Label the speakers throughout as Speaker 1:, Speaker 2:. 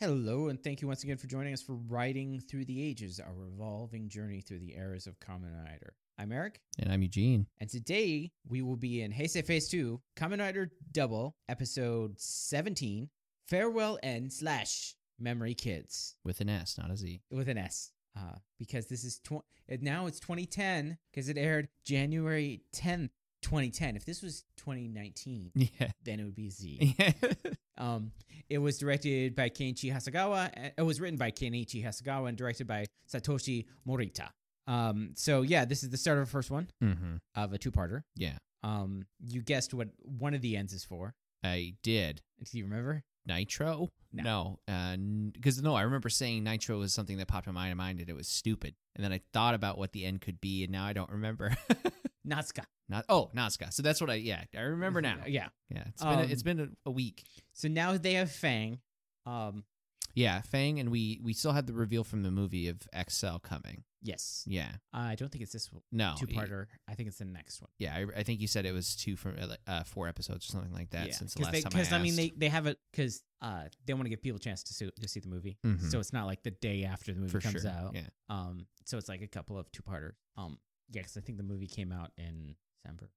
Speaker 1: Hello, and thank you once again for joining us for Riding Through the Ages, our revolving journey through the eras of Kamen Rider. I'm Eric,
Speaker 2: And I'm Eugene.
Speaker 1: and today we will be in Heisei Phase 2, Kamen Rider Double, Episode 17, Farewell and Slash Memory Kids,
Speaker 2: with an S, not a Z.
Speaker 1: with an S. Uh, because this is tw- now it's 2010 because it aired January 10th, 2010. If this was 2019,
Speaker 2: Yeah.
Speaker 1: then it would be Z.
Speaker 2: Yeah.
Speaker 1: Um, it was directed by Kenichi Hasegawa. uh, It was written by Kenichi Hasegawa and directed by Satoshi Morita. Um, so yeah, this is the start of the first one
Speaker 2: mm-hmm.
Speaker 1: of a two-parter.
Speaker 2: Yeah.
Speaker 1: Um, you guessed what one of the ends is for.
Speaker 2: I did.
Speaker 1: Do you remember?
Speaker 2: Nitro?
Speaker 1: No.
Speaker 2: No. Because, no, I remember saying Nitro was something that popped in my mind and it was stupid. And then I thought about what the end could be and now I don't remember.
Speaker 1: Natsuka.
Speaker 2: not Oh, Nazca. So that's what I, yeah, I remember now.
Speaker 1: Yeah.
Speaker 2: Yeah. It's been, a,
Speaker 1: Um,
Speaker 2: it's been a, a week.
Speaker 1: So now they have Fang. Um,
Speaker 2: Yeah. Fang and we, we still had the reveal from the movie of XL coming.
Speaker 1: yes.
Speaker 2: Yeah.
Speaker 1: I don't think it's this
Speaker 2: No.
Speaker 1: two-parter. I think it's the next one.
Speaker 2: Yeah. I, I think you said it was two from uh, like, uh, four episodes or something like that since the last
Speaker 1: they,
Speaker 2: time I
Speaker 1: Because I, mean,
Speaker 2: asked.
Speaker 1: they they have it because uh they want to give people a chance to see, to see the movie.
Speaker 2: Mhm.
Speaker 1: So it's not like the day after the movie
Speaker 2: For
Speaker 1: comes
Speaker 2: sure.
Speaker 1: out.
Speaker 2: Yeah.
Speaker 1: Um, so it's like a couple of two parters. Um, yeah, 'cause I think the movie came out in December.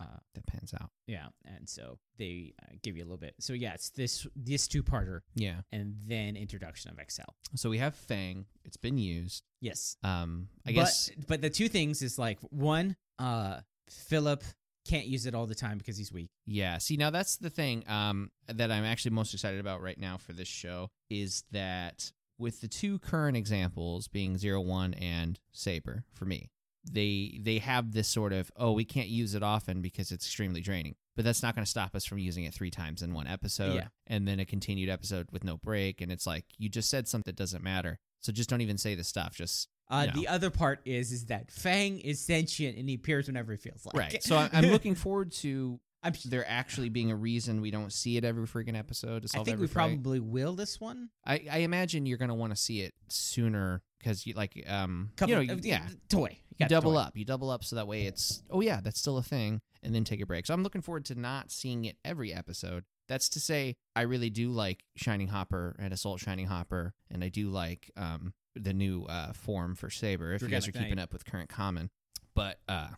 Speaker 1: Uh,
Speaker 2: That pans out.
Speaker 1: yeah, and so they uh, give you a little bit. So yeah, it's this this two parter,
Speaker 2: Yeah.
Speaker 1: and then introduction of Excel.
Speaker 2: So we have Fang. It's been used.
Speaker 1: Yes,
Speaker 2: Um, I
Speaker 1: But-
Speaker 2: guess.
Speaker 1: But, the two things is like one, uh, Philip can't use it all the time because he's weak.
Speaker 2: Yeah. See, now that's the thing um, that I'm actually most excited about right now for this show is that with the two current examples being Zero One and Saber for me, they they have this sort of oh we can't use it often because it's extremely draining, but that's not going to stop us from using it three times in one episode
Speaker 1: Yeah.
Speaker 2: and then a continued episode with no break, and it's like you just said something that doesn't matter, so just don't even say the stuff, just
Speaker 1: Uh,
Speaker 2: No.
Speaker 1: The other part is is that Fang is sentient and he appears whenever he feels like.
Speaker 2: right. So I- I'm looking forward to
Speaker 1: I'm,
Speaker 2: there actually being a reason we don't see it every freaking episode to
Speaker 1: I
Speaker 2: solve
Speaker 1: think we
Speaker 2: every fright.
Speaker 1: probably will this one.
Speaker 2: I, I imagine you're gonna want to see it sooner because you like um
Speaker 1: Couple,
Speaker 2: you know you-
Speaker 1: uh,
Speaker 2: yeah
Speaker 1: toy.
Speaker 2: you double
Speaker 1: up.
Speaker 2: up you double up so that way it's oh yeah that's still a thing and then take a break. So I'm looking forward to not seeing it every episode. That's to say I really do like Shining Hopper and Assault Shining Hopper and I do like um the new uh form for Saber if you guys are
Speaker 1: Dragonic Knight.
Speaker 2: keeping up with current common, but uh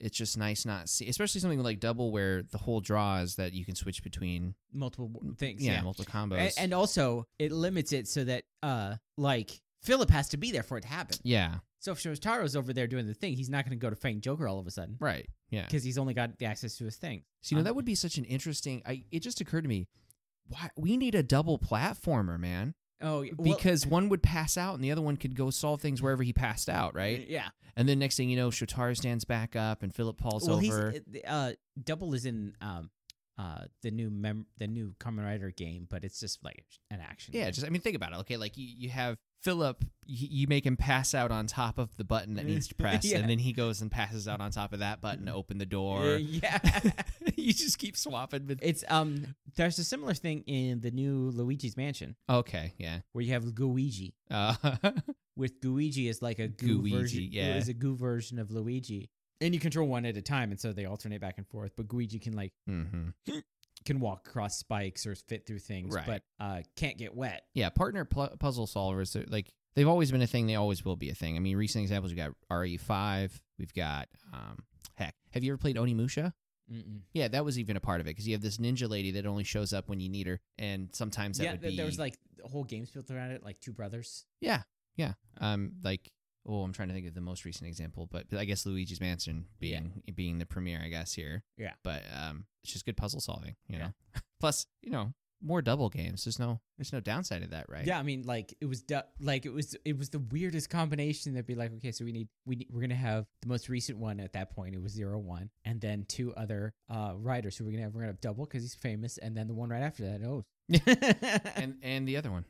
Speaker 2: it's just nice not see especially something like double where the whole draw is that you can switch between
Speaker 1: multiple w- things.
Speaker 2: yeah,
Speaker 1: Yeah.
Speaker 2: multiple
Speaker 1: A-
Speaker 2: combos
Speaker 1: And, also, it limits it so that, uh, like, Philip has to be there for it to happen.
Speaker 2: yeah
Speaker 1: So if Shotaro's over there doing the thing, he's not going to go to Fang Joker all of a sudden
Speaker 2: right yeah
Speaker 1: because he's only got the access to his thing.
Speaker 2: so you know
Speaker 1: um,
Speaker 2: that would be such an interesting I it just occurred to me why we need a double platformer man
Speaker 1: Oh, yeah. Well,
Speaker 2: because one would pass out and the other one could go solve things wherever he passed out right
Speaker 1: Yeah.
Speaker 2: and then next thing you know Shotaro stands back up and Philip Paul's
Speaker 1: well,
Speaker 2: over
Speaker 1: he's uh, uh, Double is in um, uh, the new mem- the new Kamen Rider game, but it's just like an action.
Speaker 2: yeah
Speaker 1: game.
Speaker 2: just I mean think about it okay like you you have Philip you, you make him pass out on top of the button that needs to press
Speaker 1: Yeah.
Speaker 2: and then he goes and passes out on top of that button to open the door
Speaker 1: Uh, yeah.
Speaker 2: you just keep swapping with
Speaker 1: it's um. There's a similar thing in the new Luigi's Mansion
Speaker 2: okay yeah
Speaker 1: where you have Luigi.
Speaker 2: uh,
Speaker 1: with Guigi is like a goo
Speaker 2: Gooigi,
Speaker 1: version.
Speaker 2: yeah.
Speaker 1: is a goo version of Luigi, and you control one at a time, and so they alternate back and forth. But Guigi can like
Speaker 2: mhm.
Speaker 1: can walk across spikes or fit through things,
Speaker 2: Right.
Speaker 1: but uh, can't get wet.
Speaker 2: yeah, partner pl- puzzle solvers, they're, like they've always been a thing. They always will be a thing. I mean, recent examples we got RE5, we've got um, heck. Have you ever played Onimusha?
Speaker 1: Mm-mm.
Speaker 2: Yeah, that was even a part of it because you have this ninja lady that only shows up when you need her, and sometimes that
Speaker 1: Yeah,
Speaker 2: would
Speaker 1: th-
Speaker 2: be
Speaker 1: there was like whole games built around it, like two brothers.
Speaker 2: yeah, yeah, um, like oh, I'm trying to think of the most recent example, but I guess Luigi's Mansion
Speaker 1: Yeah.
Speaker 2: being being the premiere, I guess here.
Speaker 1: Yeah.
Speaker 2: but um, it's just good puzzle solving, you
Speaker 1: Yeah.
Speaker 2: know. Plus, you know, more double games. There's no there's no downside to that, right?
Speaker 1: Yeah, I mean, like it was du- like it was it was the weirdest combination. That'd be like, okay, so we need we need, we're gonna have the most recent one at that point. It was zero one, and then two other uh riders. So we're gonna have we're gonna have double because he's famous, and then the one right after that. Oh,
Speaker 2: and and the other one.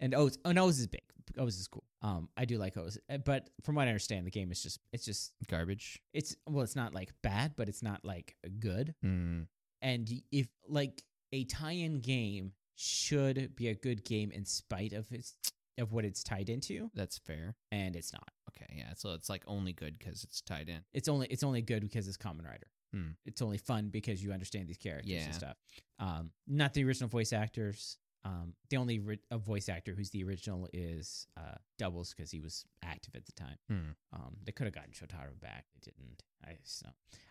Speaker 1: and O's and O's is big. O's is cool. Um, I do like O's, Uh, but from what I understand, the game is just it's just
Speaker 2: Garbage.
Speaker 1: it's well, it's not like bad, but it's not like good.
Speaker 2: Mm.
Speaker 1: Mm-hmm. And y- if like a tie-in game should be a good game in spite of its of what it's tied into,
Speaker 2: That's fair.
Speaker 1: and it's not.
Speaker 2: Okay, yeah. So it's like only good because it's tied in.
Speaker 1: It's only it's only good because it's Common Rider.
Speaker 2: Hmm.
Speaker 1: It's only fun because you understand these characters
Speaker 2: Yeah.
Speaker 1: and stuff. Um, not the original voice actors. Um, the only ri- a voice actor who's the original is uh, Doubles because he was active at the time.
Speaker 2: Hmm.
Speaker 1: Um, they could have gotten Shotaro back. They didn't. I so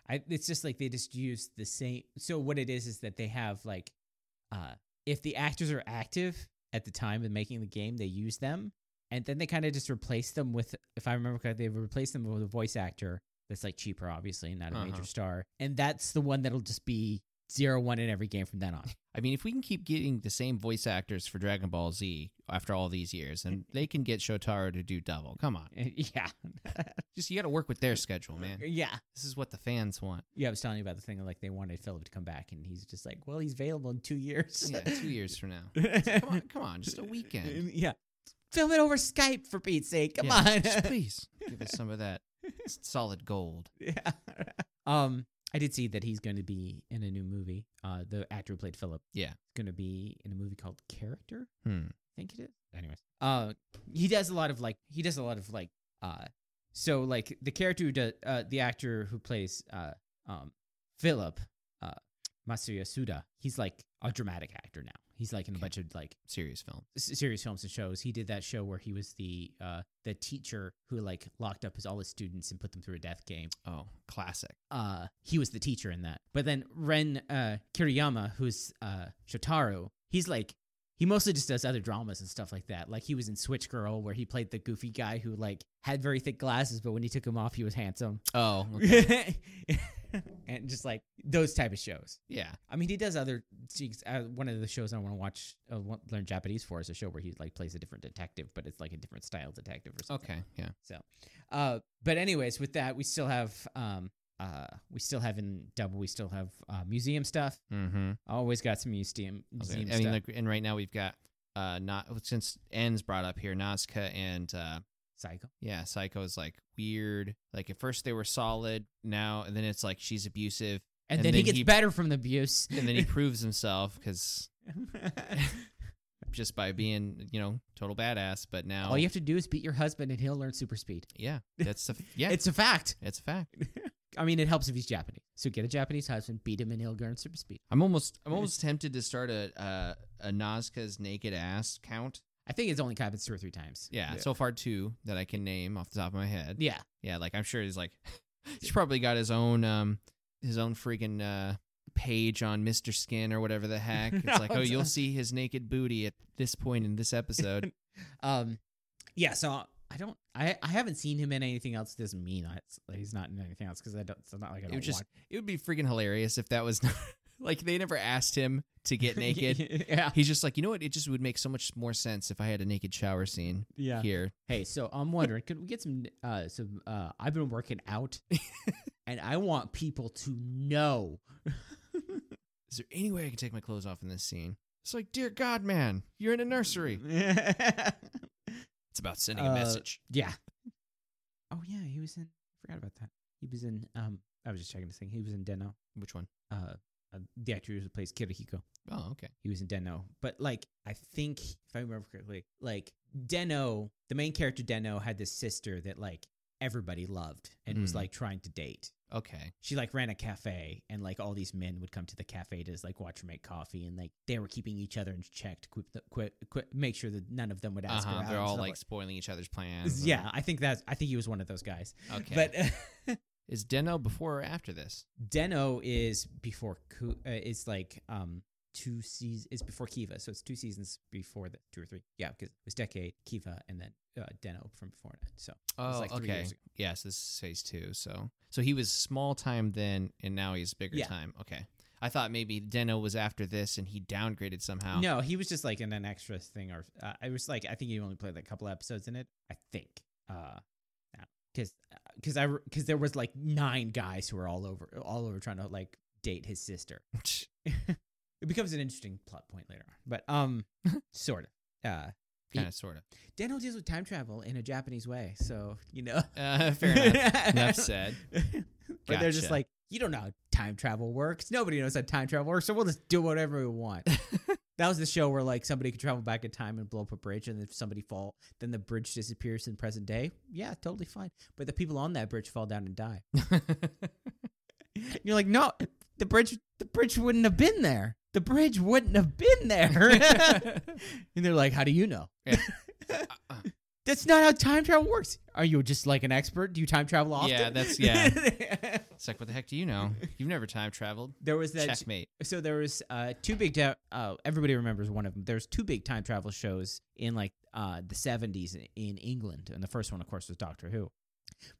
Speaker 1: I it's just like they just used the same. So what it is is that they have like, uh, if the actors are active at the time of making the game, they use them, and then they kind of just replace them with. If I remember correctly, they replace them with a voice actor that's like cheaper, obviously, not a
Speaker 2: Uh-huh.
Speaker 1: major star, and that's the one that'll just be zero one in every game from then on.
Speaker 2: I mean, if we can keep getting the same voice actors for Dragon Ball Z after all these years, and they can get Shotaro to do double, come on.
Speaker 1: Eh, yeah,
Speaker 2: Just you got to work with their schedule, man.
Speaker 1: yeah.
Speaker 2: This is what the fans want.
Speaker 1: Yeah, I was telling you about the thing like they wanted Philip to come back, and he's just like, "Well, he's available in two years."
Speaker 2: Yeah, two years from now. Come on, come on, just a weekend.
Speaker 1: yeah, film it over Skype for Pete's sake. Come
Speaker 2: Yeah, just
Speaker 1: on.
Speaker 2: please give us some of that s- solid gold.
Speaker 1: yeah. Um, I did see that he's going to be in a new movie. Uh, the actor who played Philip.
Speaker 2: Yeah.
Speaker 1: going to be in a movie called Character.
Speaker 2: Hmm.
Speaker 1: I think it is. Anyways, uh, he does a lot of like he does a lot of like uh, so like the character who does uh the actor who plays uh um Philip uh Masuya Suda, he's like a dramatic actor now. He's like in a
Speaker 2: Okay.
Speaker 1: bunch of like
Speaker 2: Serious film.
Speaker 1: s- serious films and shows. He did that show where he was the uh the teacher who like locked up his all his students and put them through a death game
Speaker 2: Oh, classic.
Speaker 1: uh, he was the teacher in that. But then Ren uh, Kiriyama, who's uh, Shotaro, he's like he mostly just does other dramas and stuff like that. Like he was in Switch Girl, where he played the goofy guy who like had very thick glasses, but when he took them off, he was handsome.
Speaker 2: Oh, okay.
Speaker 1: and just like those type of shows.
Speaker 2: yeah.
Speaker 1: I mean, he does other. geez, Uh, one of the shows I want to watch, uh, wa- learn Japanese for, is a show where he like plays a different detective, but it's like a different style detective or something.
Speaker 2: Okay. Yeah.
Speaker 1: Uh, but anyways, with that, we still have um, uh, we still have in double. We still have uh, museum stuff.
Speaker 2: Mm-hmm.
Speaker 1: Always got some museum museum
Speaker 2: Okay. I
Speaker 1: stuff.
Speaker 2: mean, like, and right now we've got uh, not since N's brought up here, Nazca and uh,
Speaker 1: Psycho.
Speaker 2: yeah, Psycho is like weird. Like at first they were solid, now and then it's like she's abusive,
Speaker 1: And,
Speaker 2: And
Speaker 1: then, he
Speaker 2: then
Speaker 1: gets
Speaker 2: he-
Speaker 1: better from the abuse.
Speaker 2: and then he proves himself because just by being you know total badass. But now,
Speaker 1: All you have to do is beat your husband, and he'll learn super speed.
Speaker 2: yeah, that's a yeah,
Speaker 1: It's
Speaker 2: it's,
Speaker 1: a fact.
Speaker 2: a fact.
Speaker 1: I mean, it helps if he's Japanese. So get a Japanese husband, beat him, and he'll learn super speed.
Speaker 2: I'm almost I'm almost tempted to start a uh, a Nazca's naked ass count.
Speaker 1: I think it's only happens two or three times.
Speaker 2: Yeah,
Speaker 1: Yeah.
Speaker 2: so far two that I can name off the top of my head.
Speaker 1: Yeah.
Speaker 2: Yeah, like I'm sure he's like he's probably got his own um his own freaking uh page on Mr. Skin or whatever the heck. It's
Speaker 1: No,
Speaker 2: like, oh,
Speaker 1: it's
Speaker 2: you'll
Speaker 1: not.
Speaker 2: see his naked booty at this point in this episode.
Speaker 1: Um, yeah. So I don't. I I haven't seen him in anything else. Doesn't mean that's like, he's not in anything else because I don't. It's not like I
Speaker 2: it
Speaker 1: don't
Speaker 2: would just
Speaker 1: watch.
Speaker 2: it would be freaking hilarious if that was not, like they never asked him to get naked.
Speaker 1: yeah.
Speaker 2: he's just like, you know what? It just would make so much more sense if I had a naked shower scene
Speaker 1: Yeah.
Speaker 2: here.
Speaker 1: Hey, so I'm wondering, could we get some uh some uh I've been working out and I want people to know.
Speaker 2: Is there any way I can take my clothes off in this scene? It's like, dear God, man, you're in a nursery. It's about sending a
Speaker 1: Mm. Uh,
Speaker 2: message.
Speaker 1: yeah. Oh yeah, he was in I forgot about that. He was in um I was just checking this thing. He was in Deno.
Speaker 2: Which one?
Speaker 1: Uh, uh the actor who plays Kirihiko.
Speaker 2: Oh, okay.
Speaker 1: He was in Deno. But like I think if I remember correctly, like Deno, the main character Deno had this sister that like everybody loved and was
Speaker 2: Mm.
Speaker 1: like trying to date.
Speaker 2: Okay.
Speaker 1: she like ran a cafe and like all these men would come to the cafe to like watch her make coffee and like they were keeping each other in check to quit, quit, quit make sure that none of them would ask her
Speaker 2: Uh-huh,
Speaker 1: out
Speaker 2: They're
Speaker 1: and
Speaker 2: all
Speaker 1: stuff
Speaker 2: like spoiling each other's plans. and-
Speaker 1: yeah i think that's i think he was one of those guys
Speaker 2: Okay.
Speaker 1: but
Speaker 2: is Deno before or after this?
Speaker 1: deno is before Ku- uh, is like um two seasons is before kiva so it's two seasons before the two or three yeah because it was decade kiva and then uh, deno from before that so
Speaker 2: Oh,
Speaker 1: like three
Speaker 2: okay.
Speaker 1: years ago.
Speaker 2: Yes, this is phase two. So, so he was small time then, and now he's bigger
Speaker 1: Yeah.
Speaker 2: time. Okay. I thought maybe Deno was after this, and he downgraded somehow.
Speaker 1: no he was just like in an extra thing or uh, i was like i think he only played like a couple episodes in it i think uh because because i because there was like nine guys who were all over all over trying to like date his sister it becomes an interesting plot point later on but um sort of uh
Speaker 2: kind of, sort of.
Speaker 1: Dano deals with time travel in a Japanese way, so you know.
Speaker 2: Uh, fair enough. Enough said.
Speaker 1: but they're just
Speaker 2: Gotcha.
Speaker 1: like, you don't know how time travel works. Nobody knows how time travel works, so we'll just do whatever we want. that was the show where like somebody could travel back in time and blow up a bridge, and if somebody fall, then the bridge disappears in present day. Yeah, totally fine. But the people on that bridge fall down and die. You're like, no, the bridge, the bridge wouldn't have been there. the bridge wouldn't have been there. and they're like, how do you know?
Speaker 2: Yeah.
Speaker 1: That's not how time travel works. Are you just like an expert? Do you time travel often?
Speaker 2: Yeah, that's- yeah. It's like, what the heck do you know? You've never time traveled.
Speaker 1: there was that
Speaker 2: Checkmate.
Speaker 1: so there was uh two big ta- uh everybody remembers one of them there's two big time travel shows in like uh the 70s in- in england and the first one of course was doctor who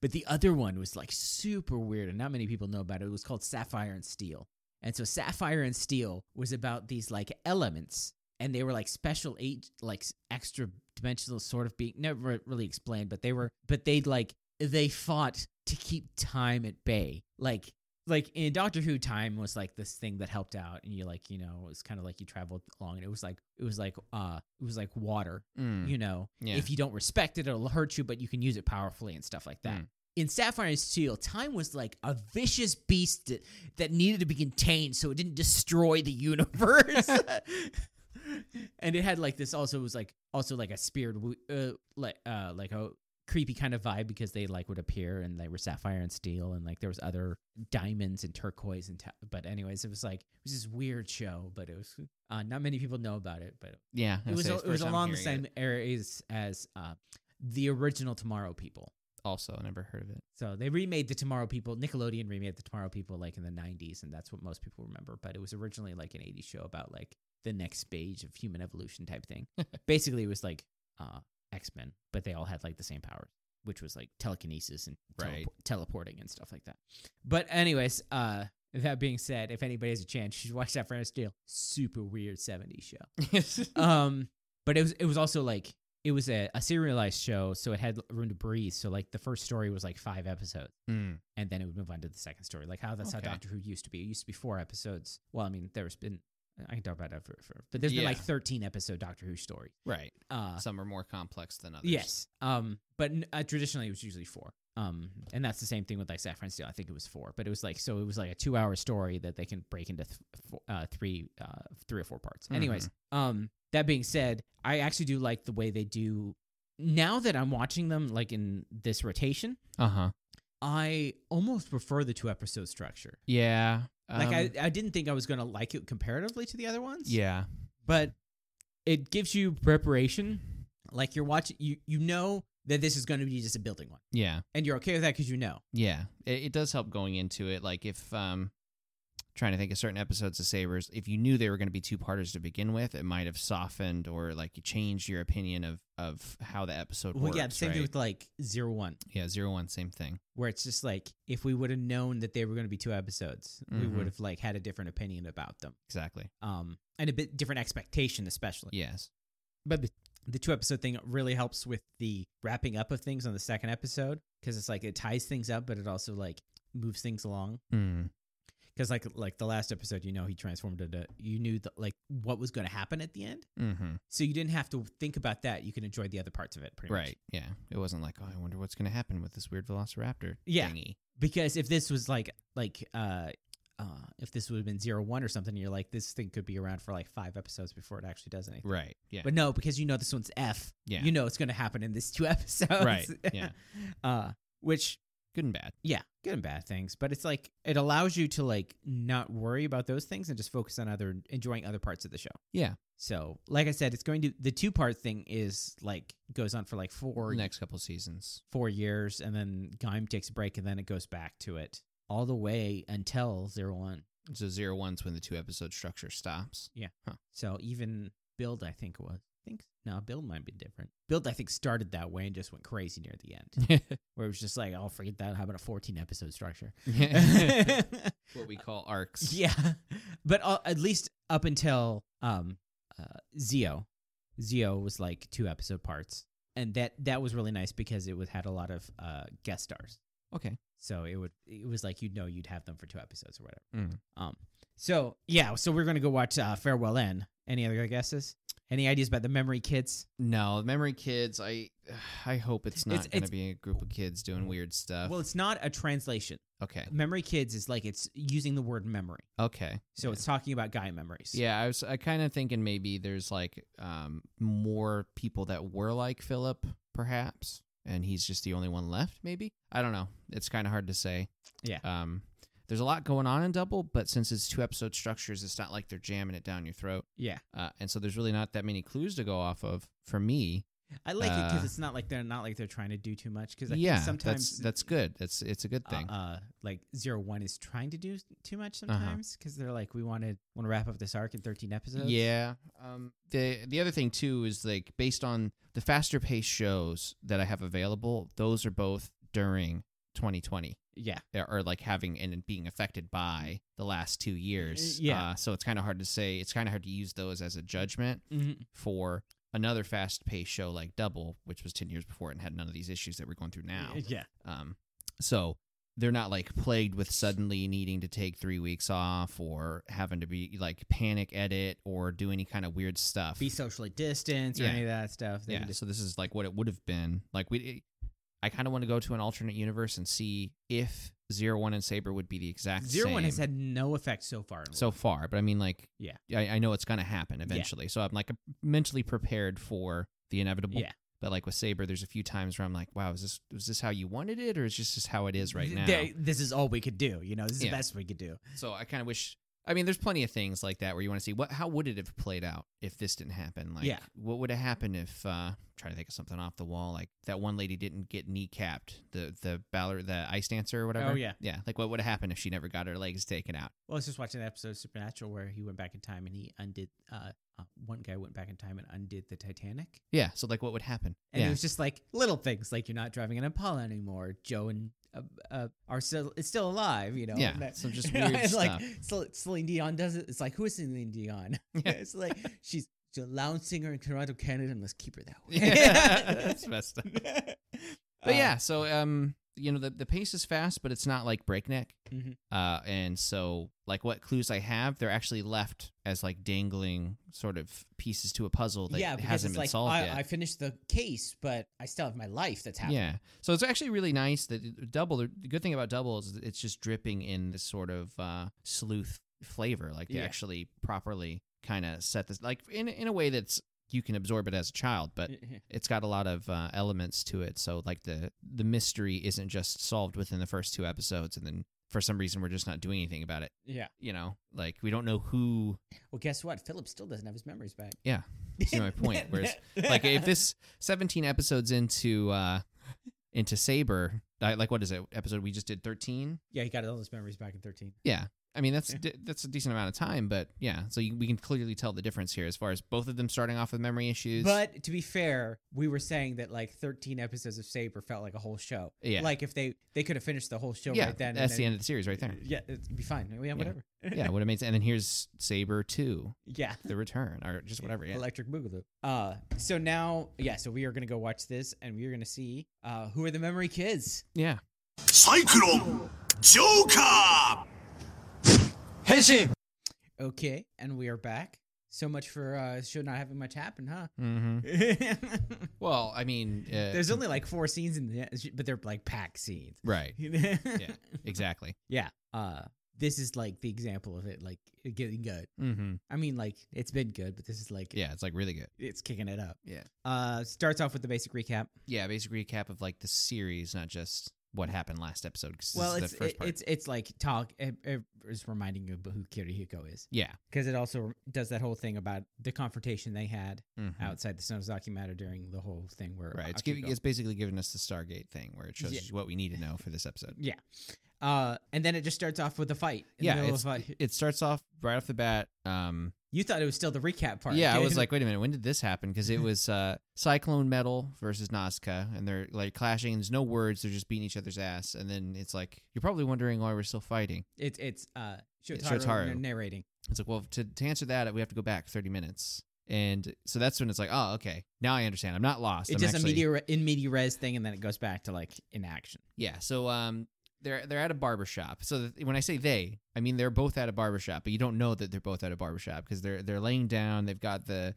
Speaker 1: but the other one was like super weird and not many people know about it it was called sapphire and steel and so sapphire and steel was about these like elements and they were like special eight like s- extra dimensional sort of being never re- really explained but they were but they like they fought to keep time at bay like like in Doctor Who, time was like this thing that helped out, and you like you know it was kind of like you traveled along, and it was like it was like uh it was like water,
Speaker 2: Mm,
Speaker 1: you know.
Speaker 2: yeah.
Speaker 1: If you don't respect it, it'll hurt you, but you can use it powerfully and stuff like that.
Speaker 2: Mm.
Speaker 1: In Sapphire and Steel, time was like a vicious beast that, that needed to be contained so it didn't destroy the universe. and it had like this also was like also like a spirit wo- uh, like uh like a creepy kind of vibe because they like would appear and they were sapphire and steel and like there was other diamonds and turquoise and ta- but anyways it was like it was this weird show but it was uh, not many people know about it but
Speaker 2: yeah. I'd
Speaker 1: it was
Speaker 2: say
Speaker 1: al-
Speaker 2: it's
Speaker 1: it was
Speaker 2: first time
Speaker 1: along the
Speaker 2: hearing
Speaker 1: same
Speaker 2: it.
Speaker 1: areas as uh, the original Tomorrow People.
Speaker 2: Also, I never heard of it.
Speaker 1: So they remade the Tomorrow People. Nickelodeon remade the Tomorrow People like in the '90s, and that's what most people remember. But it was originally like an '80s show about like the next stage of human evolution type thing. Basically, it was like uh, X Men, but they all had like the same powers, which was like telekinesis and telepor-
Speaker 2: Right.
Speaker 1: teleporting and stuff like that. But anyways, uh, that being said, if anybody has a chance, you should watch that Furnace Steel. Super weird '70s show um but it was it was also like it was a, a serialized show so it had room to breathe so like the first story was like five episodes
Speaker 2: Mm,
Speaker 1: and then it would move on to the second story like how that's
Speaker 2: Okay.
Speaker 1: how doctor who used to be it used to be four episodes well i mean there's been i can talk about that for, for but there's been like
Speaker 2: Yeah.
Speaker 1: 13 episode doctor who story
Speaker 2: right.
Speaker 1: uh
Speaker 2: Some are more complex than others.
Speaker 1: yes um but n- uh, traditionally it was usually four um and that's the same thing with like saffron steel i think it was four but it was like so it was like a two hour story that they can break into th- four, uh, three uh three or four parts
Speaker 2: Mm-hmm.
Speaker 1: anyways um that being said i actually do like the way they do now that i'm watching them like in this rotation
Speaker 2: Uh huh.
Speaker 1: i almost prefer the two episode structure
Speaker 2: Yeah.
Speaker 1: like
Speaker 2: um,
Speaker 1: I, I didn't think i was going to like it comparatively to the other ones
Speaker 2: Yeah.
Speaker 1: but it gives you preparation. Like you're watching, you you know that this is going to be just a building one,
Speaker 2: Yeah.
Speaker 1: and you're okay with that because you know.
Speaker 2: Yeah, it, it does help going into it. Like if um, trying to think of certain episodes of Sabers, if you knew they were going to be two parters to begin with, it might have softened or like you changed your opinion of of how the episode
Speaker 1: Well,
Speaker 2: works.
Speaker 1: yeah, the same
Speaker 2: right?
Speaker 1: thing with like zero one,
Speaker 2: yeah zero one same thing.
Speaker 1: where it's just like if we would have known that they were going to be two episodes, we
Speaker 2: Mhm.
Speaker 1: would have like had a different opinion about them,
Speaker 2: Exactly.
Speaker 1: um, and a bit different expectation, especially.
Speaker 2: Yes.
Speaker 1: But the, the two episode thing really helps with the wrapping up of things on the second episode because it's like it ties things up, but it also like moves things along.
Speaker 2: Mm.
Speaker 1: because like like the last episode you know he transformed into you knew the, like what was going to happen at the end
Speaker 2: Mm-hmm.
Speaker 1: so you didn't have to think about that you could enjoy the other parts of it pretty much
Speaker 2: Right. Yeah. It wasn't like oh, I wonder what's going to happen with this weird Velociraptor
Speaker 1: Yeah.
Speaker 2: thingy.
Speaker 1: because if this was like like uh uh if this would have been zero one or something you're like this thing could be around for like five episodes before it actually does anything
Speaker 2: Right. Yeah.
Speaker 1: but no because you know this one's f
Speaker 2: yeah.
Speaker 1: you know it's going to happen in this two episodes
Speaker 2: Right, yeah.
Speaker 1: uh which
Speaker 2: Good and bad.
Speaker 1: yeah good and bad things but it's like it allows you to like not worry about those things and just focus on other enjoying other parts of the show
Speaker 2: Yeah.
Speaker 1: So, like I said, it's going to the two part thing is like goes on for like four
Speaker 2: Next couple seasons.
Speaker 1: four years, and then Gaim takes a break, and then it goes back to it all the way until zero one.
Speaker 2: So zero one's when the two episode structure stops.
Speaker 1: So even build, I think was I think no build might be different. Build, I think started that way and just went crazy near the end, where it was just like, oh, forget that. How about a fourteen episode structure?
Speaker 2: what we call arcs.
Speaker 1: Yeah, but uh, at least up until um, uh, Zio, Zio was like two episode parts, and that that was really nice because it was had a lot of uh, guest stars,
Speaker 2: Okay.
Speaker 1: so it would it was like you'd know you'd have them for two episodes or whatever.
Speaker 2: Mm.
Speaker 1: Um, so yeah, so we're gonna go watch uh, Farewell N. Any other guesses? Any ideas about the Memory Kids?
Speaker 2: No, Memory Kids. I I hope it's not
Speaker 1: It's-
Speaker 2: going
Speaker 1: it's-
Speaker 2: to be a group of kids doing weird stuff.
Speaker 1: Well, it's not a translation.
Speaker 2: okay,
Speaker 1: Memory Kids is like it's using the word memory,
Speaker 2: okay.
Speaker 1: so
Speaker 2: yeah.
Speaker 1: it's talking about guy memories.
Speaker 2: yeah. I was I kind of thinking maybe there's like um more people that were like Philip, perhaps, and he's just the only one left. Maybe I don't know. It's kind of hard to say.
Speaker 1: Yeah.
Speaker 2: Um, there's a lot going on in Double, but since it's two episode structures, it's not like they're jamming it down your throat.
Speaker 1: Yeah,
Speaker 2: Uh, and so there's really not that many clues to go off of for me.
Speaker 1: I like it 'cause it because
Speaker 2: Uh,
Speaker 1: it's not like they're not like they're trying to do too much. Because
Speaker 2: yeah,
Speaker 1: think sometimes
Speaker 2: that's that's good. That's it's a good thing. Uh-huh.
Speaker 1: Uh, uh, like zero one is trying to do s- too much sometimes because they're like, we want to want to wrap up this arc in thirteen episodes.
Speaker 2: Yeah. Um, the the other thing too is like based on the faster paced shows that I have available, those are both during 2020
Speaker 1: yeah,
Speaker 2: uh, or like having and being affected by the last two
Speaker 1: Uh,
Speaker 2: years.
Speaker 1: yeah.
Speaker 2: Uh, so it's kind of hard to say. It's kind of hard to use those as a judgment
Speaker 1: Mhm.
Speaker 2: for another fast paced show like Double, which was 10 years before it and had none of these issues that we're going through now.
Speaker 1: yeah.
Speaker 2: Um, so they're not like plagued with suddenly needing to take three weeks off or having to be like panic edit or do any kind of weird stuff.
Speaker 1: Be socially distanced or
Speaker 2: Yeah.
Speaker 1: any of that stuff. They
Speaker 2: yeah.
Speaker 1: can just-
Speaker 2: so this is like what it would have been. Like we, it, I kind of want to go to an alternate universe and see if Zero One and Saber would be the exact
Speaker 1: zero one
Speaker 2: same
Speaker 1: has had no effect so far. in
Speaker 2: so far. But I mean, like,
Speaker 1: Yeah.
Speaker 2: I, I know it's gonna happen eventually. So I'm like mentally prepared for the inevitable.
Speaker 1: Yeah.
Speaker 2: But like with Saber, there's a few times where I'm like, wow, is this was this how you wanted it, or is this just how it is right
Speaker 1: Th-
Speaker 2: now?
Speaker 1: they- this is all we could do. You know, this is
Speaker 2: Yeah.
Speaker 1: the best we could do.
Speaker 2: So I kind of wish. I mean, there's plenty of things like that where you want to see what how would it have played out if this didn't happen? Like,
Speaker 1: Yeah.
Speaker 2: what would have happened if? uh Trying to think of something off the wall, like that one lady didn't get kneecapped, the the baller, the ice dancer or whatever.
Speaker 1: Oh, yeah.
Speaker 2: yeah. Like, what would have happened if she never got her legs taken out?
Speaker 1: Well, I was just watching that episode of Supernatural where he went back in time and he undid. Uh, uh, one guy went back in time and undid the Titanic.
Speaker 2: Yeah. So like, what would happen?
Speaker 1: And
Speaker 2: yeah.
Speaker 1: it was just like little things, like you're not driving an Impala anymore. Joe and uh, uh, are still it's still alive, you know.
Speaker 2: Yeah,
Speaker 1: and that-
Speaker 2: so just
Speaker 1: you know,
Speaker 2: weird
Speaker 1: it's like
Speaker 2: stuff.
Speaker 1: Cel- Celine Dion does it. It's like who is Celine Dion?
Speaker 2: Yeah.
Speaker 1: it's like she's she's a lounge singer in Toronto, Canada, and let's keep her that way.
Speaker 2: yeah. That's messed up. But
Speaker 1: Uh,
Speaker 2: yeah, so um, you know, the the pace is fast, but it's not like breakneck.
Speaker 1: Mhm.
Speaker 2: Uh, and so like what clues I have, they're actually left as like dangling sort of pieces to a puzzle that
Speaker 1: yeah, because
Speaker 2: hasn't
Speaker 1: it's
Speaker 2: been
Speaker 1: like
Speaker 2: solved
Speaker 1: I,
Speaker 2: yet.
Speaker 1: I finished the case, but I still have my life that's happening.
Speaker 2: yeah, so it's actually really nice that it- double. The good thing about double is it's just dripping in this sort of uh, sleuth flavor. Like they
Speaker 1: Yeah.
Speaker 2: actually properly kind of set this like in in a way that's you can absorb it as a child, but it's got a lot of uh, elements to it so like the the mystery isn't just solved within the first two episodes and then for some reason we're just not doing anything about it
Speaker 1: yeah.
Speaker 2: you know like we don't know who
Speaker 1: Well, guess what? Philip still doesn't have his memories back.
Speaker 2: Yeah. see my point, whereas, like if this 17 episodes into uh into saber I, like what is it episode we just did 13
Speaker 1: yeah, he got all his memories back in thirteen.
Speaker 2: yeah i mean that's
Speaker 1: Yeah.
Speaker 2: d- that's a decent amount of time but yeah so you, we can clearly tell the difference here as far as both of them starting off with memory issues
Speaker 1: But to be fair, we were saying that like 13 episodes of Saber felt like a whole show.
Speaker 2: Yeah.
Speaker 1: Like if they they could have finished the whole show
Speaker 2: yeah
Speaker 1: right then.
Speaker 2: that's
Speaker 1: and
Speaker 2: the
Speaker 1: then,
Speaker 2: end of the series right there
Speaker 1: Yeah, it'd be fine. Yeah, whatever.
Speaker 2: yeah what it means and then here's saber 2
Speaker 1: yeah.
Speaker 2: the return or just whatever. Yeah.
Speaker 1: Electric Boogaloo. Uh, so now, yeah, so we are gonna go watch this, and we are gonna see uh, who are the memory kids.
Speaker 2: yeah.
Speaker 3: サイクロンジョーカー変身
Speaker 1: Okay, and we are back. So much for uh, show not having much happen, huh?
Speaker 2: Mm-hmm. Well, I mean, uh,
Speaker 1: There's only like four scenes in the, e, but they're like packed scenes.
Speaker 2: right.
Speaker 1: yeah.
Speaker 2: Exactly.
Speaker 1: Yeah. Uh, this is like the example of it, like getting good.
Speaker 2: Mm-hmm.
Speaker 1: I mean, like it's been good, but this is like
Speaker 2: Yeah, it's like really good.
Speaker 1: it's kicking it up.
Speaker 2: Yeah.
Speaker 1: Uh, starts off with the basic recap.
Speaker 2: Yeah, basic recap of like the series, not just what happened last episode. Because
Speaker 1: well,
Speaker 2: this
Speaker 1: it's
Speaker 2: is the first
Speaker 1: it-
Speaker 2: part.
Speaker 1: it's it's like talk. It, it is reminding you about who Kirihiko is
Speaker 2: yeah.
Speaker 1: because it also does that whole thing about the confrontation they had
Speaker 2: Mhm.
Speaker 1: outside the Sonozaki matter during the whole thing where
Speaker 2: Right. It's,
Speaker 1: Akiko-
Speaker 2: giving, it's basically giving us the Stargate thing where it shows
Speaker 1: Yeah.
Speaker 2: you what we need to know for this episode.
Speaker 1: yeah. Uh, and then it just starts off with a fight. in the
Speaker 2: yeah.
Speaker 1: middle
Speaker 2: It's,
Speaker 1: of a fight.
Speaker 2: it starts off right off the bat. Um,
Speaker 1: you thought it was still the recap part.
Speaker 2: yeah, I was like, wait a minute, when did this happen? Because it was uh, Cyclone Metal versus Nazca, and they're like clashing. And there's no words; they're just beating each other's ass. And then it's like you're probably wondering why we're still fighting.
Speaker 1: it's it's uh Shotaro,
Speaker 2: Shotaro.
Speaker 1: narrating.
Speaker 2: It's like, well, to, to answer that, we have to go back 30 minutes. And so that's when it's like, oh, okay, now I understand. I'm not lost.
Speaker 1: It
Speaker 2: I'm
Speaker 1: does
Speaker 2: actually-
Speaker 1: a media in media res thing, and then it goes back to like in action.
Speaker 2: Yeah. So um, they're they're at a barber shop. So th- when I say they, I mean they're both at a barber shop, but you don't know that they're both at a barber shop because they're they're laying down. They've got the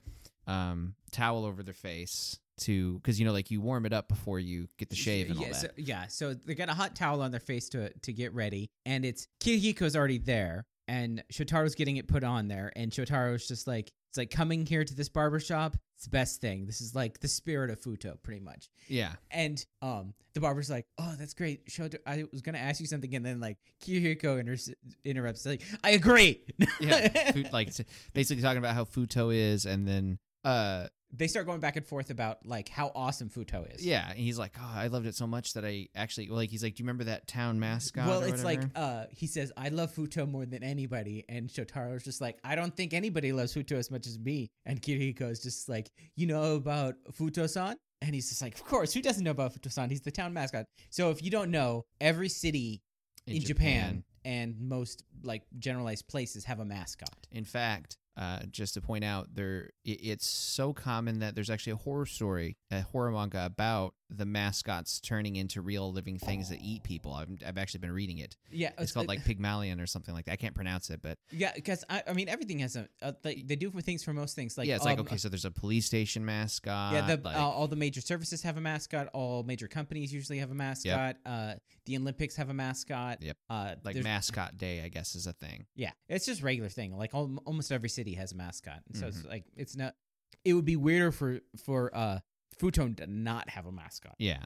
Speaker 2: um towel over their face to because you know like you warm it up before you get the shave and
Speaker 1: yeah,
Speaker 2: all that.
Speaker 1: So, yeah, so they got a hot towel on their face to to get ready, and it's Kirihiko's already there, and Shotaro's getting it put on there, and Shotaro's just like it's like coming here to this barber shop. It's the best thing. This is like the spirit of Futo, pretty much.
Speaker 2: Yeah.
Speaker 1: And um, the barber's like, "Oh, that's great, Shotaro. I was gonna ask you something, and then like Kiriko inter- interrupts, like, I agree.
Speaker 2: Yeah. Fu- like t- basically talking about how Futo is and then uh
Speaker 1: they start going back and forth about like how awesome Futo is.
Speaker 2: yeah, and he's like, "Oh, I loved it so much that I actually well, like he's like, "Do you remember that town mascot?"
Speaker 1: well,
Speaker 2: or
Speaker 1: it's like
Speaker 2: whatever?"
Speaker 1: uh, he says, "I love Futo more than anybody," and Shotaro's just like, "I don't think anybody loves Futo as much as me." And Kiriko is just like, "You know about Futo-san?" And he's just like, "Of course, who doesn't know about Futo-san? He's the town mascot." So if you don't know, every city uh, in, Japan. and most like generalized places have a mascot.
Speaker 2: In fact, uh, just to point out, there i it's so common that there's actually a horror story, a horror manga about the mascots turning into real living things that eat people. I've, I've actually been reading it.
Speaker 1: Yeah, uh,
Speaker 2: It's called like Pygmalion or something like that. I can't pronounce it, but
Speaker 1: yeah, because I, I mean everything has a uh, they, they do for things for most things like
Speaker 2: yeah, it's like
Speaker 1: um,
Speaker 2: okay, so there's a police station mascot.
Speaker 1: Yeah, the,
Speaker 2: like,
Speaker 1: uh, all the major services have a mascot. All major companies usually have a mascot. Uh, the Olympics have a mascot.
Speaker 2: Yep.
Speaker 1: Uh,
Speaker 2: like
Speaker 1: there's-
Speaker 2: mascot day, I guess, is a thing.
Speaker 1: yeah, it's just regular thing. Like al- almost every city has a mascot, so it's
Speaker 2: Mm-hmm.
Speaker 1: like it's not. It would be weirder for for uh Futon to not have a mascot.
Speaker 2: Yeah.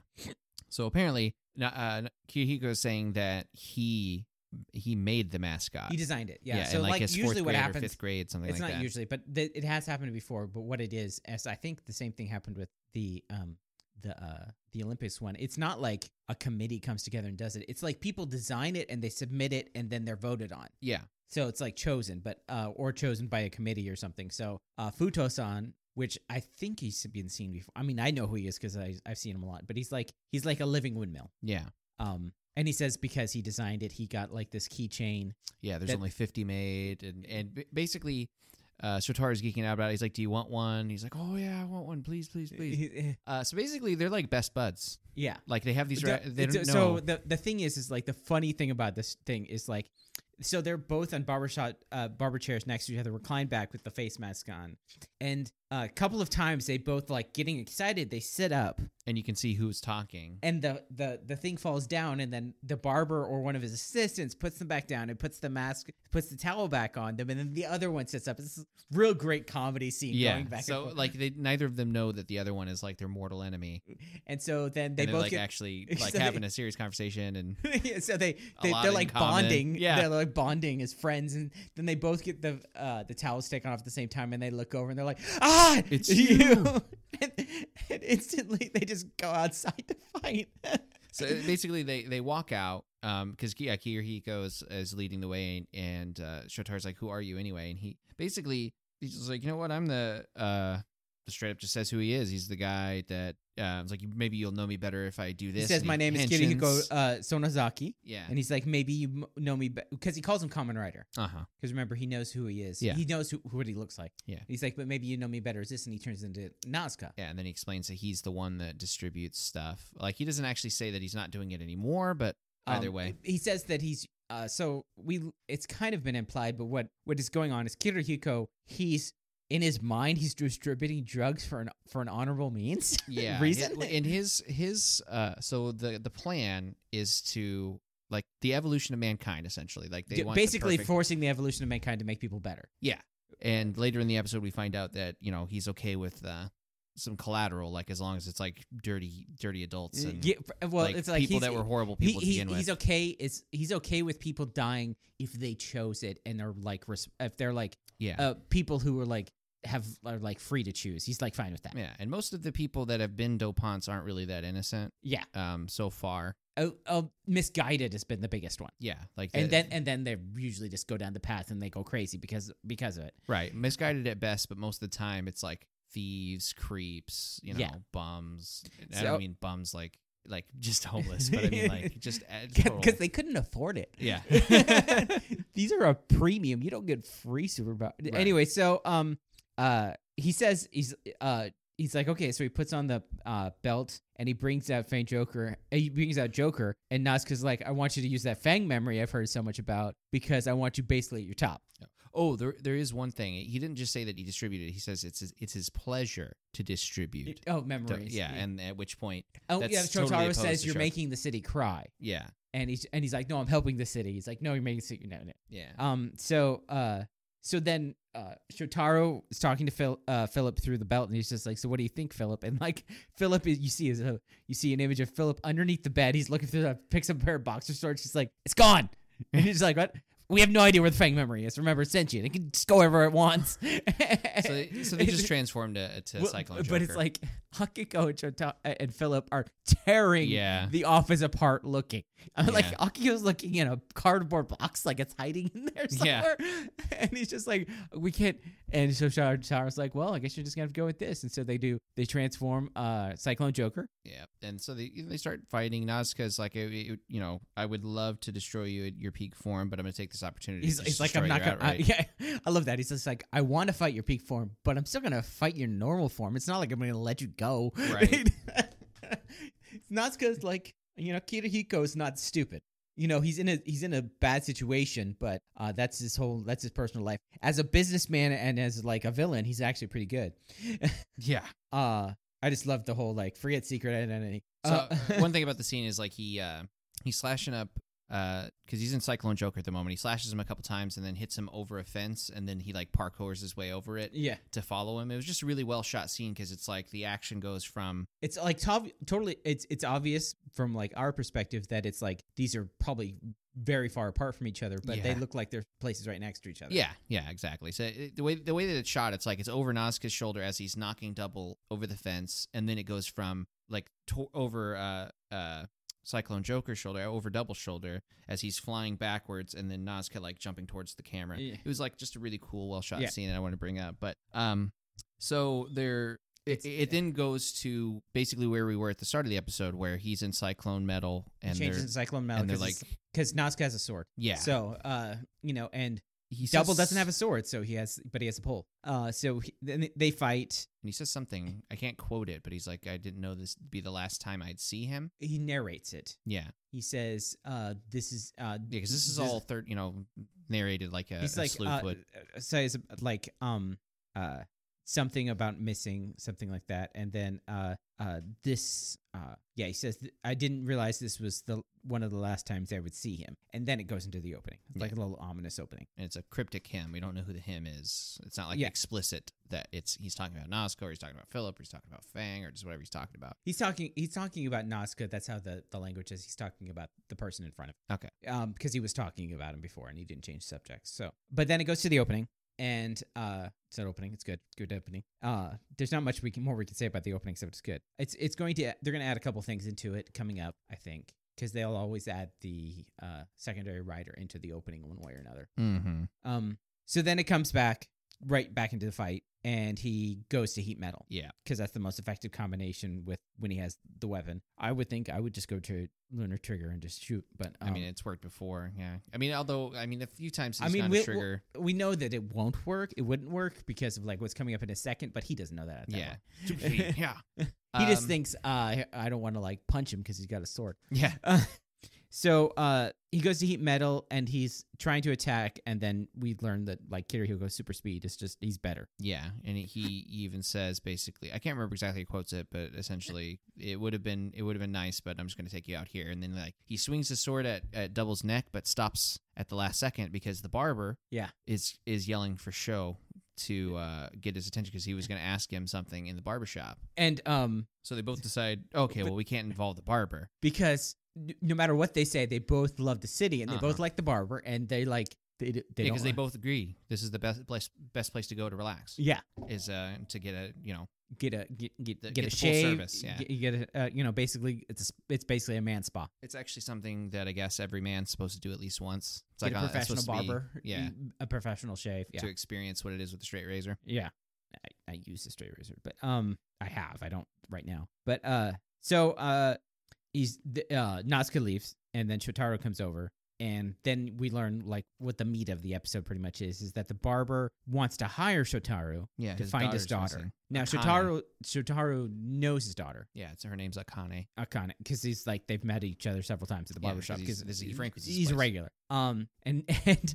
Speaker 2: So apparently, na- uh, Kirihiko is saying that he he made the mascot.
Speaker 1: He designed it. Yeah.
Speaker 2: yeah
Speaker 1: so
Speaker 2: in
Speaker 1: like,
Speaker 2: like, his
Speaker 1: usually
Speaker 2: fourth
Speaker 1: what
Speaker 2: grade or
Speaker 1: happens
Speaker 2: fifth grade, something
Speaker 1: It's
Speaker 2: like
Speaker 1: not
Speaker 2: that.
Speaker 1: usually, but th- it has happened before. But what it is, as I think the same thing happened with the um the uh the Olympics one. It's not like a committee comes together and does it. It's like people design it and they submit it and then they're voted on.
Speaker 2: yeah.
Speaker 1: So it's like chosen, but uh or chosen by a committee or something. So uh Futo-san, which I think he's been seen before. I mean, I know who he is because I I've seen him a lot. But he's like he's like a living windmill.
Speaker 2: Yeah.
Speaker 1: Um, and he says because he designed it, he got like this keychain.
Speaker 2: Yeah, there's
Speaker 1: that-
Speaker 2: only 50 made, and and b- basically, uh, Shotaro's geeking out about. it. He's like, "Do you want one?" He's like, "Oh yeah, I want one, please, please, please." Uh, so basically, they're like best buds.
Speaker 1: eh, yeah.
Speaker 2: Like they have these. Ra-
Speaker 1: The-
Speaker 2: they
Speaker 1: so-
Speaker 2: don't
Speaker 1: So
Speaker 2: know.
Speaker 1: the the thing is, is like the funny thing about this thing is like, so they're both on barbershop uh, barber chairs next to each other, reclined back with the face mask on, and uh, a couple of times they both like getting excited. They sit up,
Speaker 2: and you can see who's talking.
Speaker 1: and the the the thing falls down, and then the barber or one of his assistants puts them back down and puts the mask, puts the towel back on them, and then the other one sits up. It's a real great comedy scene
Speaker 2: yeah.
Speaker 1: going back. and,
Speaker 2: So
Speaker 1: forth.
Speaker 2: like they neither of them know that the other one is like their mortal enemy,
Speaker 1: and so then they
Speaker 2: and they're
Speaker 1: both
Speaker 2: like
Speaker 1: get
Speaker 2: actually
Speaker 1: So
Speaker 2: like
Speaker 1: they-
Speaker 2: having a serious conversation. And
Speaker 1: Yeah, so they,
Speaker 2: A
Speaker 1: they
Speaker 2: lot
Speaker 1: they're
Speaker 2: in
Speaker 1: like
Speaker 2: common.
Speaker 1: bonding.
Speaker 2: Yeah.
Speaker 1: they're like bonding as friends, and then they both get the uh, the towels taken off at the same time, and they look over and they're like, "Ah,
Speaker 2: It's
Speaker 1: and, and instantly they just go outside to fight.
Speaker 2: so uh, basically, they they walk out. Um, because yeah, Kirihiko is, is leading the way, and, and uh, Shotaro's like, "Who are you anyway?" And he basically he's just like, "You know what? I'm the uh, straight up just says who he is. He's the guy that uh, was like, maybe you'll know me better if I do
Speaker 1: he
Speaker 2: this."
Speaker 1: says,
Speaker 2: and
Speaker 1: "My name is Kirihiko
Speaker 2: mentions-
Speaker 1: uh, Sonozaki,"
Speaker 2: yeah.
Speaker 1: and he's like, "Maybe you m- know me because he calls him Common Rider."
Speaker 2: Uh huh.
Speaker 1: Because remember, he knows who he is.
Speaker 2: Yeah.
Speaker 1: He knows who, who what he looks like.
Speaker 2: Yeah.
Speaker 1: He's like, but maybe you know me better as this, and he turns into Nazca.
Speaker 2: Yeah, and then he explains that he's the one that distributes stuff. Like he doesn't actually say that he's not doing it anymore, but either
Speaker 1: Um,
Speaker 2: way,
Speaker 1: he says that he's uh, so we it's kind of been implied but what what is going on is kirihiko he's in his mind he's distributing drugs for an for an honorable means
Speaker 2: yeah.
Speaker 1: reason?
Speaker 2: hi- And his his uh, so the the plan is to like the evolution of mankind essentially. Like they
Speaker 1: D-
Speaker 2: want the
Speaker 1: basically
Speaker 2: perfect-
Speaker 1: forcing the evolution of mankind to make people better
Speaker 2: And later in the episode, we find out that you know he's okay with uh, some collateral, like as long as it's like dirty dirty adults and
Speaker 1: Yeah, f- well
Speaker 2: like,
Speaker 1: it's like
Speaker 2: people
Speaker 1: he's,
Speaker 2: that were horrible
Speaker 1: he,
Speaker 2: people to
Speaker 1: he-
Speaker 2: begin with.
Speaker 1: he's okay is he's okay with people dying if they chose it and are like res- if they're like
Speaker 2: yeah.
Speaker 1: uh people who are like have are like free to choose he's like fine with that
Speaker 2: Yeah, and most of the people that have been dopants aren't really that innocent
Speaker 1: yeah
Speaker 2: um so far.
Speaker 1: oh, oh misguided has been the biggest one
Speaker 2: Yeah, like
Speaker 1: and
Speaker 2: the-
Speaker 1: then and then they usually just go down the path and they go crazy because because of it.
Speaker 2: right, misguided at best, but most of the time it's like thieves, creeps, you know,
Speaker 1: Yeah.
Speaker 2: bums. And I
Speaker 1: So-
Speaker 2: don't mean bums like like just homeless, but I mean like just at
Speaker 1: Because
Speaker 2: total-
Speaker 1: they couldn't afford it.
Speaker 2: yeah.
Speaker 1: These are a premium. You don't get free super. Bowl.
Speaker 2: Right.
Speaker 1: Anyway, so um, uh, he says he's uh. He's like, okay, so he puts on the uh, belt and he brings out Fang Joker. uh, He brings out Joker, and Nazca's like, I want you to use that Fang memory I've heard so much about because I want you basically at your top.
Speaker 2: Oh, there there is one thing. He didn't just say that he distributed. He says it's his, it's his pleasure to distribute.
Speaker 1: Oh,
Speaker 2: So-
Speaker 1: memories.
Speaker 2: yeah, and at which point,
Speaker 1: oh,
Speaker 2: that's
Speaker 1: yeah.
Speaker 2: totally
Speaker 1: Shotaro
Speaker 2: opposed
Speaker 1: says
Speaker 2: to
Speaker 1: you're
Speaker 2: Shot-
Speaker 1: making the city cry,
Speaker 2: yeah,
Speaker 1: and he's and he's like, no, I'm helping the city. He's like, no, you're making the city. No, no.
Speaker 2: yeah,
Speaker 1: Um. So uh. So then uh, Shotaro is talking to Phil, uh, Philip through the belt, and he's just like, "So what do you think, Philip?" And like Philip, is, you see is a, you see an image of Philip underneath the bed. He's looking through, the, picks up a pair of boxer shorts. He's like, "It's gone." And he's like, "What?" We have no idea where the Fang memory is. Remember, it sent you. It can just go wherever it wants.
Speaker 2: so they, so they just transformed it to
Speaker 1: Well,
Speaker 2: Cyclone
Speaker 1: But
Speaker 2: Joker.
Speaker 1: it's like Akiko and, Chota- and Philip are tearing
Speaker 2: Yeah.
Speaker 1: the office apart looking. I'm like,
Speaker 2: Yeah.
Speaker 1: Akiko's looking in a cardboard box like it's hiding in there
Speaker 2: Yeah.
Speaker 1: somewhere. And he's just like, we can't. And so Shara's like, well, I guess you're just going to have to go with this. And so they do. They transform uh, Cyclone Joker.
Speaker 2: Yeah, and so they they start fighting. Nazca's like, it, it, you know, I would love to destroy you at your peak form, but I'm gonna take this opportunity.
Speaker 1: He's,
Speaker 2: to
Speaker 1: he's like,
Speaker 2: destroy
Speaker 1: I'm not
Speaker 2: you
Speaker 1: going
Speaker 2: outright."
Speaker 1: to. Yeah, I love that. He's just like, I want to fight your peak form, but I'm still going to fight your normal form. It's not like I'm going to let you go.
Speaker 2: Right.
Speaker 1: Natsuka's like, you know, Kirihiko's not stupid. You know, he's in a he's in a bad situation, but uh, that's his whole that's his personal life. As a businessman and as like a villain, he's actually pretty good.
Speaker 2: yeah.
Speaker 1: Uh I just love the whole like forget secret identity.
Speaker 2: So
Speaker 1: Uh,
Speaker 2: uh, one thing about the scene is like he uh he's slashing up uh because he's in Cyclone Joker at the moment. He slashes him a couple times and then hits him over a fence, and then he like parkours his way over it
Speaker 1: yeah,
Speaker 2: to follow him. It was just a really well shot scene because it's like the action goes from
Speaker 1: it's like to- totally it's it's obvious from like our perspective that it's like these are probably very far apart from each other, but they
Speaker 2: Yeah.
Speaker 1: look like they're places right next to each other.
Speaker 2: Yeah, yeah, exactly. So it, the way the way that it's shot, it's like it's over Nazca's shoulder as he's knocking double over the fence, and then it goes from like to- over uh uh Cyclone Joker's shoulder uh, over double shoulder as he's flying backwards, and then Nazca like jumping towards the camera.
Speaker 1: Yeah.
Speaker 2: It was like just a really cool, well shot
Speaker 1: Yeah.
Speaker 2: scene that I want to bring up. But um, so there. It,
Speaker 1: It's-
Speaker 2: it then goes to basically where we were at the start of the episode, where he's in Cyclone Metal,
Speaker 1: and
Speaker 2: and they're,
Speaker 1: changes to Cyclone Metal
Speaker 2: and they're
Speaker 1: because
Speaker 2: like,
Speaker 1: Nazca has a sword.
Speaker 2: yeah,
Speaker 1: So, uh, you know, and
Speaker 2: he
Speaker 1: Double
Speaker 2: says-
Speaker 1: doesn't have a sword, so he has, but he has a pole. Uh, so he, then they fight.
Speaker 2: and he says something i can't quote it but he's like i didn't know this would be the last time i'd see him
Speaker 1: He narrates it.
Speaker 2: yeah
Speaker 1: He says, uh, "This is." Uh,
Speaker 2: because this is
Speaker 1: This-
Speaker 2: all third you know narrated like a,
Speaker 1: he's
Speaker 2: a
Speaker 1: like,
Speaker 2: sleuth
Speaker 1: uh,
Speaker 2: would
Speaker 1: says like, um, uh, something about missing, something like that, and then, uh, uh, this, uh, yeah, he says, "I didn't realize this was the one of the last times I would see him," and then it goes into the opening, It's like a little ominous opening.
Speaker 2: and it's a cryptic hymn we don't know who the hymn is it's not like
Speaker 1: Yeah.
Speaker 2: explicit that it's he's talking about nazca or he's talking about philip or he's talking about fang or just whatever he's talking about
Speaker 1: He's talking. He's talking about Nazca. That's how the, the language is. He's talking about the person in front of. him.
Speaker 2: Okay.
Speaker 1: Um, because he was talking about him before, and he didn't change subjects. So, but then it goes to the opening, and uh, it's not opening. It's good. Good opening. Uh, there's not much we can, more we can say about the opening, except it's good. It's it's going to. They're going to add a couple things into it coming up, I think, because they'll always add the uh secondary rider into the opening one way or another.
Speaker 2: mm-hmm
Speaker 1: Um. So then it comes back right back into the fight, and he goes to heat metal
Speaker 2: yeah
Speaker 1: because that's the most effective combination with when he has the weapon. I would think I would just go to Lunar Trigger and just shoot, but um,
Speaker 2: i mean it's worked before yeah i mean although i mean a few times
Speaker 1: I
Speaker 2: he's
Speaker 1: mean,
Speaker 2: gone
Speaker 1: we'll-
Speaker 2: to trigger
Speaker 1: we know that it won't work. It wouldn't work because of like what's coming up in a second, but he doesn't know that. At that
Speaker 2: yeah
Speaker 1: we'll-
Speaker 2: yeah
Speaker 1: point. he just
Speaker 2: Um,
Speaker 1: thinks uh, I I don't want to like punch him because he's got a sword.
Speaker 2: yeah
Speaker 1: So uh, he goes to heat metal and he's trying to attack, and then we learn that like Kirihiko's super speed is just he's better.
Speaker 2: Yeah, and he even says basically, I can't remember exactly who quotes it, but essentially, it would have been it would have been nice, but I'm just going to take you out here. And then like he swings his sword at at Double's neck, but stops at the last second because the barber
Speaker 1: Yeah.
Speaker 2: is is yelling for show to uh, get his attention because he was going to ask him something in the barber shop.
Speaker 1: And um,
Speaker 2: So they both decide, okay, well we can't involve the barber.
Speaker 1: because n- no matter what they say, they both love the city and they both
Speaker 2: Uh-huh.
Speaker 1: like the barber and they like they d- they
Speaker 2: Yeah,
Speaker 1: don't
Speaker 2: because they
Speaker 1: li-
Speaker 2: both agree this is the best place best place to go to relax
Speaker 1: yeah
Speaker 2: is uh to get a you know
Speaker 1: get a get get,
Speaker 2: The-
Speaker 1: get,
Speaker 2: get
Speaker 1: a
Speaker 2: the full
Speaker 1: shave
Speaker 2: service, yeah.
Speaker 1: get, you get a uh, you know basically it's a, s- it's basically a man spa
Speaker 2: it's actually something that I guess every man's supposed to do at least once. It's
Speaker 1: get
Speaker 2: like
Speaker 1: a
Speaker 2: uh, it's
Speaker 1: professional
Speaker 2: supposed to be-
Speaker 1: barber
Speaker 2: yeah.
Speaker 1: y- a professional shave yeah
Speaker 2: to experience what it is with the straight razor.
Speaker 1: yeah I, I use the straight razor but um I have I don't right now but uh so uh he's the, uh Nazca leaves and then Shotaro comes over and then we learn like what the meat of the episode pretty much is is that the barber wants to hire Shotaro
Speaker 2: Yeah,
Speaker 1: to find his
Speaker 2: daughter's
Speaker 1: daughter.
Speaker 2: missing.
Speaker 1: Now
Speaker 2: Akane.
Speaker 1: Shotaro Shotaro knows his daughter
Speaker 2: Yeah, it's her name's Akane.
Speaker 1: Akane because he's like they've met each other several times at the
Speaker 2: Yeah,
Speaker 1: barbershop
Speaker 2: 'cause he's-
Speaker 1: because
Speaker 2: this is Frank was his
Speaker 1: he's a
Speaker 2: place.
Speaker 1: regular. Um and and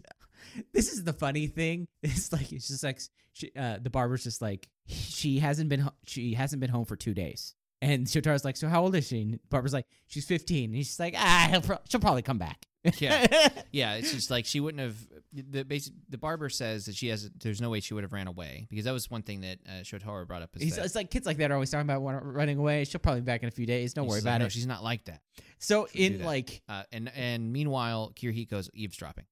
Speaker 1: this is the funny thing. It's like it's just like she, uh, the barber's just like she hasn't been ho- she hasn't been home for two days. And Shotaro's like, so how old is she? And Barbara's like, she's 15. And she's like, ah, he'll pro- she'll probably come back.
Speaker 2: Yeah. Yeah, it's just like she wouldn't have. The basic, the barber says that she has. There's no way she would have ran away because that was one thing that uh, Shotaro brought up. Is
Speaker 1: He's,
Speaker 2: that
Speaker 1: it's like kids like that are always talking about wanna- running away. She'll probably be back in a few days. Don't
Speaker 2: She's
Speaker 1: worry
Speaker 2: like,
Speaker 1: about
Speaker 2: "No,
Speaker 1: it.
Speaker 2: She's not like that.
Speaker 1: So
Speaker 2: she'll do
Speaker 1: in
Speaker 2: that.
Speaker 1: like
Speaker 2: Uh, and and meanwhile, Kirihiko's eavesdropping.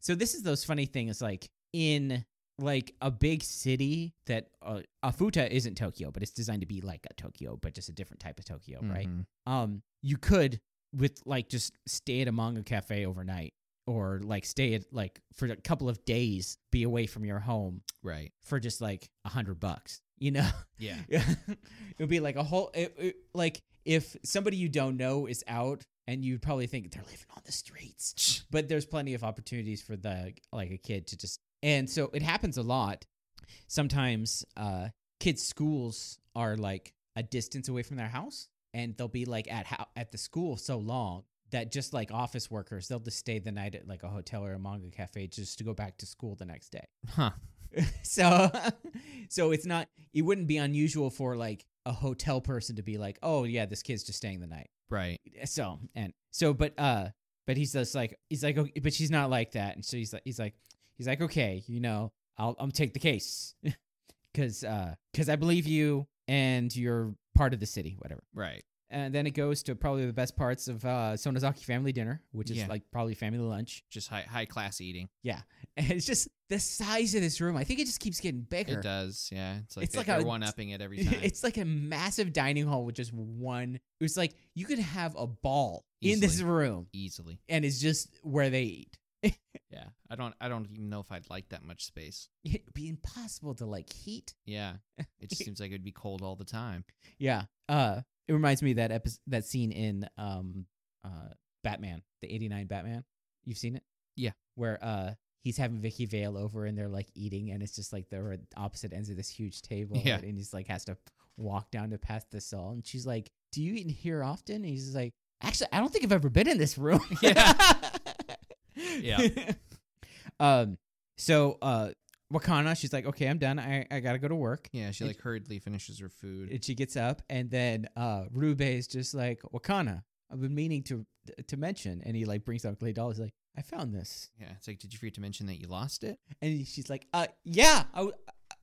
Speaker 1: So this is those funny things like in like a big city that uh, Afuta isn't Tokyo, but it's designed to be like a Tokyo, but just a different type of Tokyo, Oh, right?
Speaker 2: Mhm.
Speaker 1: Um, you could with like just stay at a manga cafe overnight or like stay at like for a couple of days, be away from your home
Speaker 2: Right.
Speaker 1: for just like a hundred bucks, you know?
Speaker 2: Yeah.
Speaker 1: it would be like a whole it, it, like if somebody you don't know is out and you probably think they're living on the streets but there's plenty of opportunities for the like a kid to just and so it happens a lot sometimes uh kids schools are like a distance away from their house and they'll be like at how at the school so long that just like office workers they'll just stay the night at like a hotel or a manga cafe just to go back to school the next day
Speaker 2: Huh.
Speaker 1: so so it's not it wouldn't be unusual for like a hotel person to be like oh yeah this kid's just staying the night
Speaker 2: Right.
Speaker 1: so and so but uh but he's just like he's like okay, but she's not like that and so he's like he's like he's like okay you know i'll i'm take the case because uh because i believe you and you're part of the city whatever
Speaker 2: Right.
Speaker 1: and then it goes to probably the best parts of uh sonozaki family dinner which is
Speaker 2: Yeah.
Speaker 1: like probably family lunch
Speaker 2: Just high high class eating.
Speaker 1: and it's just the size of this room i think it just keeps getting bigger
Speaker 2: It does. Yeah. It's like
Speaker 1: It's
Speaker 2: they,
Speaker 1: like
Speaker 2: are
Speaker 1: a-
Speaker 2: one upping it every time.
Speaker 1: It's like a massive dining hall with just one. It's like you could have a ball in this
Speaker 2: Easily.
Speaker 1: room,
Speaker 2: easily.
Speaker 1: and it's just where they eat.
Speaker 2: Yeah. I don't I don't even know if I'd like that much space.
Speaker 1: It'd be impossible to like heat.
Speaker 2: Yeah. It just seems like it'd be cold all the time.
Speaker 1: Yeah. Uh, it reminds me of that episode, that scene in um, uh, Batman, the '89 Batman. You've seen it?
Speaker 2: Yeah.
Speaker 1: Where uh, he's having Vicky Vale over, and they're like eating, and it's just like they're at opposite ends of this huge table.
Speaker 2: Yeah.
Speaker 1: And he's like has to walk down to pass the salt, and she's like, "Do you eat in here often?" And he's just like, "Actually, I don't think I've ever been in this room."
Speaker 2: Yeah. Yeah.
Speaker 1: um. So uh, Wakana, she's like, "Okay, I'm done. I I gotta go to work."
Speaker 2: Yeah, she
Speaker 1: It-
Speaker 2: like hurriedly finishes her food.
Speaker 1: and she gets up and then uh Rube is just like Wakana I've been meaning to to mention and he like brings out Clay Doll he's like I found this
Speaker 2: yeah, it's like, did you forget to mention that you lost it?
Speaker 1: and she's like uh yeah I, w-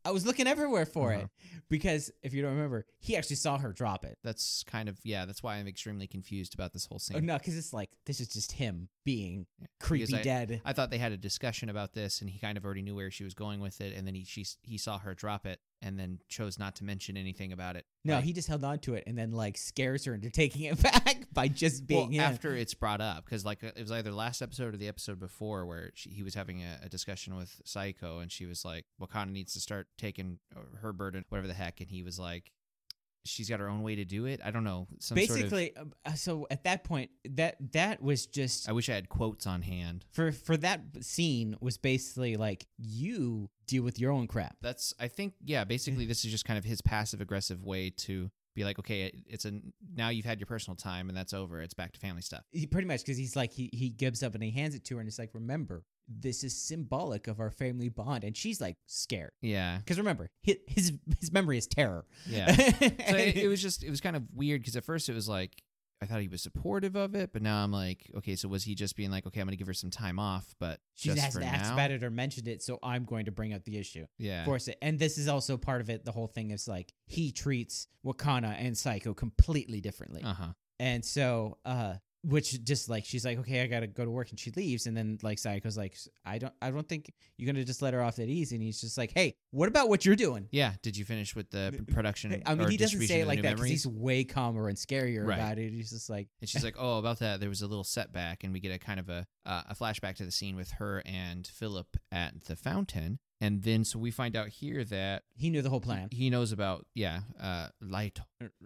Speaker 1: I was looking everywhere for
Speaker 2: Uh-huh.
Speaker 1: it because if you don't remember he actually saw her drop it
Speaker 2: That's kind of yeah. That's why I'm extremely confused about this whole scene.
Speaker 1: oh no because it's like this is just him being
Speaker 2: Yeah,
Speaker 1: creepy
Speaker 2: because I-
Speaker 1: dead
Speaker 2: I thought they had a discussion about this, and he kind of already knew where she was going with it. And then he she he saw her drop it, and then chose not to mention anything about it.
Speaker 1: no
Speaker 2: Like,
Speaker 1: he just held on to it and then like scares her into taking it back by just being
Speaker 2: well,
Speaker 1: him.
Speaker 2: after it's brought up because like it was either last episode or the episode before where she, he was having a, a discussion with Psycho, and she was like, "Wakanda needs to start taking uh, her burden, whatever the heck," and he was like. She's got her own way to do it. I don't know. Some sort of,
Speaker 1: basically uh, so at that point that that was just
Speaker 2: I wish I had quotes on hand.
Speaker 1: for for that scene was basically like you deal with your own crap.
Speaker 2: That's I think yeah. Basically,
Speaker 1: Mm.
Speaker 2: this is just kind of his passive aggressive way to be like, okay, it, it's a now you've had your personal time and that's over. It's back to family stuff.
Speaker 1: He pretty much because he's like he he gives up and he hands it to her and it's like remember this is symbolic of our family bond and she's like scared
Speaker 2: Yeah,
Speaker 1: because remember his, his his memory is terror.
Speaker 2: yeah. so it, it was just it was kind of weird because at first it was like I thought he was supportive of it, but now I'm like, okay, so was he just being like, okay, I'm gonna give her some time off, but
Speaker 1: she
Speaker 2: just for
Speaker 1: hasn't asked
Speaker 2: now,
Speaker 1: about it or mentioned it, so I'm going to bring up the issue.
Speaker 2: yeah,
Speaker 1: force it. And this is also part of it. The whole thing is like he treats Wakana and Psycho completely differently.
Speaker 2: uh huh,
Speaker 1: And so, uh, which just like she's like, okay, I gotta go to work, and she leaves. And then like Sayako's like, I don't, I don't think you're gonna just let her off that easy. And he's just like, hey, what about what you're doing?
Speaker 2: yeah. Did you finish with the p- production?
Speaker 1: I mean,
Speaker 2: or
Speaker 1: he doesn't
Speaker 2: distribution
Speaker 1: say
Speaker 2: of
Speaker 1: it
Speaker 2: the
Speaker 1: like
Speaker 2: new
Speaker 1: that because
Speaker 2: memories?
Speaker 1: he's way calmer and scarier
Speaker 2: Right.
Speaker 1: about it. He's just like,
Speaker 2: And she's like, "Oh, about that, there was a little setback," and we get a kind of a uh, a flashback to the scene with her and Philip at the fountain, and then so we find out here that
Speaker 1: he knew the whole plan. Er,
Speaker 2: he knows about yeah, uh, Light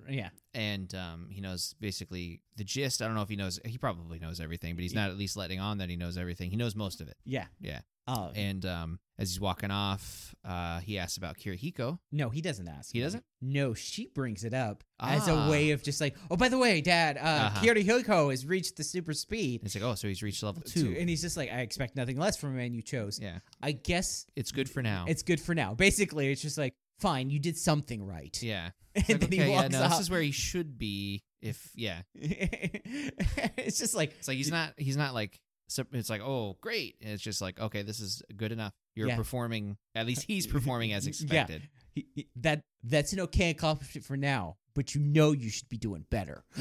Speaker 1: Yeah,
Speaker 2: and um, he knows basically the gist. I don't know if he knows. He probably knows everything, but he's not at least letting on that he knows everything. He knows most of it.
Speaker 1: Yeah.
Speaker 2: Yeah.
Speaker 1: Oh
Speaker 2: And um, as he's walking off, uh, he asks about Kirihiko.
Speaker 1: no, he doesn't ask.
Speaker 2: He
Speaker 1: about
Speaker 2: doesn't?
Speaker 1: it. No, she brings it up as a
Speaker 2: Ah.
Speaker 1: way of just like, oh, by the way, Dad, uh,
Speaker 2: Uh-huh.
Speaker 1: Kirihiko has reached the super
Speaker 2: And
Speaker 1: speed.
Speaker 2: It's like, oh, so he's reached level two.
Speaker 1: And he's just like, I expect nothing less from a man you chose.
Speaker 2: yeah,
Speaker 1: I guess
Speaker 2: it's good for now.
Speaker 1: it's good for now. Basically, it's just like, fine, you did something right.
Speaker 2: yeah.
Speaker 1: And
Speaker 2: Like,
Speaker 1: then he
Speaker 2: okay, yeah,
Speaker 1: walks
Speaker 2: no,
Speaker 1: off.
Speaker 2: this is where he should be. If yeah,
Speaker 1: it's just like
Speaker 2: it's like he's not. He's not like. so- It's like, oh, great. And it's just like, okay, this is good enough. You're
Speaker 1: Yeah.
Speaker 2: performing. At least he's performing as
Speaker 1: Yeah.
Speaker 2: expected.
Speaker 1: he- he- that. That's an okay accomplishment for now, but you know you should be doing better.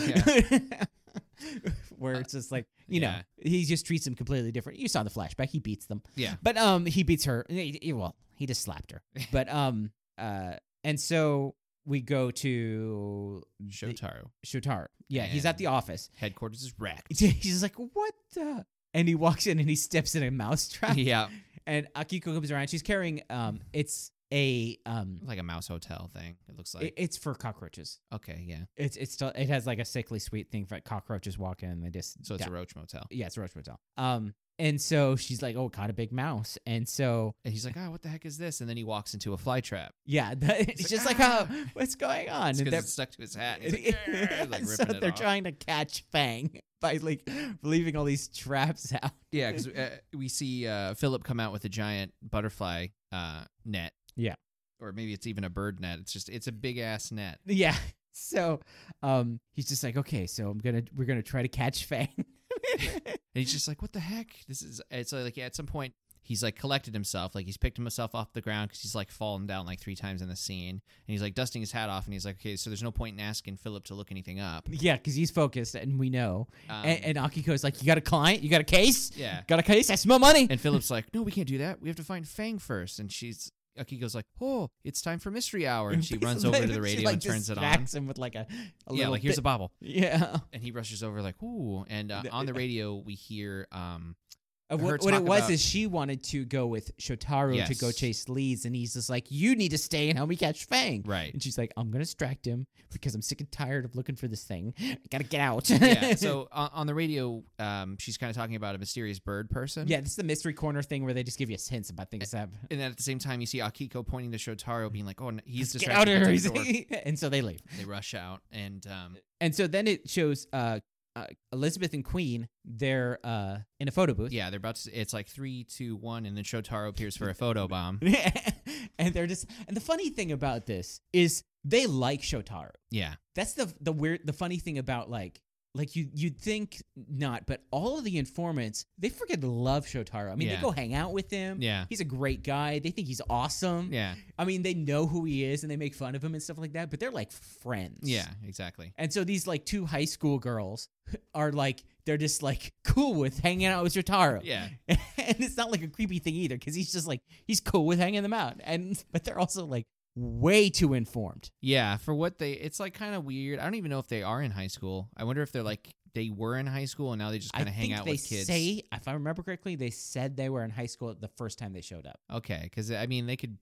Speaker 1: Where it's just like you know
Speaker 2: yeah.
Speaker 1: he just treats them completely different. You saw the flashback; he beats them,
Speaker 2: Yeah.
Speaker 1: but um he beats her. He- he- Well, he just slapped her, but um uh and so we go to the-
Speaker 2: Shotaro
Speaker 1: Shotaro. Yeah, he's at the office.
Speaker 2: headquarters is racked.
Speaker 1: He's just like what the. And he walks in and he steps in a mousetrap.
Speaker 2: yeah,
Speaker 1: and Akiko comes around. She's carrying um, it's a um,
Speaker 2: like a mouse hotel thing. It looks like.
Speaker 1: it, it's for cockroaches.
Speaker 2: okay, yeah.
Speaker 1: It's it's still it has like a sickly sweet thing for cockroaches walk in and they just
Speaker 2: So it's
Speaker 1: die.
Speaker 2: a roach motel.
Speaker 1: yeah it's a roach motel. Um, and so she's like, oh, caught a big mouse, and so
Speaker 2: And he's like, oh, what the heck is this? And then he walks into a fly trap.
Speaker 1: yeah, that, it's,
Speaker 2: like,
Speaker 1: just like,
Speaker 2: "Ah!"
Speaker 1: oh, what's going on?
Speaker 2: It's
Speaker 1: And
Speaker 2: 'cause
Speaker 1: they're-
Speaker 2: it's stuck to his hat. and he's like, "Yeah," like,
Speaker 1: so
Speaker 2: ripping it
Speaker 1: they're
Speaker 2: off.
Speaker 1: trying to catch Fang by like leaving all these traps out.
Speaker 2: Yeah, because uh, we see uh, Philip come out with a giant butterfly uh, net.
Speaker 1: Yeah.
Speaker 2: Or maybe it's even a bird net. It's just it's a big ass net.
Speaker 1: Yeah. So um, he's just like, okay, so I'm gonna we're gonna try to catch Fang.
Speaker 2: And he's just like, what the heck? This is it's like at some point he's like collected himself, like he's picked himself off the ground because he's like fallen down like three times in the scene, and he's like dusting his hat off, and he's like, okay, so there's no point in asking Philip to look anything up.
Speaker 1: Yeah, because he's focused, and we know.
Speaker 2: Um,
Speaker 1: and, and Akiko's like, "You got a client? You got a case?
Speaker 2: yeah.
Speaker 1: Got a case? I smell money."
Speaker 2: And Philip's like, no, we can't do that. We have to find Fang first. And she's Akiko's like, oh, it's time for mystery hour, and she runs over to
Speaker 1: She,
Speaker 2: the radio
Speaker 1: like,
Speaker 2: and turns it on.
Speaker 1: distracts him with like a, a
Speaker 2: Yeah,
Speaker 1: little
Speaker 2: like here's a
Speaker 1: bit-
Speaker 2: bobble.
Speaker 1: yeah.
Speaker 2: and he rushes over like ooh and uh,
Speaker 1: The-
Speaker 2: on the radio we hear um
Speaker 1: Uh,
Speaker 2: Her
Speaker 1: What, what it
Speaker 2: talk
Speaker 1: was
Speaker 2: about-
Speaker 1: is she wanted to go with Shotaro to go
Speaker 2: Yes.
Speaker 1: chase Leeds, and he's just like, "You need to stay and help me catch Fang."
Speaker 2: right
Speaker 1: And she's like, "I'm gonna distract him because I'm sick and tired of looking for this thing. I gotta get out."
Speaker 2: yeah so on, on the radio um she's kind of talking about a mysterious bird person
Speaker 1: yeah, this is the mystery corner thing where they just give you hints about things that happen.
Speaker 2: and then at the same time you see akiko pointing to shotaro being like oh n- he's
Speaker 1: Get out
Speaker 2: distracted
Speaker 1: of
Speaker 2: by
Speaker 1: here!
Speaker 2: the door.
Speaker 1: he's- and so they leave.
Speaker 2: they rush out and um
Speaker 1: and so then it shows uh, uh Elizabeth and Queen they're uh in a photo booth.
Speaker 2: yeah they're about to it's like three two one and then shotaro appears for a photo bomb
Speaker 1: and they're just and the funny thing about this is they like Shotaro.
Speaker 2: yeah
Speaker 1: That's the the weird the funny thing about like like you you'd think not, but all of the informants they freaking love Shotaro. I mean
Speaker 2: Yeah.
Speaker 1: they go hang out with him.
Speaker 2: yeah
Speaker 1: He's a great guy. They think he's awesome.
Speaker 2: yeah
Speaker 1: I mean, they know who he is and they make fun of him and stuff like that, but they're like friends.
Speaker 2: yeah exactly
Speaker 1: And so these like two high school girls are like they're just like cool with hanging out with Jotaro.
Speaker 2: yeah
Speaker 1: and it's not like a creepy thing either because he's just like he's cool with hanging them out. And but they're also like way too informed.
Speaker 2: yeah for what they it's like kind of weird i don't even know if they are in high school i wonder if they're like they were in high school and now they just
Speaker 1: I
Speaker 2: kind of
Speaker 1: think
Speaker 2: hang out
Speaker 1: they
Speaker 2: with kids
Speaker 1: say, if I remember correctly, they said they were in high school the first time they showed up.
Speaker 2: Okay, because I mean, they could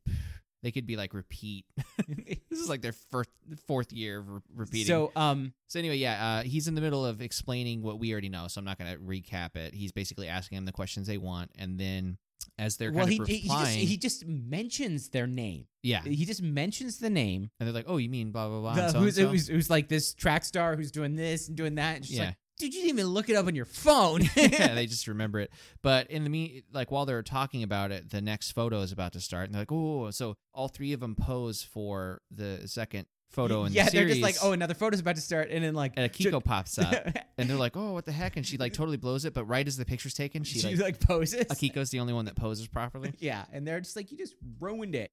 Speaker 2: they could be like repeat. this is like their first fourth year of re- repeating. So,
Speaker 1: So um
Speaker 2: anyway, yeah, uh, he's in the middle of explaining what we already know, so I'm not going to recap it. He's basically asking them the questions they want, and then as they're
Speaker 1: well
Speaker 2: kind
Speaker 1: he,
Speaker 2: of
Speaker 1: he, he
Speaker 2: replying,
Speaker 1: just, he just mentions their name.
Speaker 2: yeah,
Speaker 1: He just mentions the name.
Speaker 2: and they're like, "Oh, you mean blah blah blah."
Speaker 1: The-
Speaker 2: and so and
Speaker 1: who's,
Speaker 2: so.
Speaker 1: who's, who's like this track star who's doing this and doing that. And she's
Speaker 2: Yeah.
Speaker 1: like, dude, you didn't even look it up on your phone.
Speaker 2: yeah, they just remember it. But in the me, like while they're talking about it, the next photo is about to start, and they're like, "Oh!" So all three of them pose for the second photo in
Speaker 1: yeah,
Speaker 2: the
Speaker 1: they're
Speaker 2: series.
Speaker 1: just like, oh, another photo's about to start, and then like
Speaker 2: and Akiko pops up.
Speaker 1: and
Speaker 2: And they're like, "Oh, what the heck?" And she like totally blows it. But right as the picture's taken, she,
Speaker 1: she like,
Speaker 2: like,
Speaker 1: poses.
Speaker 2: Akiko's the only one that poses properly.
Speaker 1: Yeah, and they're just like, you just ruined it.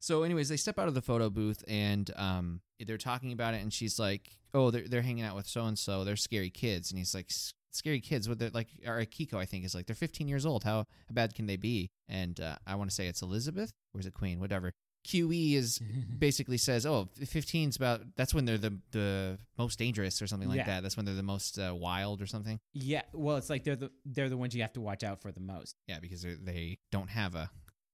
Speaker 2: So, anyways, they step out of the photo booth and um, they're talking about it. And she's like, "Oh, they're they're hanging out with so and so. They're scary kids." And he's like, "S- "Scary kids? What? They're like, or Akiko, I think is like, they're 15 years old. How how bad can they be?" And uh, I want to say it's Elizabeth or is it Queen? Whatever. QE is basically says, "Oh, 15's about that's when they're the the most dangerous or something like
Speaker 1: Yeah.
Speaker 2: that. That's when they're the most uh, wild or something."
Speaker 1: yeah, well, it's like they're the they're the ones you have to watch out for the most.
Speaker 2: Yeah, because they're- they don't have a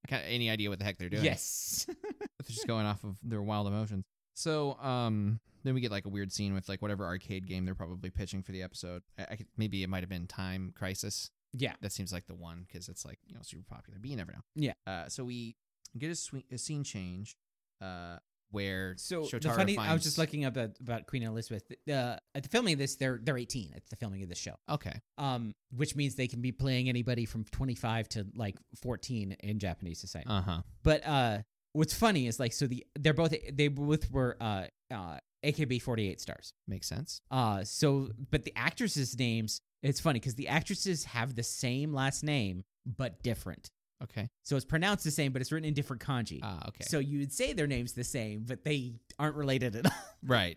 Speaker 2: kind of any idea what the heck they're doing.
Speaker 1: Yes,
Speaker 2: they're just going off of their wild emotions. So um, then we get like a weird scene with like whatever arcade game they're probably pitching for the episode. I, I could, maybe it might have been Time Crisis.
Speaker 1: Yeah.
Speaker 2: That seems like the one because it's like you know super popular. But you never know.
Speaker 1: Yeah.
Speaker 2: Uh, so we get a, swe- a scene change. Uh, where
Speaker 1: So
Speaker 2: Shotaro
Speaker 1: the funny, I was
Speaker 2: finds-
Speaker 1: just looking up at, about Queen Elizabeth. Uh, at the filming of this, they're they're 18 at the filming of this show,
Speaker 2: Okay.
Speaker 1: um, which means they can be playing anybody from 25 to like 14 in Japanese society.
Speaker 2: Uh huh.
Speaker 1: But uh, what's funny is like so the they're both they both were uh, uh, AKB48 stars.
Speaker 2: Makes sense.
Speaker 1: Uh, so but the actresses' names it's funny because the actresses have the same last name but different.
Speaker 2: Okay.
Speaker 1: So it's pronounced the same, but it's written in different kanji.
Speaker 2: Ah. okay.
Speaker 1: So you would say their names the same, but they aren't related at all.
Speaker 2: right.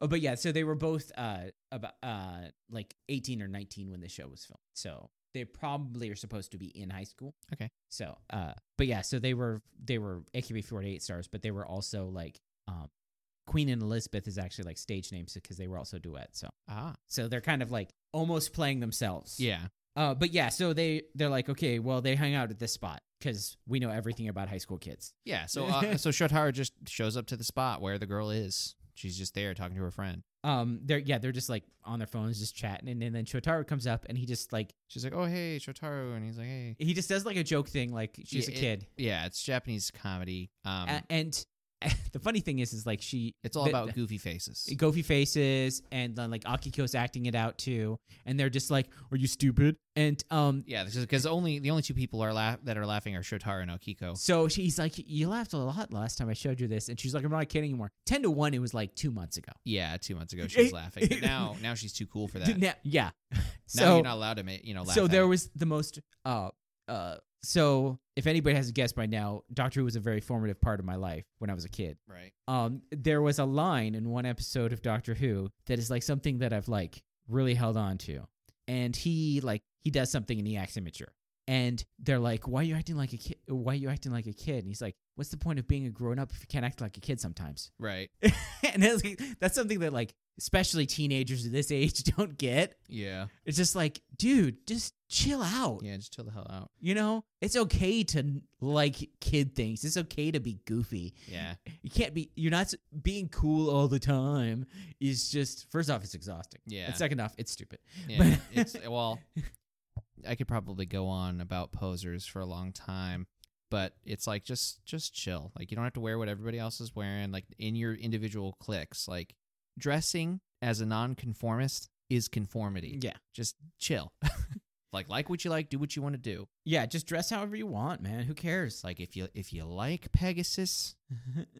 Speaker 1: oh, but yeah, so they were both uh about uh like 18 or 19 when the show was filmed. So they probably are supposed to be in high school.
Speaker 2: Okay.
Speaker 1: So uh but yeah, so they were they were AKB48 stars, but they were also like um Queen and Elizabeth is actually like stage names because they were also duets. So
Speaker 2: Ah.
Speaker 1: so they're kind of like almost playing themselves.
Speaker 2: Yeah.
Speaker 1: Uh but yeah, so they they're like okay, well they hung out at this spot cuz we know everything about high school kids.
Speaker 2: Yeah. So uh, so Shotaro just shows up to the spot where the girl is. She's just there talking to her friend.
Speaker 1: um they're yeah they're just like on their phones just chatting and, and then shotaro comes up and he just like
Speaker 2: She's like, "Oh hey, Shotaro," and he's like, "Hey."
Speaker 1: he just does like a joke thing like she's
Speaker 2: Yeah,
Speaker 1: a
Speaker 2: it-
Speaker 1: kid
Speaker 2: Yeah, it's Japanese comedy. Um,
Speaker 1: A- and the funny thing is is like she
Speaker 2: it's all
Speaker 1: the-
Speaker 2: about goofy faces.
Speaker 1: goofy faces and then like akiko's acting it out too and they're just like are you stupid and um
Speaker 2: Yeah, because only the only two people are laugh that are laughing are Shotaro and Okiko.
Speaker 1: so she's like you laughed a lot last time i showed you this and she's like i'm not kidding anymore 10 to 1 it was like two months ago
Speaker 2: Yeah, two months ago she was laughing, but now now she's too cool for that. Now
Speaker 1: Now- yeah so
Speaker 2: you're not allowed to make you know laugh.
Speaker 1: so
Speaker 2: at
Speaker 1: there
Speaker 2: it.
Speaker 1: was the most uh uh so if anybody has a guess by now doctor who was a very formative part of my life when i was a kid
Speaker 2: right.
Speaker 1: um there was a line in one episode of doctor who that is like something that i've like really held on to and he like he does something and he acts immature and they're like why are you acting like a kid why are you acting like a kid and he's like what's the point of being a grown up if you can't act like a kid sometimes
Speaker 2: Right.
Speaker 1: and that's, like, that's something that like especially teenagers at this age don't get
Speaker 2: Yeah.
Speaker 1: it's just like dude just chill out
Speaker 2: Yeah. Just chill the hell out.
Speaker 1: you know, it's okay to like kid things. It's okay to be goofy.
Speaker 2: Yeah.
Speaker 1: You can't be. You're not s- being cool all the time. Is just first off, it's exhausting.
Speaker 2: Yeah.
Speaker 1: And second off, it's stupid.
Speaker 2: Yeah, it's well, I could probably go on about posers for a long time, but it's like just just chill. Like you don't have to wear what everybody else is wearing. Like in your individual cliques, like dressing as a nonconformist is conformity.
Speaker 1: Yeah.
Speaker 2: Just chill. like like what you like, do what you want to do.
Speaker 1: Yeah. Just dress however you want, man. Who cares?
Speaker 2: It's like if you if you like Pegasus,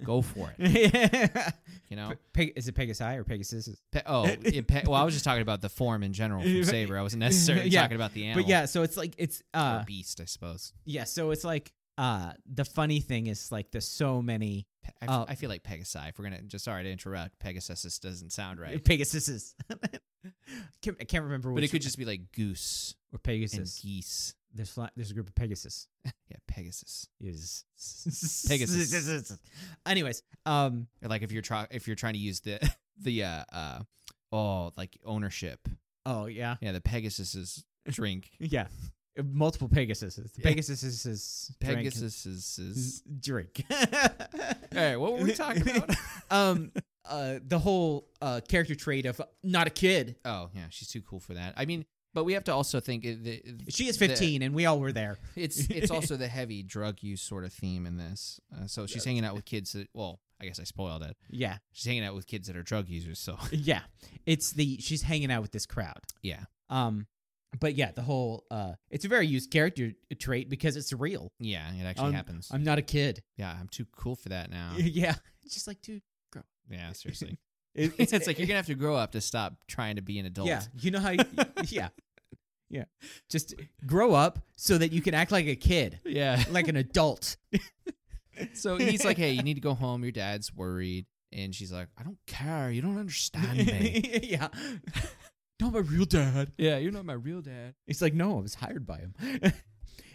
Speaker 2: go for it.
Speaker 1: yeah.
Speaker 2: You know.
Speaker 1: Pe- is it Pegasus or Pegasus?
Speaker 2: Pe- oh, it pe- well, I was just talking about the form in general from Saber. I wasn't necessarily
Speaker 1: Yeah.
Speaker 2: talking about the animal
Speaker 1: But yeah, so it's like it's uh
Speaker 2: or beast, I suppose.
Speaker 1: yeah, so it's like uh the funny thing is like there's so many
Speaker 2: Pe- I, f-
Speaker 1: Uh,
Speaker 2: I feel like Pegasus. If we're gonna just sorry to interrupt, Pegasus doesn't sound right.
Speaker 1: Pegasuses. Can't- I can't remember
Speaker 2: But
Speaker 1: which
Speaker 2: it could just be like goose
Speaker 1: or
Speaker 2: and
Speaker 1: Pegasus.
Speaker 2: geese.
Speaker 1: There's fly- there's a group of Pegasus.
Speaker 2: Yeah, Pegasus.
Speaker 1: is
Speaker 2: Pegasus.
Speaker 1: Anyways, um,
Speaker 2: Or like if you're try if you're trying to use the the uh, uh oh like ownership.
Speaker 1: oh yeah,
Speaker 2: Yeah, the Pegasus's drink.
Speaker 1: yeah, multiple Pegasus.
Speaker 2: Yeah.
Speaker 1: Pegasus is
Speaker 2: Pegasus's.
Speaker 1: drink. Mm.
Speaker 2: All right, what were we talking about?
Speaker 1: um, uh, the whole uh character trait of not a kid.
Speaker 2: oh yeah, she's too cool for that. I mean, but we have to also think it- the,
Speaker 1: She is
Speaker 2: the-
Speaker 1: 15, and we all were there.
Speaker 2: it's it's also the heavy drug use sort of theme in this. Uh, so she's hanging out with kids. That, well, I guess I spoiled it.
Speaker 1: Yeah,
Speaker 2: She's hanging out with kids that are drug users. So
Speaker 1: yeah. It's the she's hanging out with this crowd.
Speaker 2: yeah,
Speaker 1: Um, but yeah, the whole uh, it's a very used character trait because it's real.
Speaker 2: yeah, it actually
Speaker 1: Um,
Speaker 2: happens.
Speaker 1: I'm not a kid.
Speaker 2: yeah, I'm too cool for that now.
Speaker 1: yeah, it's just like dude.
Speaker 2: yeah, seriously.
Speaker 1: It-
Speaker 2: it's, like you're gonna have to grow up to stop trying to be an adult.
Speaker 1: Yeah, you know how. You, yeah, yeah. Just grow up so that you can act like a kid,
Speaker 2: Yeah.
Speaker 1: like an adult.
Speaker 2: So he's like, "Hey, you need to go home. Your dad's worried." And she's like, "I don't care. You don't understand me."
Speaker 1: yeah, not my real dad.
Speaker 2: yeah, you're not my real dad.
Speaker 1: It's like no, I was hired by him.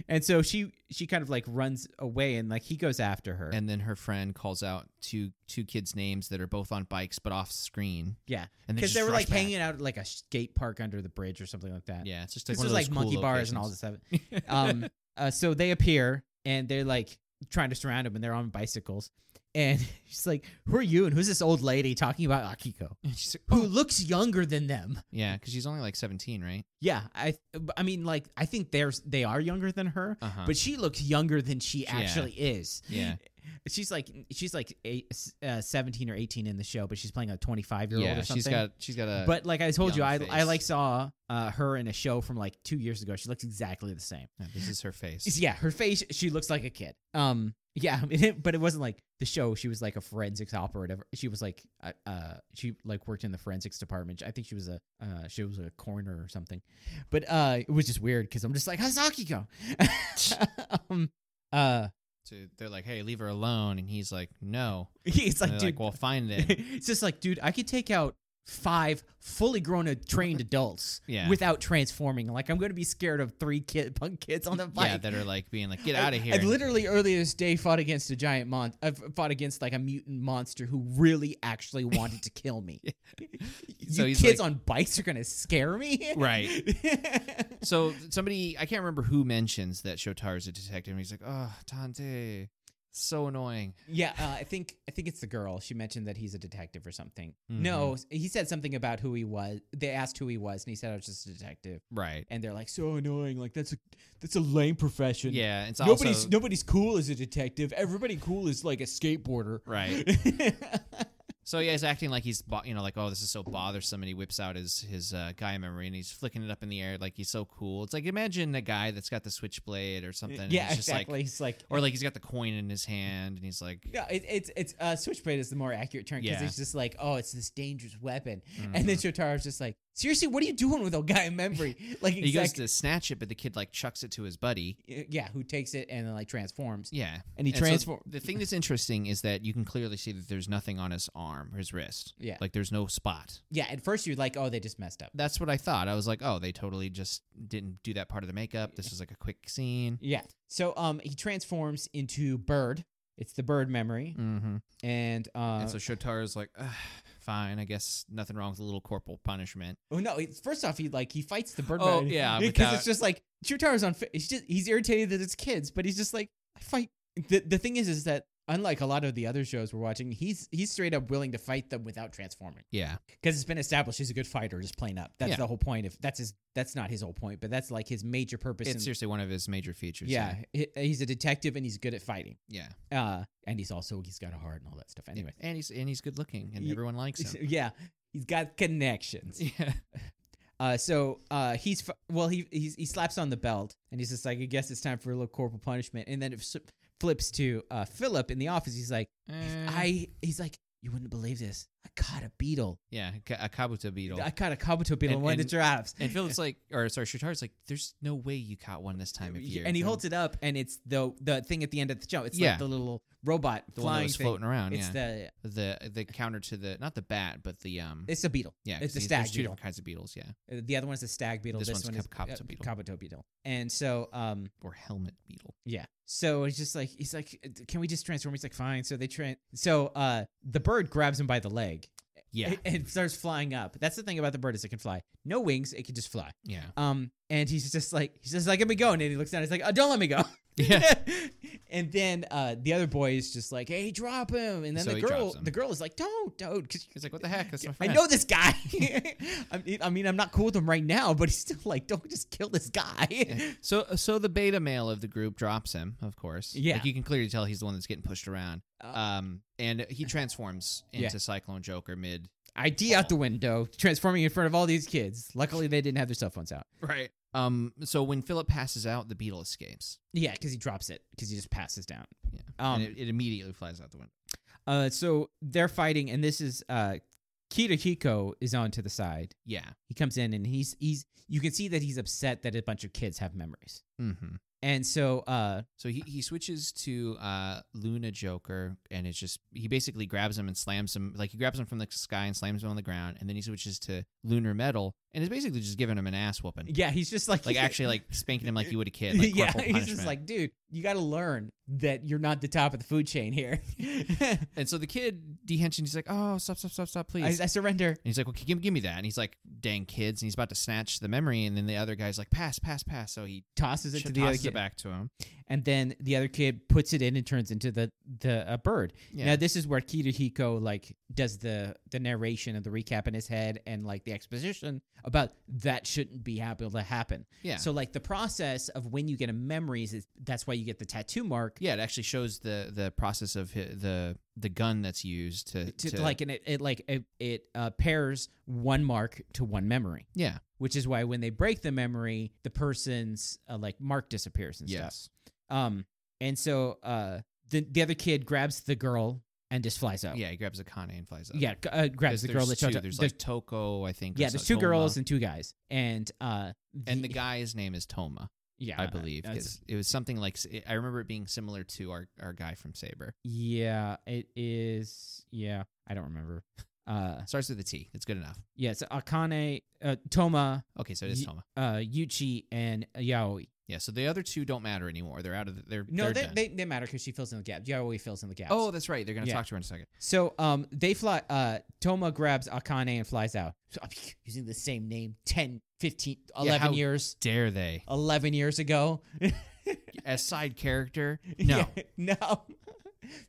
Speaker 1: and so she she kind of like runs away, and like he goes after her.
Speaker 2: And then her friend calls out two two kids' names that are both on bikes but off screen.
Speaker 1: yeah,
Speaker 2: And
Speaker 1: because
Speaker 2: just
Speaker 1: they were
Speaker 2: rush
Speaker 1: like
Speaker 2: back.
Speaker 1: hanging out at like a skate park under the bridge or something like that.
Speaker 2: Yeah, it's just like
Speaker 1: this
Speaker 2: one
Speaker 1: is
Speaker 2: of those
Speaker 1: like monkey
Speaker 2: cool
Speaker 1: bars and all this
Speaker 2: locations.
Speaker 1: stuff. Um, uh, so they appear and they're like trying to surround him, and they're on bicycles. and she's like, "Who are you? And who's this old lady talking about Akiko, Oh.
Speaker 2: And she's like,
Speaker 1: who looks younger than them?"
Speaker 2: yeah, because she's only like 17, right?
Speaker 1: Yeah, I, I mean, like, I think they're they are younger than her,
Speaker 2: Uh huh.
Speaker 1: but she looks younger than she actually is.
Speaker 2: Yeah.
Speaker 1: she's like she's like eight, uh, seventeen or eighteen in the show, but she's playing a twenty five year old
Speaker 2: Yeah,
Speaker 1: or something.
Speaker 2: she's got she's got a
Speaker 1: but like I told you,
Speaker 2: young
Speaker 1: I I
Speaker 2: face.
Speaker 1: like saw uh, her in a show from like two years ago. She looks exactly the same.
Speaker 2: Yeah, this is her face.
Speaker 1: Yeah, her face, she looks like a kid. Um, yeah, I mean, it, but it wasn't like the show. She was like a forensics operative. She was like, uh, uh she like worked in the forensics department. I think she was a, uh, she was a coroner or something. But uh, it was just weird because I'm just like, how's Akiko? um, uh,
Speaker 2: So they're like, "Hey, leave her alone," and he's like, "No."
Speaker 1: it's
Speaker 2: And
Speaker 1: like,
Speaker 2: they're
Speaker 1: dude,
Speaker 2: like, "Well, fine then."
Speaker 1: it's just like, dude, I could take out five fully grown uh, trained adults
Speaker 2: Yeah.
Speaker 1: without transforming. Like, I'm gonna be scared of three kid punk kids on the bike.
Speaker 2: yeah, that are like being like, "Get
Speaker 1: I-
Speaker 2: out of here."
Speaker 1: I
Speaker 2: and-
Speaker 1: literally earlier this day fought against a giant mon. I fought against like a mutant monster who really actually wanted to kill me.
Speaker 2: So
Speaker 1: you
Speaker 2: he's
Speaker 1: kids
Speaker 2: like-
Speaker 1: on bikes are gonna scare me,
Speaker 2: Right. So somebody, I can't remember who mentions that Shotar is a detective. And he's like, "Oh, Tante, so annoying."
Speaker 1: yeah, uh, I think I think it's the girl. She mentioned that he's a detective or something.
Speaker 2: Mm-hmm.
Speaker 1: No, he said something about who he was. They asked who he was, and he said I was just a detective.
Speaker 2: Right.
Speaker 1: And they're like, so annoying. Like that's a that's a lame profession.
Speaker 2: Yeah. It's
Speaker 1: Nobody's
Speaker 2: also
Speaker 1: nobody's cool as a detective. Everybody cool is like a skateboarder.
Speaker 2: right. So yeah, he's acting like he's, bo- you know, like, "Oh, this is so bothersome," and he whips out his his uh, guy memory and he's flicking it up in the air like he's so cool. It's like imagine a guy that's got the switchblade or something. and
Speaker 1: yeah,
Speaker 2: he's just
Speaker 1: exactly.
Speaker 2: Like,
Speaker 1: He's like,
Speaker 2: or like he's got the coin in his hand and he's like,
Speaker 1: Yeah, it, it's it's uh, switchblade is the more accurate term because
Speaker 2: Yeah. Mm-hmm.
Speaker 1: it's just like, oh, it's this dangerous weapon, and then Shotaro's just like, seriously, what are you doing with old guy in memory? Like,
Speaker 2: He goes
Speaker 1: exactly,
Speaker 2: to snatch it, but the kid like chucks it to his buddy.
Speaker 1: yeah, who takes it and then like transforms,
Speaker 2: Yeah,
Speaker 1: and he
Speaker 2: And so
Speaker 1: transforms.
Speaker 2: the thing that's interesting is that you can clearly see that there's nothing on his arm, or his wrist.
Speaker 1: Yeah.
Speaker 2: like there's no spot.
Speaker 1: yeah, at first you're like, oh, they just messed up.
Speaker 2: That's what I thought. I was like, oh, they totally just didn't do that part of the makeup. This was like a quick scene.
Speaker 1: Yeah, so um, he transforms into bird. It's the bird memory,
Speaker 2: Mm-hmm.
Speaker 1: and uh,
Speaker 2: and so Shotar is like, "Ugh, fine, I guess nothing wrong with a little corporal punishment.
Speaker 1: oh no, it's, first off, he like he fights the bird.
Speaker 2: Oh,
Speaker 1: memory
Speaker 2: yeah,
Speaker 1: because
Speaker 2: without-
Speaker 1: it's just like Shotaro's on. fa- He's just he's irritated that it's kids, but he's just like, I fight. The the thing is, is that unlike a lot of the other shows we're watching, he's he's straight up willing to fight them without transforming
Speaker 2: Yeah,
Speaker 1: because it's been established he's a good fighter, just plain up. That's
Speaker 2: Yeah.
Speaker 1: the whole point. If that's his, that's not his whole point, but that's like his major purpose.
Speaker 2: it's
Speaker 1: in-
Speaker 2: seriously one of his major features.
Speaker 1: yeah, he- he's a detective and he's good at fighting.
Speaker 2: yeah,
Speaker 1: Uh, and he's also he's got a heart and all that stuff. Anyway,
Speaker 2: and he's and he's good looking, and
Speaker 1: Ye-
Speaker 2: everyone likes him.
Speaker 1: yeah, he's got connections.
Speaker 2: yeah,
Speaker 1: Uh, so uh, he's f- well, he he's, he slaps on the belt, and he's just like, I guess it's time for a little corporal punishment. And then it s- flips to uh, Philip in the office. He's like,
Speaker 2: Eh.
Speaker 1: I he's like, you wouldn't believe this. I caught a beetle.
Speaker 2: yeah, a Ka- a kabuto beetle.
Speaker 1: I caught a kabuto beetle and
Speaker 2: And-
Speaker 1: one of the
Speaker 2: and-
Speaker 1: giraffes.
Speaker 2: and Philip's like, or sorry, Shotar's like, there's no way you caught one this time of year.
Speaker 1: And he holds it up, and it's the the thing at the end of the show. It's
Speaker 2: Yeah.
Speaker 1: like the little robot
Speaker 2: the one that
Speaker 1: flying
Speaker 2: was
Speaker 1: thing.
Speaker 2: floating around.
Speaker 1: it's
Speaker 2: yeah,
Speaker 1: the
Speaker 2: the the counter to the not the bat, but the um
Speaker 1: it's a beetle.
Speaker 2: yeah,
Speaker 1: it's
Speaker 2: 'cause
Speaker 1: the
Speaker 2: these-
Speaker 1: stag
Speaker 2: There's two
Speaker 1: beetle.
Speaker 2: different kinds of beetles, yeah,
Speaker 1: Uh, The other one's the stag beetle.
Speaker 2: This
Speaker 1: This,
Speaker 2: one's
Speaker 1: one is
Speaker 2: kab-
Speaker 1: uh,
Speaker 2: kabuto beetle.
Speaker 1: kabuto beetle. And so um,
Speaker 2: or helmet beetle.
Speaker 1: Yeah. So he's just like he's like, "Uh, can we just transform? He's like, fine. So they tran. So uh, the bird grabs him by the leg.
Speaker 2: Yeah,
Speaker 1: And, and starts flying up. That's the thing about the bird is it can fly. No wings, it can just fly.
Speaker 2: yeah,
Speaker 1: Um, and he's just like he's just like, let me go. And then he looks down. He's like, oh, don't let me go.
Speaker 2: yeah.
Speaker 1: and then uh, the other boy is just like, hey, drop him. And then
Speaker 2: So
Speaker 1: the
Speaker 2: he
Speaker 1: girl,
Speaker 2: drops him.
Speaker 1: the girl is like, don't, don't, because
Speaker 2: He's like, what the heck? That's my
Speaker 1: I
Speaker 2: friend.
Speaker 1: know this guy. I mean- I mean, I'm not cool with him right now, but he's still like, don't just kill this guy.
Speaker 2: So, so the beta male of the group drops him, of course.
Speaker 1: Yeah.
Speaker 2: like you can clearly tell he's the one that's getting pushed around.
Speaker 1: Uh,
Speaker 2: Um, and he transforms
Speaker 1: Yeah.
Speaker 2: into Cyclone Joker mid.
Speaker 1: ID out the window, transforming in front of all these kids. Luckily, they didn't have their cell phones out.
Speaker 2: Right. Um. So when Philip passes out, the beetle escapes.
Speaker 1: Yeah, because he drops it because he just passes down.
Speaker 2: Yeah.
Speaker 1: Um.
Speaker 2: and it, it immediately flies out the window.
Speaker 1: uh. So they're fighting, and this is uh, Kita Kiko is on to the side.
Speaker 2: Yeah.
Speaker 1: He comes in, and he's he's. You can see that he's upset that a bunch of kids have memories,
Speaker 2: Mm-hmm.
Speaker 1: and so uh,
Speaker 2: So he, he switches to uh, Luna Joker, and it's just he basically grabs him and slams him like he grabs him from the sky and slams him on the ground, and then he switches to Lunar Metal, and is basically just giving him an ass whooping,
Speaker 1: yeah, he's just like
Speaker 2: like actually like spanking him like you would a kid. Like
Speaker 1: yeah,
Speaker 2: corporal
Speaker 1: he's just
Speaker 2: punishment.
Speaker 1: like, dude, you got to learn that you're not the top of the food chain here. I,
Speaker 2: and so the kid dehension, he's like, oh stop stop stop stop please.
Speaker 1: I surrender.
Speaker 2: and he's like, well, give, give me that. And he's like, dang kids. And he's about to snatch the memory. And then the other guy's like, pass, pass, pass. So he
Speaker 1: Tosses it
Speaker 2: sh-
Speaker 1: to the other
Speaker 2: tosses it
Speaker 1: kid.
Speaker 2: back to him.
Speaker 1: and then the other kid puts it in and turns into the the a bird.
Speaker 2: Yeah.
Speaker 1: Now this is where Kirihiko like does the the narration and the recap in his head and like the exposition about that shouldn't be able to happen.
Speaker 2: yeah.
Speaker 1: So like the process of when you get a memories is that's why you get the tattoo mark.
Speaker 2: yeah, it actually shows the the process of hi- the the gun that's used to,
Speaker 1: To,
Speaker 2: to
Speaker 1: like and it, it like it, it uh, pairs one mark to one memory,
Speaker 2: yeah
Speaker 1: which is why when they break the memory, the person's uh, like mark disappears and stuff.
Speaker 2: yes
Speaker 1: Um, and so uh, the the other kid grabs the girl and just flies up.
Speaker 2: yeah he grabs a Akane and flies up
Speaker 1: Oh. yeah, g- uh, grabs
Speaker 2: 'Cause
Speaker 1: the girl
Speaker 2: there's
Speaker 1: that
Speaker 2: two,
Speaker 1: shows up.
Speaker 2: there's
Speaker 1: There's-
Speaker 2: like Toko I think or
Speaker 1: yeah,
Speaker 2: so-
Speaker 1: there's two
Speaker 2: Toma.
Speaker 1: girls and two guys, and uh,
Speaker 2: and the guy's name is Toma
Speaker 1: yeah,
Speaker 2: I believe
Speaker 1: that's-
Speaker 2: 'cause it was something like s- I remember it being similar to our our guy from Saber
Speaker 1: yeah, it is, yeah, I don't remember. Uh,
Speaker 2: starts with a T it's good enough
Speaker 1: yeah, it's Akane, uh, Toma,
Speaker 2: okay so it is
Speaker 1: Ye-
Speaker 2: Toma
Speaker 1: uh, Yuchi, and Yaoi.
Speaker 2: yeah so the other two don't matter anymore they're out of the, they're
Speaker 1: No,
Speaker 2: they're
Speaker 1: they,
Speaker 2: done.
Speaker 1: they they matter because she fills in the gap. Yaoi fills in the gaps.
Speaker 2: oh that's right they're gonna
Speaker 1: Yeah.
Speaker 2: talk to her in a second
Speaker 1: So um, they fly. Uh, Toma grabs Akane and flies out. So, I'm using the same name 10, 15,
Speaker 2: Yeah,
Speaker 1: 11
Speaker 2: how
Speaker 1: years.
Speaker 2: dare they
Speaker 1: 11 years ago.
Speaker 2: as side character no
Speaker 1: Yeah, no.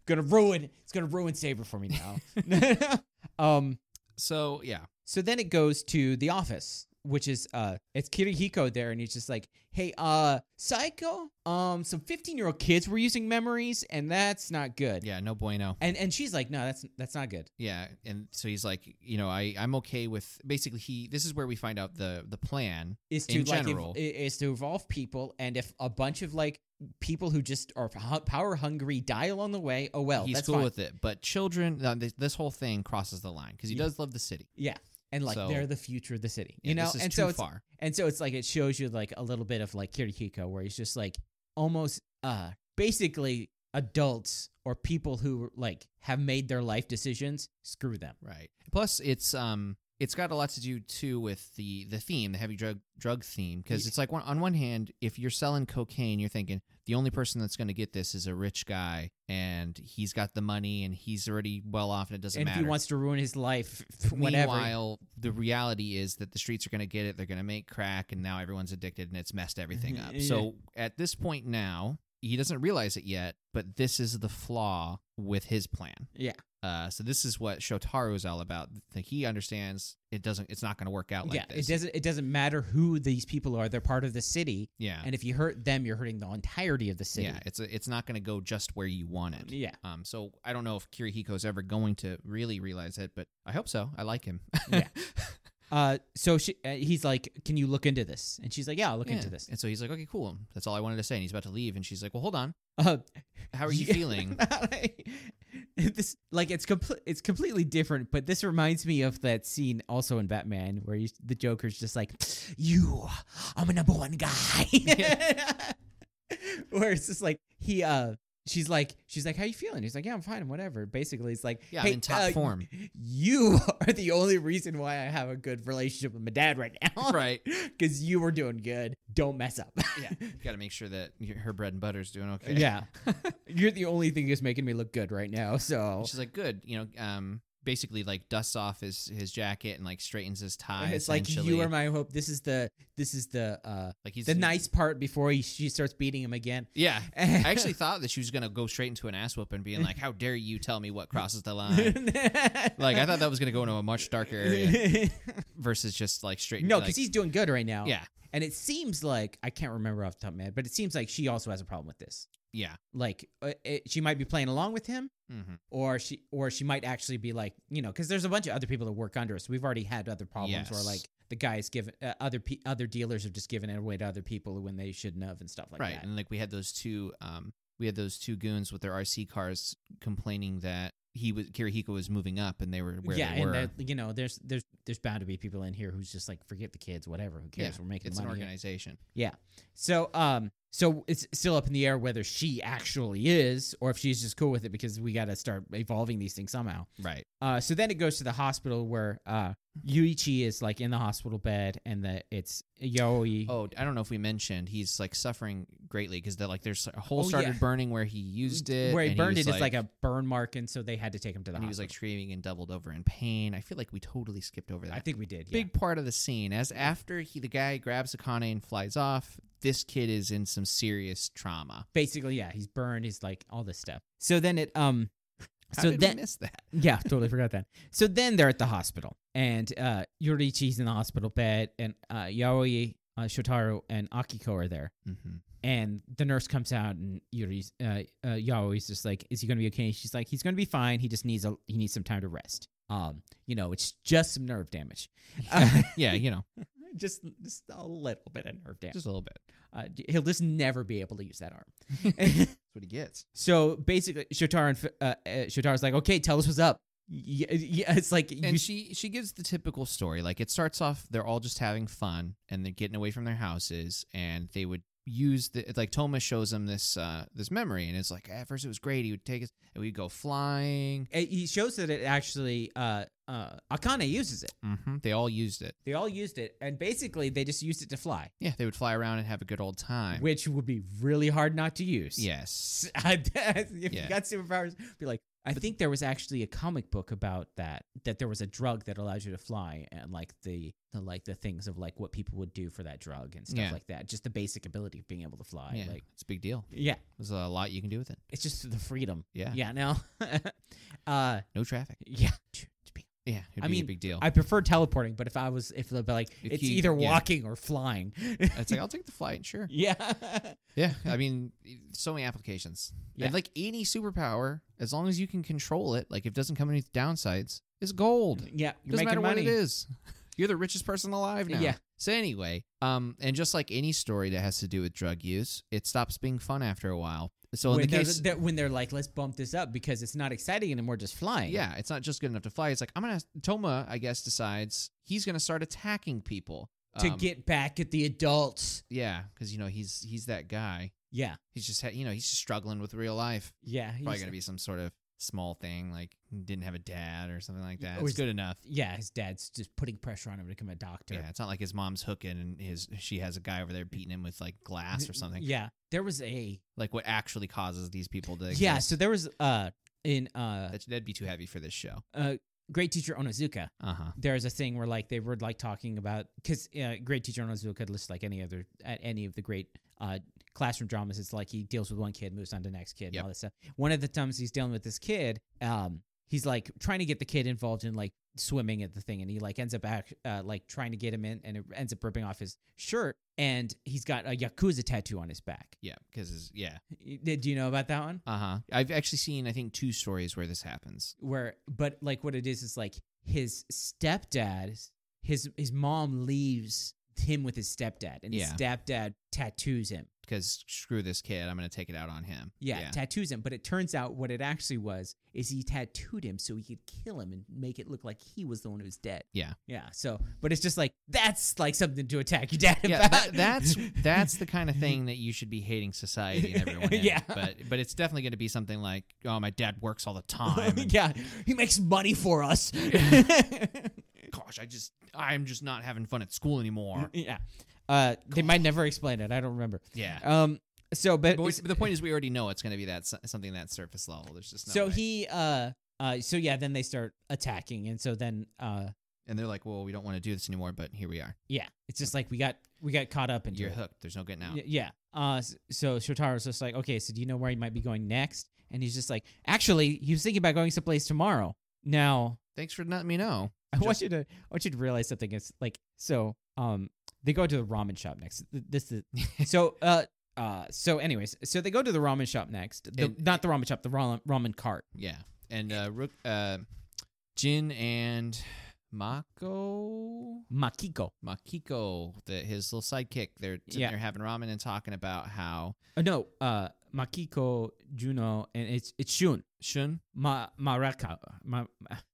Speaker 1: gonna ruin. It's gonna ruin Saber for me now. um.
Speaker 2: so yeah
Speaker 1: So then it goes to the office, which is uh, it's Kirihiko there, and he's just like, "Hey, uh, Psycho, um, some 15 year old kids were using memories, and that's not good."
Speaker 2: yeah no bueno
Speaker 1: And and she's like, "No, that's that's not good."
Speaker 2: Yeah, and so he's like, you know, I I'm okay with basically he. This is where we find out the the plan.
Speaker 1: is to
Speaker 2: in
Speaker 1: like ev-
Speaker 2: general.
Speaker 1: i- is to evolve people and if a bunch of like people who just are hu- power hungry die along the way oh well
Speaker 2: he's
Speaker 1: that's
Speaker 2: cool
Speaker 1: fine.
Speaker 2: with it, but children, no, this, this whole thing crosses the line because he
Speaker 1: Yeah.
Speaker 2: does love the city.
Speaker 1: yeah and like
Speaker 2: So-
Speaker 1: they're the future of the city
Speaker 2: Yeah,
Speaker 1: you know
Speaker 2: this is
Speaker 1: and
Speaker 2: too
Speaker 1: so it's
Speaker 2: far.
Speaker 1: and so it's like it shows you like a little bit of like kirihiko where he's just like almost uh basically adults or people who like have made their life decisions screw them
Speaker 2: Right. Plus, it's um, it's got a lot to do too with the the theme, the heavy drug drug theme, because
Speaker 1: Ye-
Speaker 2: it's like one, on one hand, if you're selling cocaine, you're thinking the only person that's going to get this is a rich guy, and he's got the money, and he's already well off, and it doesn't
Speaker 1: and
Speaker 2: matter.
Speaker 1: if he wants to ruin his life whatever
Speaker 2: Meanwhile, the reality is that the streets are going to get it. They're going to make crack, and now everyone's addicted, and it's messed everything
Speaker 1: Mhm,
Speaker 2: up.
Speaker 1: yeah.
Speaker 2: So at this point now, he doesn't realize it yet, but this is the flaw with his plan.
Speaker 1: Yeah.
Speaker 2: Uh, so this is what Shotaro is all about. That he understands it doesn't. It's not going to work out like
Speaker 1: yeah
Speaker 2: this.
Speaker 1: it doesn't it doesn't matter who these people are they're part of the city
Speaker 2: yeah.
Speaker 1: And if you hurt them, you're hurting the entirety of the city.
Speaker 2: Yeah. It's it's not going to go just where you want it.
Speaker 1: Yeah.
Speaker 2: Um. So I don't know if Kirihiko's ever going to really realize it, but I hope so. I like him.
Speaker 1: Yeah. Uh, so she, uh, he's like, "Can you look into this?" And she's like, "Yeah, I'll look
Speaker 2: Yeah.
Speaker 1: into this."
Speaker 2: And so he's like, okay, cool. That's all I wanted to say. And he's about to leave. And she's like, well, hold on.
Speaker 1: Uh,
Speaker 2: How are you
Speaker 1: Yeah.
Speaker 2: feeling?
Speaker 1: this like it's complete. It's completely different, but this reminds me of that scene also in Batman where you, the Joker's just like, "You, I'm a number one guy," where it's just like he. uh She's like, she's like, how you feeling? He's like, yeah, I'm fine, I'm whatever. Basically, it's like,
Speaker 2: Yeah,
Speaker 1: hey,
Speaker 2: I'm in top
Speaker 1: uh,
Speaker 2: form.
Speaker 1: You are the only reason why I have a good relationship with my dad right now.
Speaker 2: right.
Speaker 1: because you were doing good. Don't mess up.
Speaker 2: Yeah. Got to make sure that your, her bread and butter's doing okay.
Speaker 1: yeah. You're the only thing that's making me look good right now. So
Speaker 2: And she's like, good. You know, um, basically like dusts off his, his jacket and like straightens his tie.
Speaker 1: it's like
Speaker 2: essentially.
Speaker 1: you are my hope. This is the this is the uh
Speaker 2: like he's
Speaker 1: the nice part before he, she starts beating him again.
Speaker 2: Yeah. I actually thought that she was going to go straight into an ass whooping being like, how dare you tell me what crosses the line? Like I thought that was going to go into a much darker area versus just like straight.
Speaker 1: no,
Speaker 2: like,
Speaker 1: because he's doing good right now.
Speaker 2: yeah,
Speaker 1: and it seems like I can't remember off the top of my head, but it seems like she also has a problem with this.
Speaker 2: yeah.
Speaker 1: Like uh, it, she might be playing along with him,
Speaker 2: Mm-hmm.
Speaker 1: or she or she might actually be like you know because there's a bunch of other people that work under us. We've already had other problems where
Speaker 2: Yes.
Speaker 1: like the guys give uh, other pe- other dealers have just given it away to other people when they shouldn't have and stuff like
Speaker 2: right.
Speaker 1: that.
Speaker 2: And like we had those two um we had those two goons with their RC cars complaining that he was Kirihiko was moving up and they were where
Speaker 1: yeah,
Speaker 2: they were.
Speaker 1: and that, you know there's there's there's bound to be people in here who's just like forget the kids, whatever, who cares?
Speaker 2: Yeah,
Speaker 1: We're making
Speaker 2: it's an
Speaker 1: money.
Speaker 2: organization.
Speaker 1: So um so it's still up in the air whether she actually is or if she's just cool with it because we got to start evolving these things somehow.
Speaker 2: Right.
Speaker 1: Uh, so then it goes to the hospital where uh, Yuichi is like in the hospital bed, and that it's Yaoi.
Speaker 2: Oh, I don't know if we mentioned he's like suffering greatly because like there's a hole
Speaker 1: Oh,
Speaker 2: started
Speaker 1: yeah.
Speaker 2: burning where he used it.
Speaker 1: where he
Speaker 2: and
Speaker 1: burned
Speaker 2: was
Speaker 1: it is like a burn mark, and so they had to take him to the
Speaker 2: and he was like
Speaker 1: hospital.
Speaker 2: screaming and doubled over in pain. I feel like we totally skipped over that.
Speaker 1: I think we did.
Speaker 2: big part of the scene as after he the guy grabs Akane and flies off. this kid is in some serious trauma.
Speaker 1: Basically, yeah, he's burned. He's like all this stuff. So then it um,
Speaker 2: How
Speaker 1: so
Speaker 2: did
Speaker 1: then
Speaker 2: we miss that?
Speaker 1: yeah, totally forgot that. So then they're at the hospital, and uh, Yorichi's in the hospital bed, and uh, Yaoi, uh, Shotaro, and Akiko are there.
Speaker 2: Mm-hmm.
Speaker 1: And the nurse comes out, and Yuri's, uh, uh, Yaoi's just like, "Is he going to be okay?" And she's like, "He's going to be fine. He just needs a he needs some time to rest. Um, you know, it's just some nerve damage, Uh,
Speaker 2: yeah, you know,
Speaker 1: just just a little bit of nerve damage.
Speaker 2: just a little bit.
Speaker 1: Uh, he'll just never be able to use that arm."
Speaker 2: That's what he gets.
Speaker 1: so basically, Shotar and F- uh, uh, Shotar's like, "Okay, tell us what's up." Yeah, yeah, it's like you
Speaker 2: And she she gives the typical story. Like it starts off, they're all just having fun and they're getting away from their houses, and they would use the like Thomas shows him this uh this memory, and it's like at first it was great. He would take us and we'd go flying.
Speaker 1: it, eh, he shows that it actually uh uh Akane uses it.
Speaker 2: hmm They all used it.
Speaker 1: They all used it, and basically they just used it to fly,
Speaker 2: Yeah, they would fly around and have a good old time.
Speaker 1: which would be really hard not to use.
Speaker 2: yes.
Speaker 1: I- if
Speaker 2: Yeah.
Speaker 1: you got superpowers, be like. I think there was actually a comic book about that. That there was a drug that allows you to fly, and like the, the like the things of like what people would do for that drug and stuff
Speaker 2: Yeah.
Speaker 1: like that. Just the basic ability of being able to fly.
Speaker 2: Yeah,
Speaker 1: Like,
Speaker 2: it's a big deal.
Speaker 1: yeah,
Speaker 2: There's a lot you can do with it.
Speaker 1: it's just the freedom.
Speaker 2: Yeah.
Speaker 1: Yeah. No. uh.
Speaker 2: No traffic.
Speaker 1: Yeah.
Speaker 2: Yeah, it'd
Speaker 1: I
Speaker 2: be
Speaker 1: mean,
Speaker 2: a big deal.
Speaker 1: I prefer teleporting, but if I was, if it'd be like,
Speaker 2: If
Speaker 1: it's
Speaker 2: you-
Speaker 1: either
Speaker 2: yeah.
Speaker 1: walking or flying.
Speaker 2: it's like I'll take the flight, sure.
Speaker 1: yeah.
Speaker 2: Yeah, I mean, so many applications.
Speaker 1: Yeah.
Speaker 2: And like any superpower, as long as you can control it, like if it doesn't come with downsides, is gold.
Speaker 1: Yeah. You're making
Speaker 2: doesn't matter
Speaker 1: money.
Speaker 2: what it is. You're the richest person alive now.
Speaker 1: Yeah.
Speaker 2: So anyway, um, and just like any story that has to do with drug use, it stops being fun after a while. So in
Speaker 1: when,
Speaker 2: the
Speaker 1: they're,
Speaker 2: case,
Speaker 1: they're- when they're like, let's bump this up because it's not exciting anymore, just flying.
Speaker 2: yeah, it's not just good enough to fly. It's like I'm gonna Toma, I guess, decides he's gonna start attacking people
Speaker 1: To
Speaker 2: Um,
Speaker 1: get back at the adults.
Speaker 2: yeah, because you know he's he's that guy.
Speaker 1: Yeah.
Speaker 2: He's just ha- you know he's just struggling with real life.
Speaker 1: Yeah.
Speaker 2: Probably
Speaker 1: he's-
Speaker 2: gonna be some sort of small thing like didn't have a dad or something like that.
Speaker 1: Or
Speaker 2: It's
Speaker 1: is-
Speaker 2: good enough.
Speaker 1: Yeah. His dad's just putting pressure on him to become a doctor.
Speaker 2: Yeah, it's not like his mom's hooking and his she has a guy over there beating him with like glass or something.
Speaker 1: Yeah. There was a.
Speaker 2: Like what actually causes these people to
Speaker 1: Yeah.
Speaker 2: exist.
Speaker 1: So there was uh in uh,
Speaker 2: That, that'd be too heavy for this show.
Speaker 1: uh great teacher Onizuka.
Speaker 2: Uh huh.
Speaker 1: there's a thing where like they were like talking about because uh, great teacher Onizuka could list like any other at any of the great uh, classroom dramas. It's like he deals with one kid, moves on to the next kid, and
Speaker 2: Yep.
Speaker 1: all this stuff. One of the times he's dealing with this kid, um, he's like trying to get the kid involved in like swimming at the thing, and he like ends up act, uh, like trying to get him in, and it ends up ripping off his shirt, and he's got a yakuza tattoo on his back.
Speaker 2: Yeah, because yeah.
Speaker 1: Did you know about that one?
Speaker 2: Uh huh. I've actually seen I think two stories where this happens.
Speaker 1: where but like what it is is like his stepdad his his mom leaves him with his stepdad and his
Speaker 2: Yeah.
Speaker 1: stepdad tattoos him
Speaker 2: Because screw this kid, I'm gonna take it out on him.
Speaker 1: yeah, tattoos him but it turns out what it actually was is he tattooed him so he could kill him and make it look like he was the one who's dead
Speaker 2: Yeah.
Speaker 1: yeah so but it's just like that's like something to attack your dad
Speaker 2: yeah,
Speaker 1: about
Speaker 2: that, that's that's the kind of thing that you should be hating society and everyone. in.
Speaker 1: Yeah.
Speaker 2: but but it's definitely going to be something like, oh, my dad works all the time. and,
Speaker 1: yeah he makes money for us
Speaker 2: Gosh, I just I'm just not having fun at school anymore.
Speaker 1: yeah uh they might never explain it i don't remember
Speaker 2: Yeah.
Speaker 1: um so but,
Speaker 2: But we- but the point is, we already know it's going to be that s- something that surface level. There's just no
Speaker 1: so
Speaker 2: way.
Speaker 1: he uh uh so yeah then they start attacking and so then uh
Speaker 2: and they're like, well, we don't want to do this anymore, but here we are.
Speaker 1: yeah it's just like we got we got caught up into
Speaker 2: You're
Speaker 1: it.
Speaker 2: hooked. There's no getting out.
Speaker 1: Y- yeah uh s- so shotaro's just like okay so do you know where he might be going next and he's just like actually he was thinking about going someplace tomorrow now
Speaker 2: Thanks for letting me know.
Speaker 1: i want you to i want you to realize something it's like so um they go to the ramen shop next Th- this is so uh uh, so anyways, so they go to the ramen shop next. The,
Speaker 2: And-
Speaker 1: not the ramen shop, the ramen, ramen cart.
Speaker 2: Yeah, and uh, Rook, uh, Jin and Mako.
Speaker 1: Makiko.
Speaker 2: Makiko, the, his little sidekick. They're sitting
Speaker 1: Yeah.
Speaker 2: there having ramen and talking about how
Speaker 1: Uh, no, uh, Makiko, Juno, and it's it's Shun.
Speaker 2: Shun.
Speaker 1: Ma Maraka Ma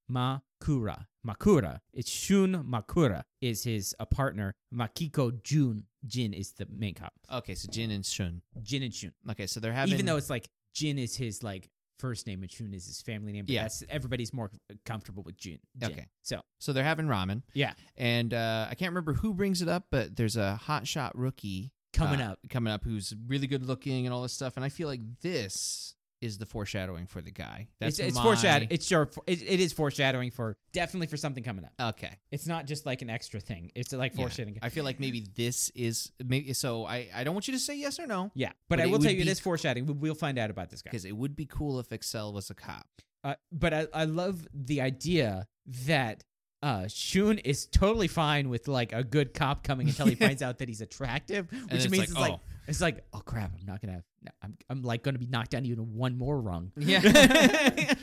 Speaker 1: Ma- Makura. Makura. It's Shun Makura is his a partner. Makiko Jun Jin is the main cop. Uh,
Speaker 2: Okay, so Jin and Shun.
Speaker 1: Jin and Shun.
Speaker 2: Okay, so they're having
Speaker 1: Even though it's like Jin is his like first name and Shun is his family name, but
Speaker 2: Yeah.
Speaker 1: that's everybody's more comfortable with Jin. Jin.
Speaker 2: Okay.
Speaker 1: So
Speaker 2: so they're having ramen.
Speaker 1: Yeah.
Speaker 2: and uh, I can't remember who brings it up, but there's a hotshot rookie
Speaker 1: coming
Speaker 2: uh,
Speaker 1: up.
Speaker 2: coming up who's really good looking and all this stuff. And I feel like this is the foreshadowing for the guy. That's
Speaker 1: it's it's
Speaker 2: my-
Speaker 1: foreshadowing. It's your. It, it is foreshadowing for definitely for something coming up.
Speaker 2: okay.
Speaker 1: It's not just like an extra thing. It's like
Speaker 2: Yeah.
Speaker 1: foreshadowing.
Speaker 2: I feel like maybe this is maybe. So I I don't want you to say yes or no
Speaker 1: Yeah, but,
Speaker 2: But
Speaker 1: I
Speaker 2: it
Speaker 1: will
Speaker 2: would
Speaker 1: tell you
Speaker 2: be-
Speaker 1: this foreshadowing. we- We'll find out about this guy.
Speaker 2: because it would be cool if Excel was a cop.
Speaker 1: Uh, but I, I love the idea that uh, Shun is totally fine with like a good cop coming until he finds out that he's attractive,
Speaker 2: And
Speaker 1: which
Speaker 2: it's
Speaker 1: means
Speaker 2: like,
Speaker 1: it's like
Speaker 2: oh.
Speaker 1: it's like oh crap, I'm not gonna, have, no, I'm I'm like gonna be knocked down even one more rung.
Speaker 2: Yeah.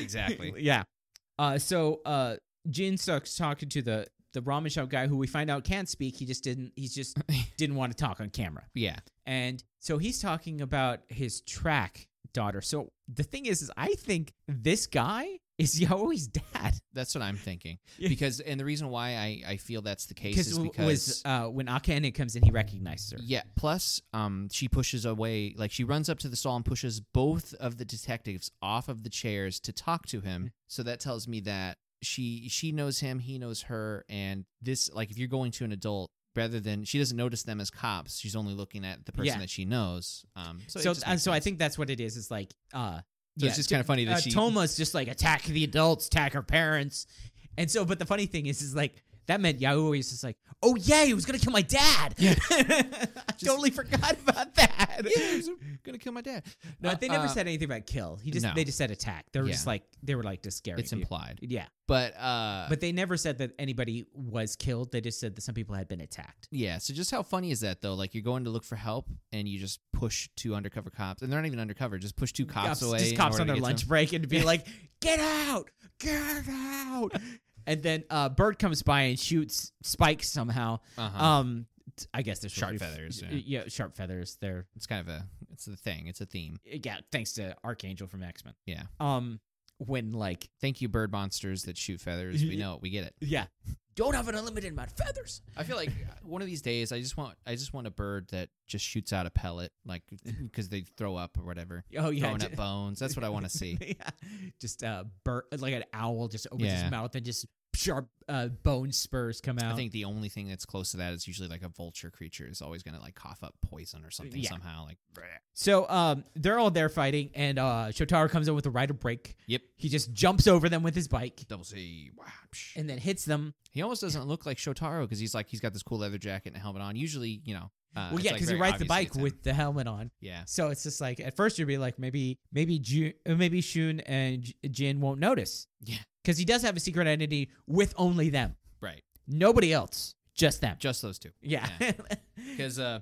Speaker 2: Exactly.
Speaker 1: Yeah. Uh, so uh, Jin sucks talking to the the ramen shop guy who we find out can't speak. He just didn't. He's just didn't want to talk on camera.
Speaker 2: yeah.
Speaker 1: And so he's talking about his track daughter. So the thing is, is I think this guy is Yaoi's dad.
Speaker 2: That's what I'm thinking.
Speaker 1: Yeah.
Speaker 2: Because and the reason why I I feel that's the case
Speaker 1: Because
Speaker 2: is
Speaker 1: w-
Speaker 2: because
Speaker 1: was uh, when Akane comes in, he recognizes her.
Speaker 2: yeah. Plus, um, she pushes away like she runs up to the stall and pushes both of the detectives off of the chairs to talk to him. So that tells me that she she knows him, he knows her, and this like if you're going to an adult. Rather than she doesn't notice them as cops, she's only looking at the person
Speaker 1: Yeah.
Speaker 2: that she knows. Um,
Speaker 1: So
Speaker 2: so it
Speaker 1: so,
Speaker 2: just
Speaker 1: uh,
Speaker 2: makes
Speaker 1: so I
Speaker 2: sense.
Speaker 1: think that's what it is. It's like uh,
Speaker 2: So
Speaker 1: yeah,
Speaker 2: it's just kind of funny that
Speaker 1: uh,
Speaker 2: she
Speaker 1: Toma's just like attack the adults, attack her parents, and so. But the funny thing is, is like. That meant Yaoi is just like, oh yeah, he was gonna kill my dad. I totally forgot about that.
Speaker 2: yeah, he's gonna kill my dad.
Speaker 1: No, they never
Speaker 2: uh,
Speaker 1: said anything about kill. He just
Speaker 2: no.
Speaker 1: they just said attack. They were
Speaker 2: Yeah.
Speaker 1: just like they were like just scary.
Speaker 2: it's
Speaker 1: people.
Speaker 2: implied,
Speaker 1: Yeah,
Speaker 2: but uh,
Speaker 1: but they never said that anybody was killed. They just said that some people had been attacked.
Speaker 2: Yeah, so just how funny is that though? Like you're going to look for help and you just push two undercover cops, and they're not even undercover. Just push two cops, away.
Speaker 1: just
Speaker 2: in
Speaker 1: cops
Speaker 2: order
Speaker 1: on
Speaker 2: to
Speaker 1: their
Speaker 2: get
Speaker 1: lunch
Speaker 2: some-
Speaker 1: break and be like, "Get out, get out!" and then uh, Bird comes by and shoots Spike somehow.
Speaker 2: Uh-huh.
Speaker 1: Um, t- I guess there's
Speaker 2: Sharp feathers, yeah.
Speaker 1: Yeah. sharp feathers. They're
Speaker 2: it's kind of a it's the thing. It's a theme.
Speaker 1: yeah, thanks to Archangel from X Men.
Speaker 2: Yeah.
Speaker 1: Um, when like
Speaker 2: Thank you, bird monsters that shoot feathers. We know it. We get it.
Speaker 1: yeah, don't have an unlimited amount of feathers.
Speaker 2: I feel like uh, one of these days, I just want I just want a bird that just shoots out a pellet, like because they throw up or whatever,
Speaker 1: Oh yeah,
Speaker 2: throwing
Speaker 1: d-
Speaker 2: up bones. That's what I want to see.
Speaker 1: yeah. Just uh, bur- like an owl just opens
Speaker 2: Yeah.
Speaker 1: his mouth and just sharp uh, bone spurs come out.
Speaker 2: I think the only thing that's close to that is usually like a vulture creature is always gonna like cough up poison or something
Speaker 1: Yeah.
Speaker 2: somehow. Like
Speaker 1: so. Um, they're all there fighting, and uh, Shotaro comes in with a rider break.
Speaker 2: Yep.
Speaker 1: He just jumps over them with his bike
Speaker 2: double C. Wow, psh.
Speaker 1: and then hits them.
Speaker 2: He almost doesn't look like Shotaro because he's like he's got this cool leather jacket and a helmet on. Usually, you know. Uh,
Speaker 1: well,
Speaker 2: it's,
Speaker 1: yeah,
Speaker 2: like,
Speaker 1: because
Speaker 2: very
Speaker 1: he rides the
Speaker 2: obvious
Speaker 1: bike
Speaker 2: it's him.
Speaker 1: with the helmet on.
Speaker 2: Yeah,
Speaker 1: So it's just like at first you'd be like maybe maybe Ju- uh, maybe Shun and J- Jin won't notice.
Speaker 2: Yeah.
Speaker 1: Because he does have a secret identity with only them,
Speaker 2: right.
Speaker 1: nobody else, just them.
Speaker 2: Just those two.
Speaker 1: yeah.
Speaker 2: Because uh,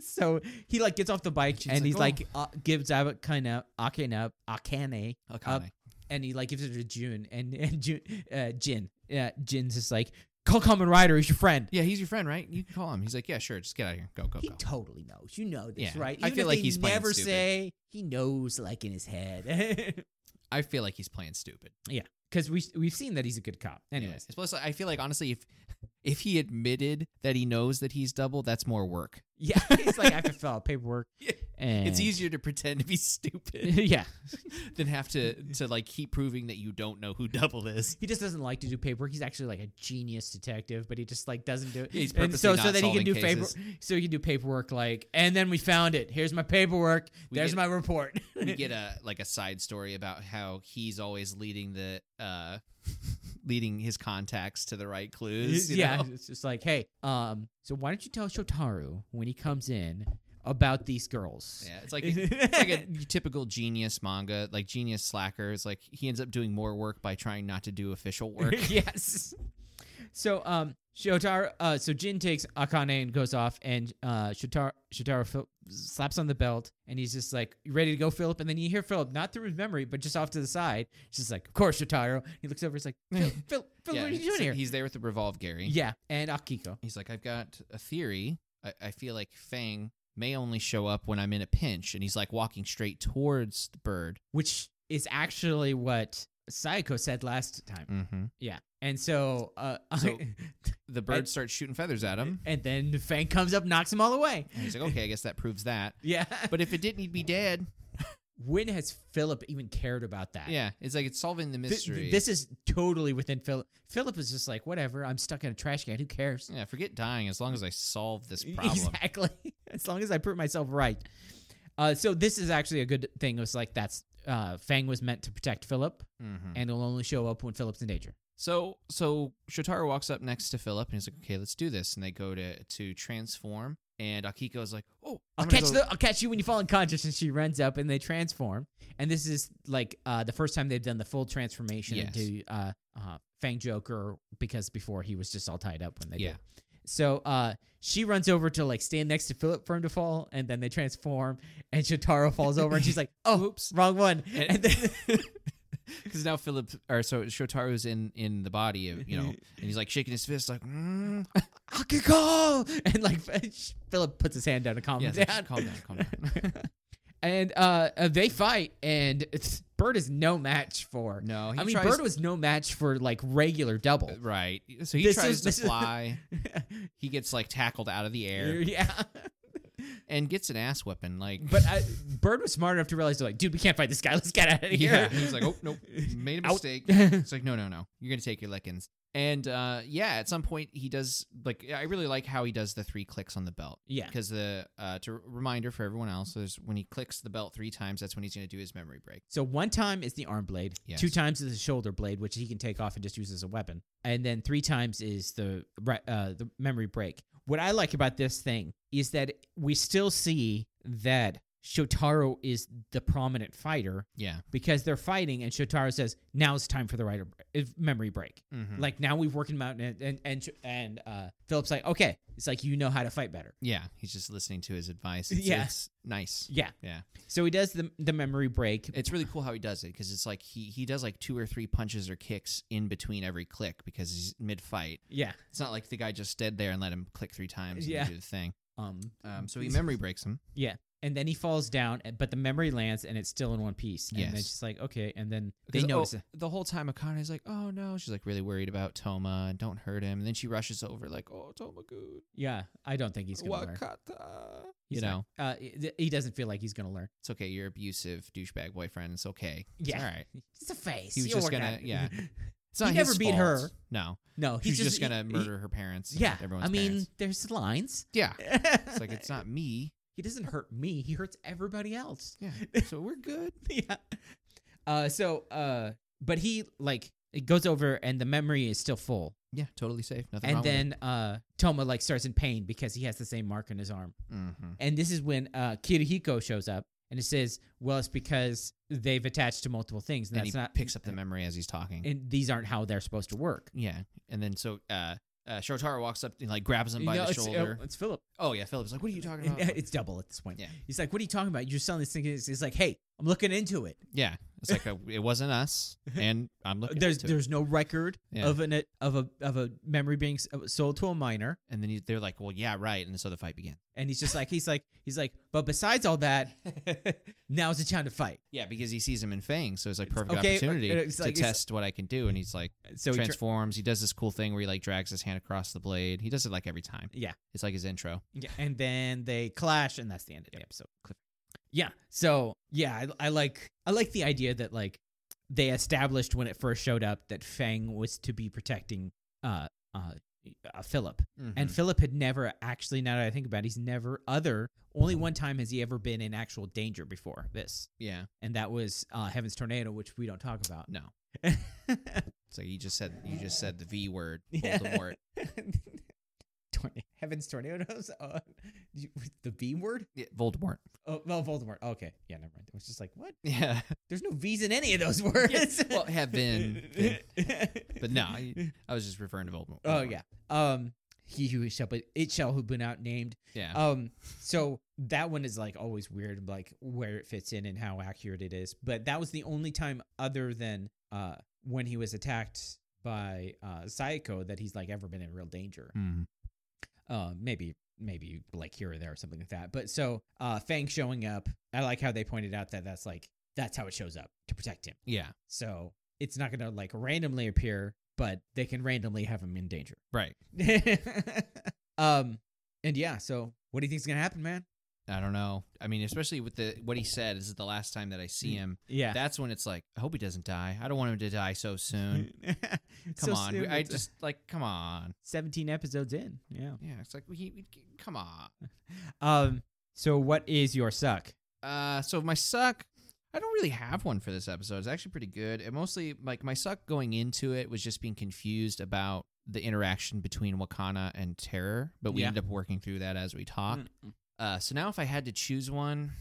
Speaker 1: so he like gets off the bike
Speaker 2: She's
Speaker 1: and
Speaker 2: like,
Speaker 1: he's
Speaker 2: "Oh."
Speaker 1: like uh, gives Akane up Akane up Akane
Speaker 2: Akane.
Speaker 1: and he like gives it to June and and June uh, Jin uh, Jin's just like call Common Rider he's your friend.
Speaker 2: yeah, he's your friend, right? You can call him. He's like, yeah, sure, just get out of here, go, go,
Speaker 1: He
Speaker 2: go.
Speaker 1: totally knows. You know this,
Speaker 2: Yeah.
Speaker 1: right?
Speaker 2: I feel
Speaker 1: if
Speaker 2: like
Speaker 1: they
Speaker 2: he's playing
Speaker 1: never
Speaker 2: stupid.
Speaker 1: say he knows like in his head.
Speaker 2: I feel like he's playing stupid.
Speaker 1: Cuz we we've seen that he's a good cop. Anyways.
Speaker 2: Yeah. plus I feel like honestly, if if he admitted that he knows that he's double, that's more work.
Speaker 1: Yeah. it's like I have to fill out paperwork.
Speaker 2: Yeah.
Speaker 1: And
Speaker 2: It's easier to pretend to be stupid
Speaker 1: yeah.
Speaker 2: than have to to like keep proving that you don't know who double is.
Speaker 1: He just doesn't like to do paperwork. He's actually like a genius detective, but he just like doesn't do it.
Speaker 2: He's
Speaker 1: And so
Speaker 2: purposely
Speaker 1: so
Speaker 2: not
Speaker 1: that he can
Speaker 2: solving
Speaker 1: do paper,
Speaker 2: cases.
Speaker 1: so he can do paperwork. Like, and then we found it. Here's my paperwork.
Speaker 2: We
Speaker 1: There's
Speaker 2: get-
Speaker 1: my report.
Speaker 2: we get a like a side story about how he's always leading the uh leading his contacts to the right clues. you
Speaker 1: yeah,
Speaker 2: know?
Speaker 1: it's just like, hey, um, so why don't you tell Shotaru when he comes in about these girls?
Speaker 2: Yeah. It's like it's like a typical genius manga, like genius slacker. It's like he ends up doing more work by trying not to do official work.
Speaker 1: yes. So um Shotar uh so Jin takes Akane and goes off and uh Shotar Shotaro Phil- slaps on the belt and he's just like "You ready to go Philip and then you hear Philip not through his memory but just off to the side She's just like of course Shotaro he looks over he's like Phil Phil, Phil
Speaker 2: Yeah,
Speaker 1: what are you
Speaker 2: so
Speaker 1: doing here
Speaker 2: He's there with the revolve Gary.
Speaker 1: yeah and Akiko
Speaker 2: He's like, I've got a theory. I, I feel like Fang may only show up when I'm in a pinch, and he's like walking straight towards the bird.
Speaker 1: which is actually what Saiko said last time
Speaker 2: Mm-hmm.
Speaker 1: yeah and so uh
Speaker 2: So- The bird
Speaker 1: And-
Speaker 2: starts shooting feathers at him.
Speaker 1: and then Fang comes up knocks him all away
Speaker 2: And he's like, okay, I guess that proves that.
Speaker 1: yeah
Speaker 2: But if it didn't, he'd be dead.
Speaker 1: when has Philip even cared about that
Speaker 2: Yeah, it's like it's solving the
Speaker 1: Th- th-
Speaker 2: mystery.
Speaker 1: this is totally within Philip. Philip is just like, whatever. I'm stuck in a trash can. Who cares?
Speaker 2: yeah, forget dying as long as I solve this problem.
Speaker 1: Exactly. As long as I prove myself right. Uh, so this is actually a good thing. It was like that's uh, Fang was meant to protect Philip,
Speaker 2: Mm-hmm.
Speaker 1: and it'll only show up when Philip's in danger.
Speaker 2: So so Shotaro walks up next to Philip and he's like, "Okay, let's do this." And they go to to transform, and Akiko's like, "Oh,
Speaker 1: I'll
Speaker 2: I'm
Speaker 1: catch
Speaker 2: gonna go-
Speaker 1: the I'll catch you when you fall unconscious, and she runs up and they transform. And this is like uh, the first time they've done the full transformation
Speaker 2: Yes.
Speaker 1: into uh, uh, Fang Joker because before he was just all tied up when they
Speaker 2: Yeah.
Speaker 1: did. So uh, she runs over to like stand next to Philip for him to fall, and then they transform, and Shotaro falls over, and she's like, "Oh,
Speaker 2: Oops.
Speaker 1: wrong one."
Speaker 2: And-
Speaker 1: And then
Speaker 2: Because now Philip, or so Shotaro's in in the body of you know, and he's like shaking his fist, like, mm.
Speaker 1: Akiko, and like Philip puts his hand down to calm
Speaker 2: yeah,
Speaker 1: him
Speaker 2: it's like,
Speaker 1: down.
Speaker 2: "Just calm down, calm down.
Speaker 1: and uh, uh, they fight, and it's, Bird is no match for.
Speaker 2: No, he
Speaker 1: I mean,
Speaker 2: tries-
Speaker 1: Bird was no match for like regular
Speaker 2: Uh,
Speaker 1: double.
Speaker 2: right. So he
Speaker 1: This
Speaker 2: tries
Speaker 1: is-
Speaker 2: to
Speaker 1: this is-
Speaker 2: fly. he gets like tackled out of the air
Speaker 1: yeah,
Speaker 2: and gets an ass weapon. Like,
Speaker 1: but uh, Bird was smart enough to realize, like, dude, we can't fight this guy. Let's get out of here.
Speaker 2: yeah, he's like, "Oh nope, made a
Speaker 1: Out.
Speaker 2: mistake." It's like, no, no, no. You're gonna take your lickings. And uh, yeah, at some point he does like I really like how he does the three clicks on the belt
Speaker 1: yeah,
Speaker 2: because the uh, to reminder for everyone else is when he clicks the belt three times, that's when he's gonna do his memory break.
Speaker 1: So one time is the arm blade,
Speaker 2: Yes.
Speaker 1: two times is the shoulder blade, which he can take off and just use as a weapon, and then three times is the re- uh, the memory break. What I like about this thing is that we still see that Shotaro is the prominent fighter
Speaker 2: Yeah,
Speaker 1: because they're fighting, and Shotaro says, "Now it's time for the writer uh, memory break."
Speaker 2: mm-hmm.
Speaker 1: Like now we've worked him out, and and and, and uh, Philip's like, "Okay," it's like you know how to fight better.
Speaker 2: yeah, he's just listening to his advice. It's,
Speaker 1: Yeah.
Speaker 2: it's nice.
Speaker 1: Yeah,
Speaker 2: Yeah.
Speaker 1: So he does the the memory break,
Speaker 2: It's really cool how he does it because it's like he he does like two or three punches or kicks in between every click because he's mid fight.
Speaker 1: yeah,
Speaker 2: It's not like the guy just stood there and let him click three times and
Speaker 1: Yeah.
Speaker 2: do the thing.
Speaker 1: um,
Speaker 2: Um, so he memory breaks him.
Speaker 1: and then he falls down, and- but the memory lands, and it's still in one piece. And
Speaker 2: Yes.
Speaker 1: it's just like okay, and then they
Speaker 2: 'Cause,
Speaker 1: notice
Speaker 2: oh,
Speaker 1: it.
Speaker 2: the whole time Akane's like, "Oh no," she's like really worried about Toma and don't hurt him. And then she rushes over like, "Oh, Toma good,
Speaker 1: Yeah, I don't think he's gonna learn.
Speaker 2: wakata." You
Speaker 1: He's
Speaker 2: know,
Speaker 1: not- uh, he- he doesn't feel like he's gonna learn.
Speaker 2: it's okay. You're abusive douchebag boyfriend. It's okay. It's
Speaker 1: Yeah.
Speaker 2: all right.
Speaker 1: It's a face.
Speaker 2: He was
Speaker 1: You'll
Speaker 2: just
Speaker 1: work
Speaker 2: gonna-
Speaker 1: out.
Speaker 2: yeah. It's
Speaker 1: He
Speaker 2: not his
Speaker 1: never beat
Speaker 2: fault.
Speaker 1: her.
Speaker 2: No,
Speaker 1: no,
Speaker 2: he's
Speaker 1: he's
Speaker 2: just,
Speaker 1: he-
Speaker 2: gonna
Speaker 1: he-
Speaker 2: murder her parents. and
Speaker 1: yeah,
Speaker 2: everyone's
Speaker 1: I mean,
Speaker 2: parents.
Speaker 1: there's lines.
Speaker 2: yeah.
Speaker 1: it's
Speaker 2: It's like it's not me.
Speaker 1: he doesn't hurt me. He hurts everybody else.
Speaker 2: Yeah. So we're good.
Speaker 1: yeah. Uh, so, uh, but he like it goes over, and the memory is still full.
Speaker 2: Yeah, totally safe. Nothing
Speaker 1: and
Speaker 2: wrong with it.
Speaker 1: then uh, Toma like starts in pain because he has the same mark on his arm.
Speaker 2: Mhm.
Speaker 1: And this is when uh, Kirihiko shows up and it says, well, it's because they've attached to multiple things. And,
Speaker 2: And
Speaker 1: that's
Speaker 2: he
Speaker 1: not.
Speaker 2: picks up the memory as he's talking.
Speaker 1: And these aren't how they're supposed to work.
Speaker 2: yeah. And then so uh, uh Shotaro walks up and like grabs him by
Speaker 1: No,
Speaker 2: the
Speaker 1: it's, uh,
Speaker 2: shoulder.
Speaker 1: it's Philip.
Speaker 2: oh yeah, Philip's like, What are you talking about?
Speaker 1: It's double at this point.
Speaker 2: Yeah.
Speaker 1: He's like, what are you talking about? You're selling this thing. He's he's like, hey, I'm looking into it.
Speaker 2: yeah. It's like a, it wasn't us and I'm looking
Speaker 1: There's
Speaker 2: into it.
Speaker 1: there's no record
Speaker 2: Yeah.
Speaker 1: of an of a of a memory being s- sold to a minor.
Speaker 2: and then he, they're like, Well, yeah, right, and so the fight begins.
Speaker 1: And he's just like he's like he's like. But besides all that, now's the time to fight.
Speaker 2: Yeah, because he sees him in Fang, so it's like perfect
Speaker 1: okay,
Speaker 2: opportunity
Speaker 1: uh, it's like-
Speaker 2: to
Speaker 1: it's-
Speaker 2: test what I can do and he's like
Speaker 1: So he tr-
Speaker 2: transforms. He does this cool thing where he like drags his hand across the blade. He does it like every time.
Speaker 1: Yeah.
Speaker 2: It's like his intro.
Speaker 1: Yeah, and then they clash, and that's the end of the episode. Yeah. So yeah, I, I like I like the idea that like they established when it first showed up that Fang was to be protecting uh uh, uh Philip,
Speaker 2: Mm-hmm.
Speaker 1: and Philip had never actually now that I think about it, he's never other only one time has he ever been in actual danger before this,
Speaker 2: yeah,
Speaker 1: and that was uh, Heaven's Tornado, which we don't talk about.
Speaker 2: no. So you just said you just said the V word,
Speaker 1: Yeah.
Speaker 2: Voldemort.
Speaker 1: Torna- Heaven's tornadoes. Uh, you- the B word?
Speaker 2: Yeah, Voldemort.
Speaker 1: Oh, well, Voldemort. okay, yeah, never mind. It was just like, what?
Speaker 2: Yeah.
Speaker 1: There's no V's in any of those words.
Speaker 2: Well, heaven.
Speaker 1: but
Speaker 2: But no, I- I was just referring to Voldemort.
Speaker 1: Oh yeah. Um, he who shall but it shall who been outnamed.
Speaker 2: Yeah.
Speaker 1: Um, so that one is like always weird, like where it fits in and how accurate it is. But that was the only time, other than uh, when he was attacked by uh Sayako, that he's like ever been in real danger.
Speaker 2: Mhm.
Speaker 1: uh, maybe maybe like here or there or something like that. But so uh, Fang showing up, I like how they pointed out that that's like that's how it shows up to protect him.
Speaker 2: Yeah.
Speaker 1: So it's not gonna like randomly appear, but they can randomly have him in danger.
Speaker 2: Right.
Speaker 1: um, and yeah, so what do you think's gonna happen, man?
Speaker 2: I don't know. I mean, especially with the what he said, this is the last time that I
Speaker 1: Mm.
Speaker 2: see him.
Speaker 1: Yeah.
Speaker 2: That's when it's like, I hope he doesn't die. I don't want him to die so soon. Come on. We-
Speaker 1: uh,
Speaker 2: I just like, come on.
Speaker 1: 17 episodes in. Yeah.
Speaker 2: Yeah, it's like, we, we, come on.
Speaker 1: Um, so what is your suck?
Speaker 2: Uh, so my suck, I don't really have one for this episode. It's actually pretty good. It mostly like my suck going into it was just being confused about the interaction between Wakana and Terror, but we
Speaker 1: Yeah.
Speaker 2: ended up working through that as we talked. Uh, so now if I had to choose one,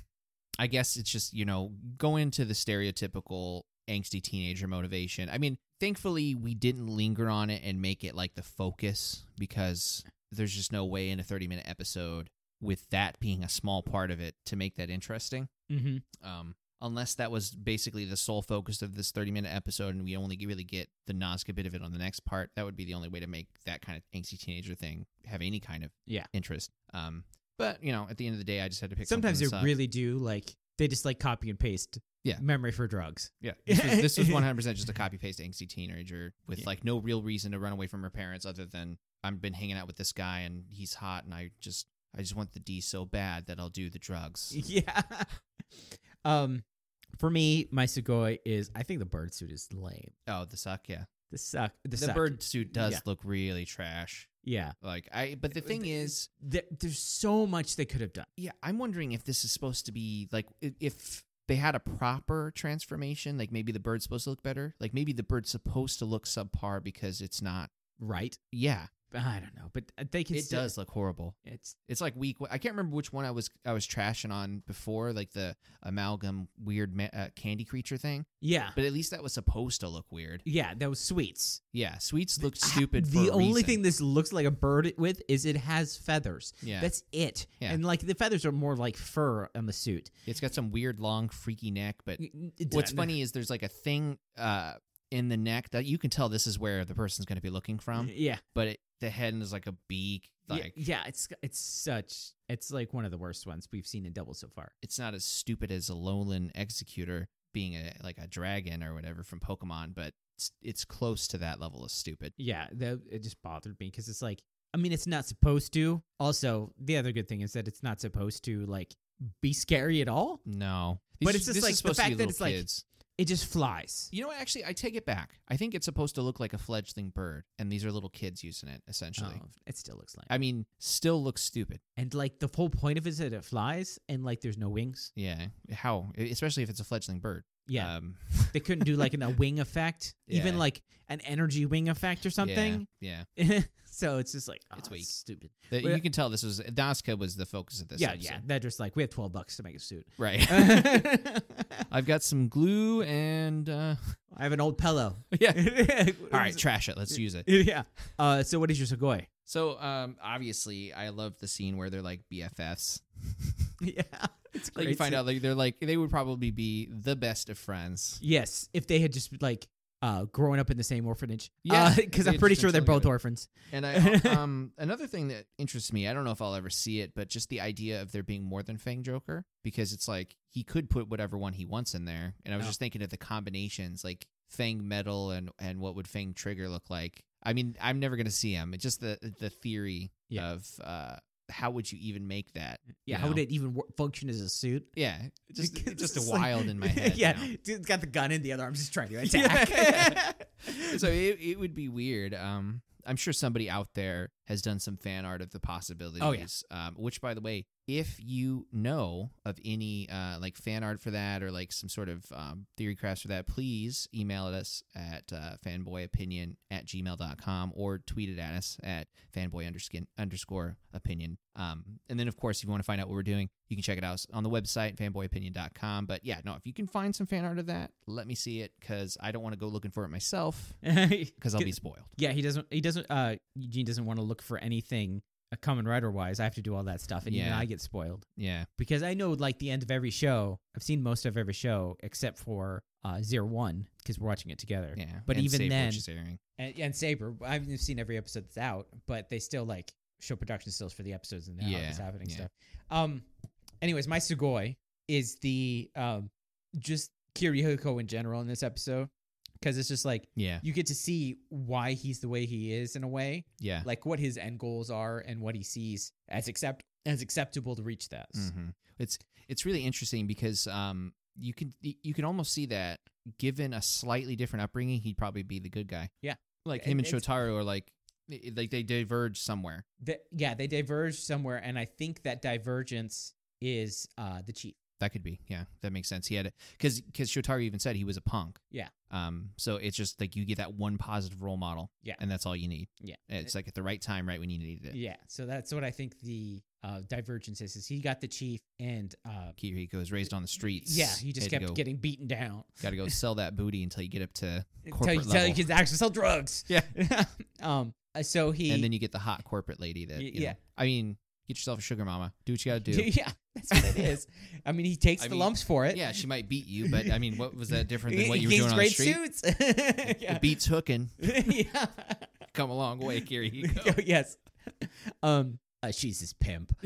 Speaker 2: I guess it's just you know go into the stereotypical angsty teenager motivation. I mean, thankfully we didn't linger on it and make it like the focus because there's just no way in a 30 minute episode with that being a small part of it to make that interesting
Speaker 1: Mm-hmm.
Speaker 2: um, unless that was basically the sole focus of this 30 minute episode and we only really get the Nazca bit of it on the next part, that would be the only way to make that kind of angsty teenager thing have any kind of
Speaker 1: Yeah.
Speaker 2: interest. Um, but, you know, at the end of the day, I just had to pick
Speaker 1: Sometimes
Speaker 2: something
Speaker 1: they
Speaker 2: that's up.
Speaker 1: really do like they just like copy and paste.
Speaker 2: Yeah.
Speaker 1: Memory for drugs.
Speaker 2: Yeah. This was, this was 100% just a copy paste angsty teenager with
Speaker 1: Yeah.
Speaker 2: like no real reason to run away from her parents other than I've been hanging out with this guy and he's hot and I just. I just want the D so bad that I'll do the drugs.
Speaker 1: Yeah. um, for me, my sugoi is I think the bird suit is lame.
Speaker 2: Oh, the suck, yeah.
Speaker 1: The suck. The,
Speaker 2: The,
Speaker 1: suck.
Speaker 2: bird suit does
Speaker 1: Yeah.
Speaker 2: look really trash.
Speaker 1: Yeah.
Speaker 2: Like I, but the thing is,
Speaker 1: There, there's so much they could have done.
Speaker 2: yeah, I'm wondering if this is supposed to be like i- if they had a proper transformation, like maybe the bird's supposed to look better, like maybe the bird's supposed to look subpar because it's not.
Speaker 1: Right.
Speaker 2: Yeah,
Speaker 1: I don't know, but uh, they can.
Speaker 2: it
Speaker 1: still-
Speaker 2: does look horrible.
Speaker 1: It's
Speaker 2: It's like week. I can't remember which one I was I was trashing on before, like the amalgam weird ma- uh, candy creature thing.
Speaker 1: yeah,
Speaker 2: But at least that was supposed to look weird.
Speaker 1: yeah. That was sweets.
Speaker 2: Yeah, sweets looked stupid. for
Speaker 1: The
Speaker 2: a
Speaker 1: only
Speaker 2: reason.
Speaker 1: thing this looks like a bird with is it has feathers.
Speaker 2: Yeah,
Speaker 1: That's it.
Speaker 2: Yeah.
Speaker 1: And like the feathers are more like fur on the suit.
Speaker 2: it's got some weird long freaky neck, but
Speaker 1: It-
Speaker 2: What's funny is there's like a thing uh, in the neck that you can tell this is where the person's going to be looking from,
Speaker 1: Yeah.
Speaker 2: but it, the head is like a beak.
Speaker 1: Yeah,
Speaker 2: Like
Speaker 1: yeah, it's it's such it's like one of the worst ones we've seen in Double so far.
Speaker 2: it's not as stupid as a Lowland Executor being a like a dragon or whatever from Pokemon, but it's, it's close to that level of stupid.
Speaker 1: Yeah, that it just bothered me because it's like I mean it's not supposed to. Also, the other good thing is that it's not supposed to like be scary at all.
Speaker 2: No,
Speaker 1: But
Speaker 2: These-
Speaker 1: it's just
Speaker 2: this
Speaker 1: like the
Speaker 2: is supposed to be
Speaker 1: fact that
Speaker 2: little
Speaker 1: it's like-
Speaker 2: kids.
Speaker 1: It just flies.
Speaker 2: You know, what, actually, I take it back. I think it's supposed to look like a fledgling bird, and these are little kids using it essentially.
Speaker 1: Oh, it still looks like.
Speaker 2: I mean, still looks stupid.
Speaker 1: and like the whole point of it is that it flies and like there's no wings.
Speaker 2: Yeah, how? E, Especially if it's a fledgling bird.
Speaker 1: Yeah.
Speaker 2: Um,
Speaker 1: They couldn't do like an, a wing effect, even
Speaker 2: Yeah.
Speaker 1: like an energy wing effect or something.
Speaker 2: Yeah. yeah.
Speaker 1: so it's just like oh,
Speaker 2: It's
Speaker 1: it's
Speaker 2: weak.
Speaker 1: stupid.
Speaker 2: That-
Speaker 1: Well-
Speaker 2: you can tell this was Nazca was the focus of this.
Speaker 1: yeah,
Speaker 2: episode.
Speaker 1: yeah. They're just like we have twelve bucks to make a suit.
Speaker 2: right.
Speaker 1: I
Speaker 2: I've got some glue and uh,
Speaker 1: have an old pillow.
Speaker 2: yeah. All right, trash it. Let's use it.
Speaker 1: yeah. Uh, so what is your sugoi?
Speaker 2: So um, obviously, I love the scene where they're like BFFs.
Speaker 1: yeah, it's
Speaker 2: Like you find out like they're like they would probably be the best of friends.
Speaker 1: Yes, if they had just like uh grown up in the same orphanage.
Speaker 2: Yeah, if
Speaker 1: because
Speaker 2: they
Speaker 1: I'm
Speaker 2: had
Speaker 1: pretty
Speaker 2: just
Speaker 1: sure they're
Speaker 2: been
Speaker 1: both
Speaker 2: together.
Speaker 1: orphans.
Speaker 2: And I um another thing that interests me, I don't know if I'll ever see it, but just the idea of there being more than Fang Joker because it's like he could put whatever one he wants in there. And I was
Speaker 1: Yeah.
Speaker 2: just thinking of the combinations like Fang Metal and and what would Fang Trigger look like. I mean, I'm never going to see him. It's just the the theory
Speaker 1: Yeah.
Speaker 2: of uh how would you even make that?
Speaker 1: Yeah,
Speaker 2: You
Speaker 1: how would
Speaker 2: know?
Speaker 1: it even wor- function as a suit?
Speaker 2: Yeah, just
Speaker 1: Because
Speaker 2: just a
Speaker 1: it's like-
Speaker 2: wild in my head.
Speaker 1: yeah,
Speaker 2: now.
Speaker 1: dude's got the gun in the other arm, just trying to
Speaker 2: Yeah.
Speaker 1: attack.
Speaker 2: so it, it would be weird. Um, I'm sure somebody out there has done some fan art of the possibilities. Oh, yeah. Um, which, by the way, if you know of any uh, like fan art for that or like some sort of um, theory crafts for that, please email us at uh, fanboyopinion at gmail.com or tweet it at us at fanboy underskin, underscore opinion. Um, and then, of course, if you want to find out what we're doing, you can check it out on the website, fanboyopinion.com. But yeah, no, if you can find some fan art of that, let me see it because I don't want to go looking for it myself because I'll be spoiled.
Speaker 1: Yeah, he doesn't. He doesn't. Uh, Eugene doesn't want to look for anything uh, Kamen Rider wise. I have to do all that stuff, and even
Speaker 2: Yeah.
Speaker 1: I get spoiled
Speaker 2: Yeah.
Speaker 1: because I know like the end of every show. I've seen most of every show except for uh, Zero One because we're watching it together.
Speaker 2: Yeah.
Speaker 1: But
Speaker 2: And
Speaker 1: even
Speaker 2: Saber,
Speaker 1: then-
Speaker 2: which is airing.
Speaker 1: And, and Saber, I've seen every episode that's out, but they still like show production stills for the episodes and how
Speaker 2: Yeah,
Speaker 1: it's happening
Speaker 2: yeah.
Speaker 1: stuff. Um. Anyways, my sugoi is the um just Kirihiko in general in this episode because it's just like
Speaker 2: Yeah.
Speaker 1: you get to see why he's the way he is in a way
Speaker 2: Yeah.
Speaker 1: like what his end goals are and what he sees as accept as acceptable to reach that.
Speaker 2: Mhm. It's it's really interesting because um you can you can almost see that given a slightly different upbringing, he'd probably be the good guy.
Speaker 1: Yeah.
Speaker 2: Like
Speaker 1: And
Speaker 2: him and
Speaker 1: it's-
Speaker 2: Shotaro are like like they diverge somewhere.
Speaker 1: The- yeah, they diverge somewhere, and I think that divergence is uh, the chief.
Speaker 2: That could be. Yeah, that makes sense. He had because because Shotaro even said he was a punk.
Speaker 1: Yeah.
Speaker 2: Um. So it's just like you get that one positive role model.
Speaker 1: Yeah.
Speaker 2: And that's all you need.
Speaker 1: Yeah.
Speaker 2: It's like at the right time, right when you needed it.
Speaker 1: Yeah, so that's what I think the uh, divergence is. Is he got the chief and uh,
Speaker 2: Kiriko was raised on the streets.
Speaker 1: yeah, he just
Speaker 2: Had
Speaker 1: kept
Speaker 2: to go,
Speaker 1: getting beaten down.
Speaker 2: Got to go sell that booty until you get up to
Speaker 1: Tell you,
Speaker 2: corporate
Speaker 1: tell you
Speaker 2: level.
Speaker 1: can actually sell drugs.
Speaker 2: Yeah.
Speaker 1: um. uh, So he.
Speaker 2: and then you get the hot corporate lady that.
Speaker 1: Y-
Speaker 2: you know,
Speaker 1: yeah.
Speaker 2: I mean, get yourself a sugar mama. Do what you got to do.
Speaker 1: yeah, that's what it is. I mean, he takes
Speaker 2: I
Speaker 1: the
Speaker 2: mean,
Speaker 1: lumps for it.
Speaker 2: yeah, she might beat you, but I mean, what was that different
Speaker 1: He-
Speaker 2: than what
Speaker 1: he
Speaker 2: you were
Speaker 1: gets
Speaker 2: doing on the
Speaker 1: great
Speaker 2: street?
Speaker 1: suits. yeah.
Speaker 2: It beats hooking.
Speaker 1: yeah.
Speaker 2: Come a long way, Kiriko.
Speaker 1: Oh, yes. Um. uh, she's his pimp.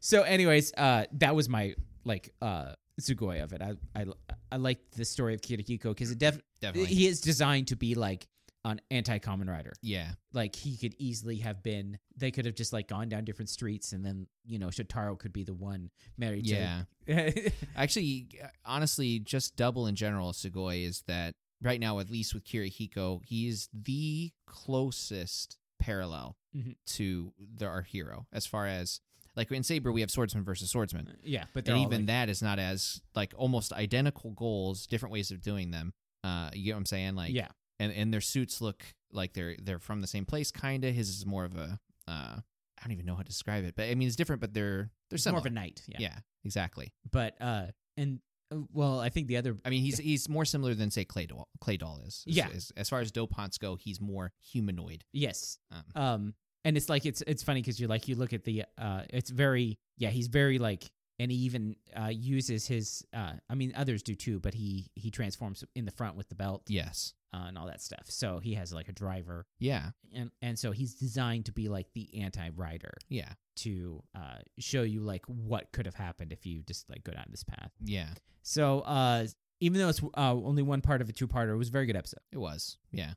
Speaker 1: so, anyways, uh, that was my like uh Sugoi of it. I I I liked the story of Kirikiko because it def-
Speaker 2: Definitely.
Speaker 1: he is designed to be like an anti common rider.
Speaker 2: yeah.
Speaker 1: Like he could easily have been. They could have just like gone down different streets, and then you know Shotaro could be the one married.
Speaker 2: Yeah.
Speaker 1: To-
Speaker 2: Actually, honestly, just double in general, Sugoi is that right now, at least with Kirihiko, he is the closest parallel
Speaker 1: Mhm.
Speaker 2: to the, our hero as far as like in Saber, we have swordsman versus swordsman.
Speaker 1: yeah, but they're
Speaker 2: and
Speaker 1: all,
Speaker 2: even
Speaker 1: like-
Speaker 2: that is not as like almost identical goals, different ways of doing them. Uh, you get what I'm saying? Like,
Speaker 1: yeah,
Speaker 2: and and their suits look like they're they're from the same place, kinda. His is more of a uh, I don't even know how to describe it, but I mean it's different, but they're they're
Speaker 1: it's
Speaker 2: similar.
Speaker 1: more of a knight. Yeah,
Speaker 2: yeah. exactly.
Speaker 1: but uh, and uh, well, I think the other.
Speaker 2: I mean he's he's more similar than say Clay Doll, Clay Doll is.
Speaker 1: Yeah.
Speaker 2: As, as, as far as Doponts go, he's more humanoid.
Speaker 1: Yes,
Speaker 2: Um,
Speaker 1: um and it's like it's it's funny because you're like you look at the uh it's very yeah he's very like and he even uh uses his uh i mean others do too but he he transforms in the front with the belt
Speaker 2: yes.
Speaker 1: uh, and all that stuff so he has like a driver
Speaker 2: Yeah.
Speaker 1: and and so he's designed to be like the anti-rider
Speaker 2: Yeah.
Speaker 1: to uh show you like what could have happened if you just like go down this path
Speaker 2: Yeah.
Speaker 1: so uh even though it's uh, only one part of a two-parter it was a very good episode
Speaker 2: It was. Yeah.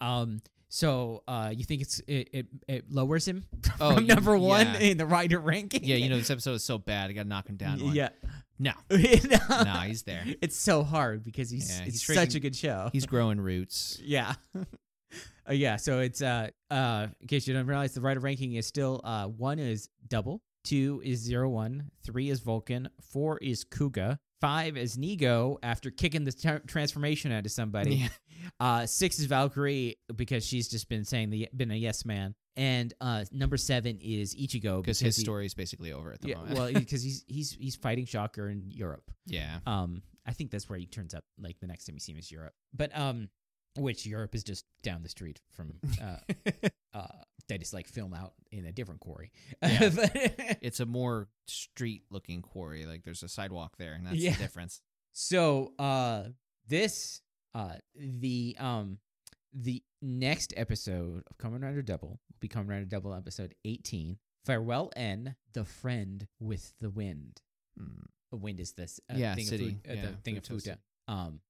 Speaker 1: um, so uh, you think it's it it, it lowers him from
Speaker 2: Oh, you-
Speaker 1: number one
Speaker 2: yeah.
Speaker 1: in the rider ranking?
Speaker 2: Yeah, you know, this episode is so bad, I gotta knock him down one.
Speaker 1: yeah.
Speaker 2: No.
Speaker 1: no.
Speaker 2: Nah, he's there.
Speaker 1: It's so hard because he's,
Speaker 2: Yeah,
Speaker 1: it's
Speaker 2: he's
Speaker 1: such a
Speaker 2: freaking-
Speaker 1: good show.
Speaker 2: He's growing roots.
Speaker 1: yeah. Uh, yeah, so it's uh uh in case you don't realize the rider ranking is still uh one is double, two is zero one, three is Vulcan, four is Kuga, five is Nego after kicking the tra- transformation out of somebody.
Speaker 2: Yeah.
Speaker 1: Uh, six is Valkyrie because she's just been saying the been a yes man, and uh, number seven is Ichigo
Speaker 2: Because his
Speaker 1: he-
Speaker 2: story's basically over at the
Speaker 1: yeah,
Speaker 2: moment.
Speaker 1: well, because he's he's he's fighting Shocker in Europe.
Speaker 2: yeah.
Speaker 1: Um, I think that's where he turns up. Like the next time you see him is Europe, but um, which Europe is just down the street from uh, uh, they just like film out in a different quarry.
Speaker 2: Yeah.
Speaker 1: But-
Speaker 2: it's a more street looking quarry. Like there's a sidewalk there, and that's
Speaker 1: Yeah.
Speaker 2: the difference.
Speaker 1: So uh this uh the um the next episode of Kamen Rider Double will be Kamen Rider Double episode eighteen. Farewell N, the friend with the wind.
Speaker 2: Mm.
Speaker 1: The wind is this uh,
Speaker 2: Yeah,
Speaker 1: thing of
Speaker 2: city.
Speaker 1: Fu- uh,
Speaker 2: Yeah,
Speaker 1: the thing of
Speaker 2: Futo's
Speaker 1: Futa. Um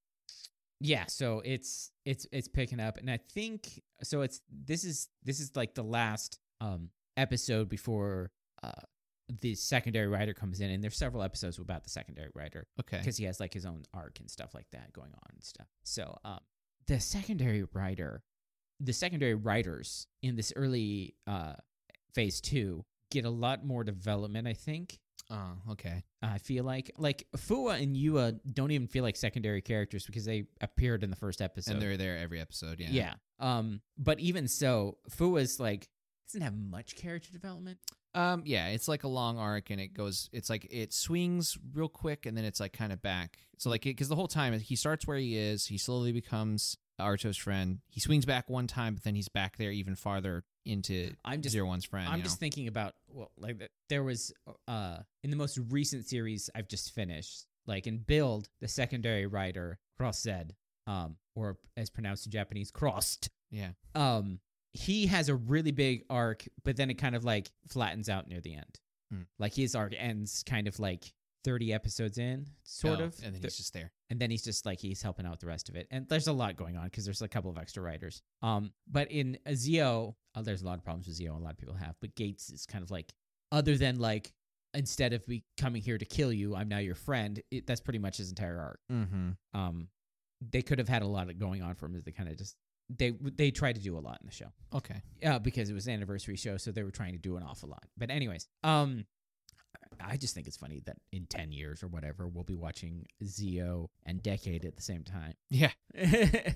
Speaker 1: yeah, so it's it's it's picking up and I think so it's this is this is like the last um episode before uh the secondary writer comes in and there's several episodes about the secondary writer
Speaker 2: Okay.
Speaker 1: because he has like his own arc and stuff like that going on and stuff. So um, the secondary writer, the secondary writers in this early uh, phase two get a lot more development. I think.
Speaker 2: Oh, okay.
Speaker 1: I feel like like Fua and Yua don't even feel like secondary characters because they appeared in the first episode.
Speaker 2: and they're there every episode. Yeah.
Speaker 1: yeah. Um, but even so, Fua's like doesn't have much character development.
Speaker 2: Um. Yeah. It's like a long arc, and it goes. It's like it swings real quick, and then it's like kind of back. So like, because the whole time he starts where he is, he slowly becomes Arto's friend. He swings back one time, but then he's back there even farther into
Speaker 1: I'm just
Speaker 2: Zero One's friend.
Speaker 1: I'm
Speaker 2: you
Speaker 1: just
Speaker 2: know?
Speaker 1: thinking about well, like th- there was uh in the most recent series I've just finished, like in Build, the secondary writer Cross said, um, or as pronounced in Japanese, Crossed.
Speaker 2: Yeah.
Speaker 1: Um, he has a really big arc, but then it kind of like flattens out near the end.
Speaker 2: Hmm.
Speaker 1: Like his arc ends kind of like 30 episodes in, sort
Speaker 2: Oh,
Speaker 1: of.
Speaker 2: And then
Speaker 1: Th-
Speaker 2: he's just there.
Speaker 1: and then he's just like he's helping out with the rest of it and there's a lot going on because there's a couple of extra writers um but in zio uh, there's a lot of problems with zio a lot of people have but gates is kind of like other than like instead of me coming here to kill you i'm now your friend it, that's pretty much his entire arc
Speaker 2: Mm-hmm.
Speaker 1: um they could have had a lot of going on for him they kind of just they they tried to do a lot in the show
Speaker 2: Okay.
Speaker 1: uh, because it was an anniversary show, so they were trying to do an awful lot. But anyways, um, I just think it's funny that in 10 years or whatever, we'll be watching Zio and Decade at the same time.
Speaker 2: Yeah.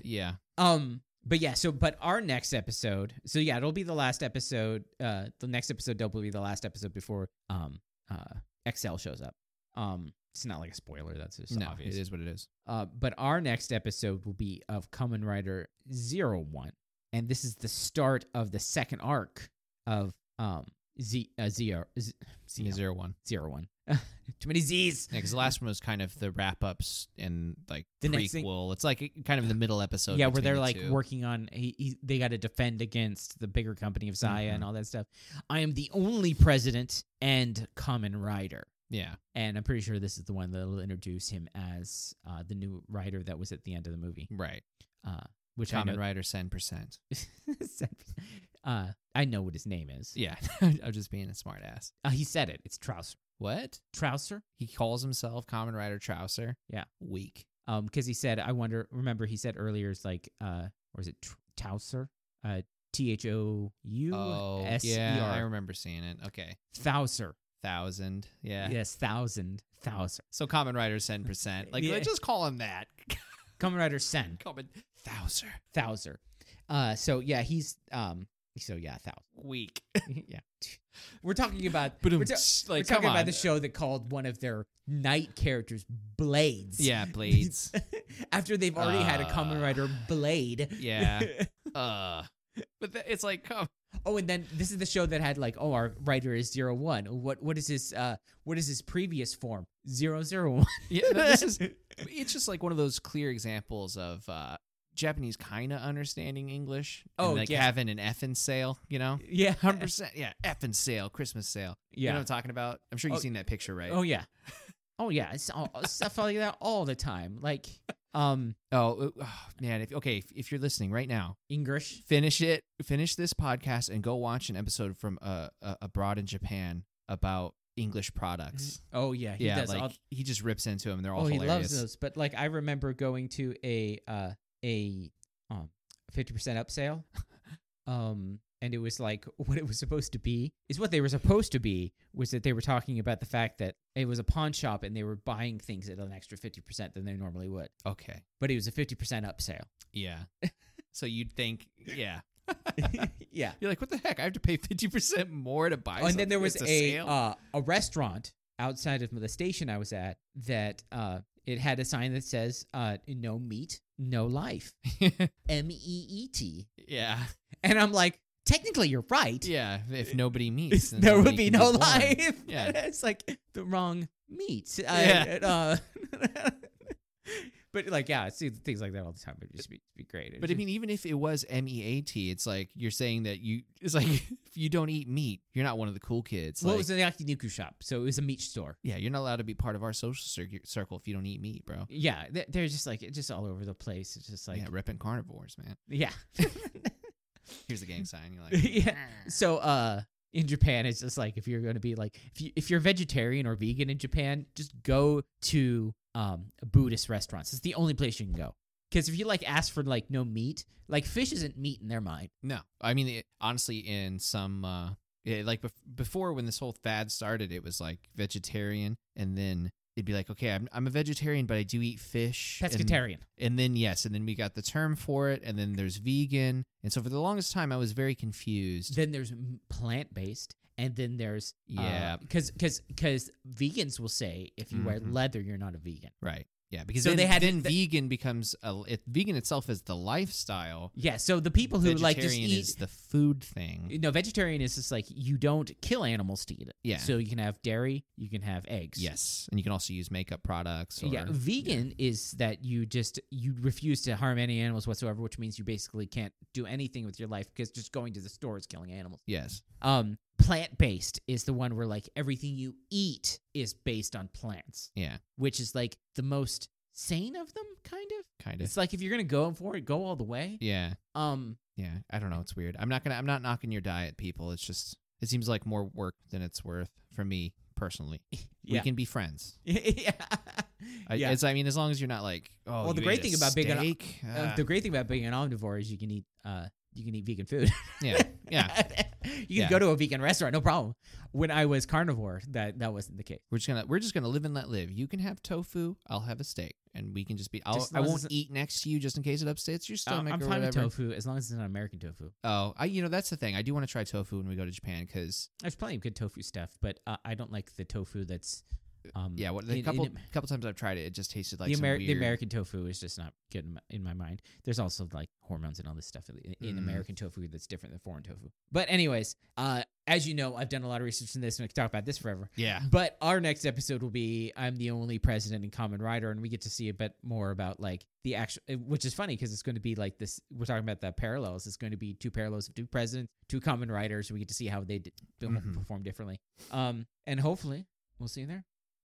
Speaker 2: Yeah.
Speaker 1: um, but yeah, so but our next episode, so yeah, it'll be the last episode. Uh, the next episode Dope will be the last episode before um uh Excel shows up. Um, it's not like a spoiler. That's just
Speaker 2: no,
Speaker 1: obvious.
Speaker 2: it is what it is.
Speaker 1: Uh, but our next episode will be of Kamen Rider Zero One, and this is the start of the second arc of um Z uh, Zero Z, Zero
Speaker 2: Zero one.
Speaker 1: Zero One. Too many Z's.
Speaker 2: Yeah, because the last one was kind of the wrap ups and like
Speaker 1: The
Speaker 2: prequel.
Speaker 1: next thing-
Speaker 2: it's like kind of the middle episode.
Speaker 1: yeah, where
Speaker 2: between
Speaker 1: they're
Speaker 2: the
Speaker 1: like
Speaker 2: two.
Speaker 1: working on he, he, they got to defend against the bigger company of Zaya
Speaker 2: Mm-hmm.
Speaker 1: and all that stuff. I am the only president and common rider,
Speaker 2: Yeah,
Speaker 1: and I'm pretty sure this is the one that'll introduce him as uh, the new rider that was at the end of the movie,
Speaker 2: right.
Speaker 1: uh, which
Speaker 2: Common
Speaker 1: I
Speaker 2: Rider Sen percent.
Speaker 1: know. uh, I know what his name is.
Speaker 2: Yeah, I'm just being a smart ass.
Speaker 1: Uh, he said it. It's Trouser.
Speaker 2: What?
Speaker 1: Trouser.
Speaker 2: He calls himself Common Rider Trouser.
Speaker 1: Yeah.
Speaker 2: Weak.
Speaker 1: Um, because he said, I wonder. Remember, he said earlier, it's like, uh, or is it tr- Trouser? Uh, T H O U
Speaker 2: Oh,
Speaker 1: S E
Speaker 2: yeah. I
Speaker 1: R.
Speaker 2: remember seeing it. Okay.
Speaker 1: Thouser.
Speaker 2: Thousand. Yeah.
Speaker 1: Yes, thousand, thousand.
Speaker 2: So Common Rider Sen percent. Like,
Speaker 1: Yeah.
Speaker 2: let's just call him that.
Speaker 1: Kamen Rider Sen,
Speaker 2: Common Thouser.
Speaker 1: Thouser. Uh, so yeah, he's um, so yeah, thousand.
Speaker 2: Weak.
Speaker 1: yeah, we're talking about
Speaker 2: But um,
Speaker 1: we're, ta- we're
Speaker 2: like,
Speaker 1: talking
Speaker 2: come
Speaker 1: about
Speaker 2: on.
Speaker 1: the show that called one of their knight characters Blades.
Speaker 2: Yeah, blades.
Speaker 1: After they've already had a Kamen
Speaker 2: Uh,
Speaker 1: Rider Blade.
Speaker 2: yeah. uh. But tha- it's like, come.
Speaker 1: oh, and then this is the show that had like, oh, our writer is zero one. What what is his uh what is his previous form? Zero zero one.
Speaker 2: Yeah, no, this is it's just like one of those clear examples of uh Japanese kind of understanding English. and,
Speaker 1: Oh,
Speaker 2: like
Speaker 1: yeah.
Speaker 2: having an effing sale, you know?
Speaker 1: yeah,
Speaker 2: 100%. Yeah, effing sale, Christmas sale. You know
Speaker 1: yeah.
Speaker 2: what I'm talking about? I'm sure you've
Speaker 1: Oh,
Speaker 2: seen that picture, right?
Speaker 1: Oh yeah. Oh yeah. It's all, stuff like that all the time. Like um
Speaker 2: Oh, uh, oh, man. If, okay, if, if you're listening right now,
Speaker 1: English.
Speaker 2: finish it. Finish this podcast and go watch an episode from uh, uh, abroad in Japan about English products.
Speaker 1: Oh yeah, he
Speaker 2: yeah,
Speaker 1: does.
Speaker 2: like
Speaker 1: all,
Speaker 2: he just rips into them. They're all
Speaker 1: oh, he
Speaker 2: hilarious.
Speaker 1: loves those. But like I remember going to a uh a um fifty percent up sale. Um and it was like what it was supposed to be is what they were supposed to be was that they were talking about the fact that it was a pawn shop and they were buying things at an extra 50% than they normally would
Speaker 2: Okay.
Speaker 1: but it was a 50% up sale
Speaker 2: Yeah. so you'd think, yeah.
Speaker 1: yeah
Speaker 2: You're like, what the heck? I have to pay fifty percent more to buy.
Speaker 1: Oh, and then there was
Speaker 2: something? It's
Speaker 1: a
Speaker 2: sale?
Speaker 1: uh, a restaurant outside of the station I was at that uh, it had a sign that says uh, "No meat, no life," M E E T,
Speaker 2: yeah,
Speaker 1: and I'm like, technically you're right.
Speaker 2: yeah. If nobody meets, then
Speaker 1: there would
Speaker 2: nobody
Speaker 1: be
Speaker 2: can
Speaker 1: no
Speaker 2: born.
Speaker 1: life.
Speaker 2: Yeah.
Speaker 1: it's like the wrong meat.
Speaker 2: Yeah.
Speaker 1: I- uh, but like, yeah, I see things like that all the time. It'd just be, be great. It'd
Speaker 2: But I
Speaker 1: just-
Speaker 2: mean, even if it was M E A T, it's like you're saying that you. It's like if you don't eat meat, you're not one of the cool kids.
Speaker 1: well,
Speaker 2: Like,
Speaker 1: it was an yakiniku shop, so it was a meat store.
Speaker 2: yeah, you're not allowed to be part of our social cir- circle if you don't eat meat, bro.
Speaker 1: Yeah, they- they're just like just all over the place. It's just like
Speaker 2: yeah, ripping carnivores, man.
Speaker 1: yeah.
Speaker 2: Here's the gang sign. You're like, "Hmm."
Speaker 1: yeah. So uh in Japan it's just like if you're going to be like if you if you're vegetarian or vegan in Japan, just go to um Buddhist restaurants. It's the only place you can go. Cuz if you like ask for like no meat, like fish isn't meat in their mind.
Speaker 2: No, I mean it, honestly, in some uh, yeah, like bef- before when this whole fad started, it was like vegetarian, and then it'd be like, okay, I'm I'm a vegetarian, but I do eat fish. and-
Speaker 1: Pescatarian.
Speaker 2: and then yes, and then we got the term for it, and then there's vegan, and so for the longest time, I was very confused.
Speaker 1: then there's m- plant-based and then there's uh,
Speaker 2: Yeah.
Speaker 1: cuz cuz cuz vegans will say if you wear
Speaker 2: Mhm.
Speaker 1: leather you're not a vegan.
Speaker 2: right. Yeah, because
Speaker 1: So
Speaker 2: then,
Speaker 1: they had
Speaker 2: then
Speaker 1: the-
Speaker 2: vegan becomes a it, vegan itself is the lifestyle.
Speaker 1: Yeah, so the people who like just
Speaker 2: Vegetarian
Speaker 1: eat
Speaker 2: is the food thing.
Speaker 1: No, vegetarian is just like you don't kill animals to eat it.
Speaker 2: Yeah.
Speaker 1: So you can have dairy, you can have eggs.
Speaker 2: Yes, and you can also use makeup products. Or,
Speaker 1: yeah. Vegan is that you just you refuse to harm any animals whatsoever, which means you basically can't do anything with your life because just going to the store is killing animals.
Speaker 2: Yes.
Speaker 1: Um, plant based is the one where like everything you eat is based on plants,
Speaker 2: Yeah.
Speaker 1: which is like the most sane of them, kind of.
Speaker 2: Kind of.
Speaker 1: It's like if you're gonna go for it, go all the way.
Speaker 2: Yeah.
Speaker 1: Um,
Speaker 2: Yeah, I don't know. It's weird. I'm not gonna. I'm not knocking your diet, people. It's just it seems like more work than it's worth for me personally. We
Speaker 1: yeah.
Speaker 2: can be friends.
Speaker 1: yeah.
Speaker 2: I,
Speaker 1: Yeah.
Speaker 2: It's, I mean, as long as you're not like, oh,
Speaker 1: Well, the
Speaker 2: you
Speaker 1: great
Speaker 2: ate a
Speaker 1: thing about being an-
Speaker 2: steak?
Speaker 1: Uh,
Speaker 2: Ah.
Speaker 1: the great thing about being an omnivore is you can eat uh, you can eat vegan food.
Speaker 2: Yeah. Yeah.
Speaker 1: you can
Speaker 2: Yeah.
Speaker 1: go to a vegan restaurant, no problem. When I was carnivore, that that wasn't the case.
Speaker 2: We're just gonna we're just gonna live and let live. You can have tofu, I'll have a steak, and we can just be. I'll,
Speaker 1: Just as
Speaker 2: I
Speaker 1: long as
Speaker 2: won't
Speaker 1: it's-
Speaker 2: eat next to you just in case it upsets your
Speaker 1: Uh,
Speaker 2: stomach
Speaker 1: I'm
Speaker 2: or
Speaker 1: fine with
Speaker 2: whatever.
Speaker 1: tofu as long as it's not American tofu.
Speaker 2: Oh, I you know that's the thing. I do want to try tofu when we go to Japan because
Speaker 1: There's plenty of good tofu stuff, but uh, I don't like the tofu that's. Um,
Speaker 2: Uh, yeah, what
Speaker 1: in-
Speaker 2: the
Speaker 1: in-
Speaker 2: couple couple times I've tried it, it just tasted like
Speaker 1: the,
Speaker 2: some
Speaker 1: Ameri- the
Speaker 2: weird-
Speaker 1: American tofu is just not good in my, in my mind. There's also like hormones and all this stuff in, in
Speaker 2: Mm.
Speaker 1: American tofu that's different than foreign tofu. But anyways, uh, as you know, I've done a lot of research in this and we could talk about this forever.
Speaker 2: Yeah,
Speaker 1: But our next episode will be I'm the only president and common rider, and we get to see a bit more about like the actual, which is funny because it's going to be like this. We're talking about the parallels. It's going to be two parallels of two presidents, two common riders. We get to see how they did,
Speaker 2: Mhm.
Speaker 1: perform differently. Um, and hopefully we'll see you there.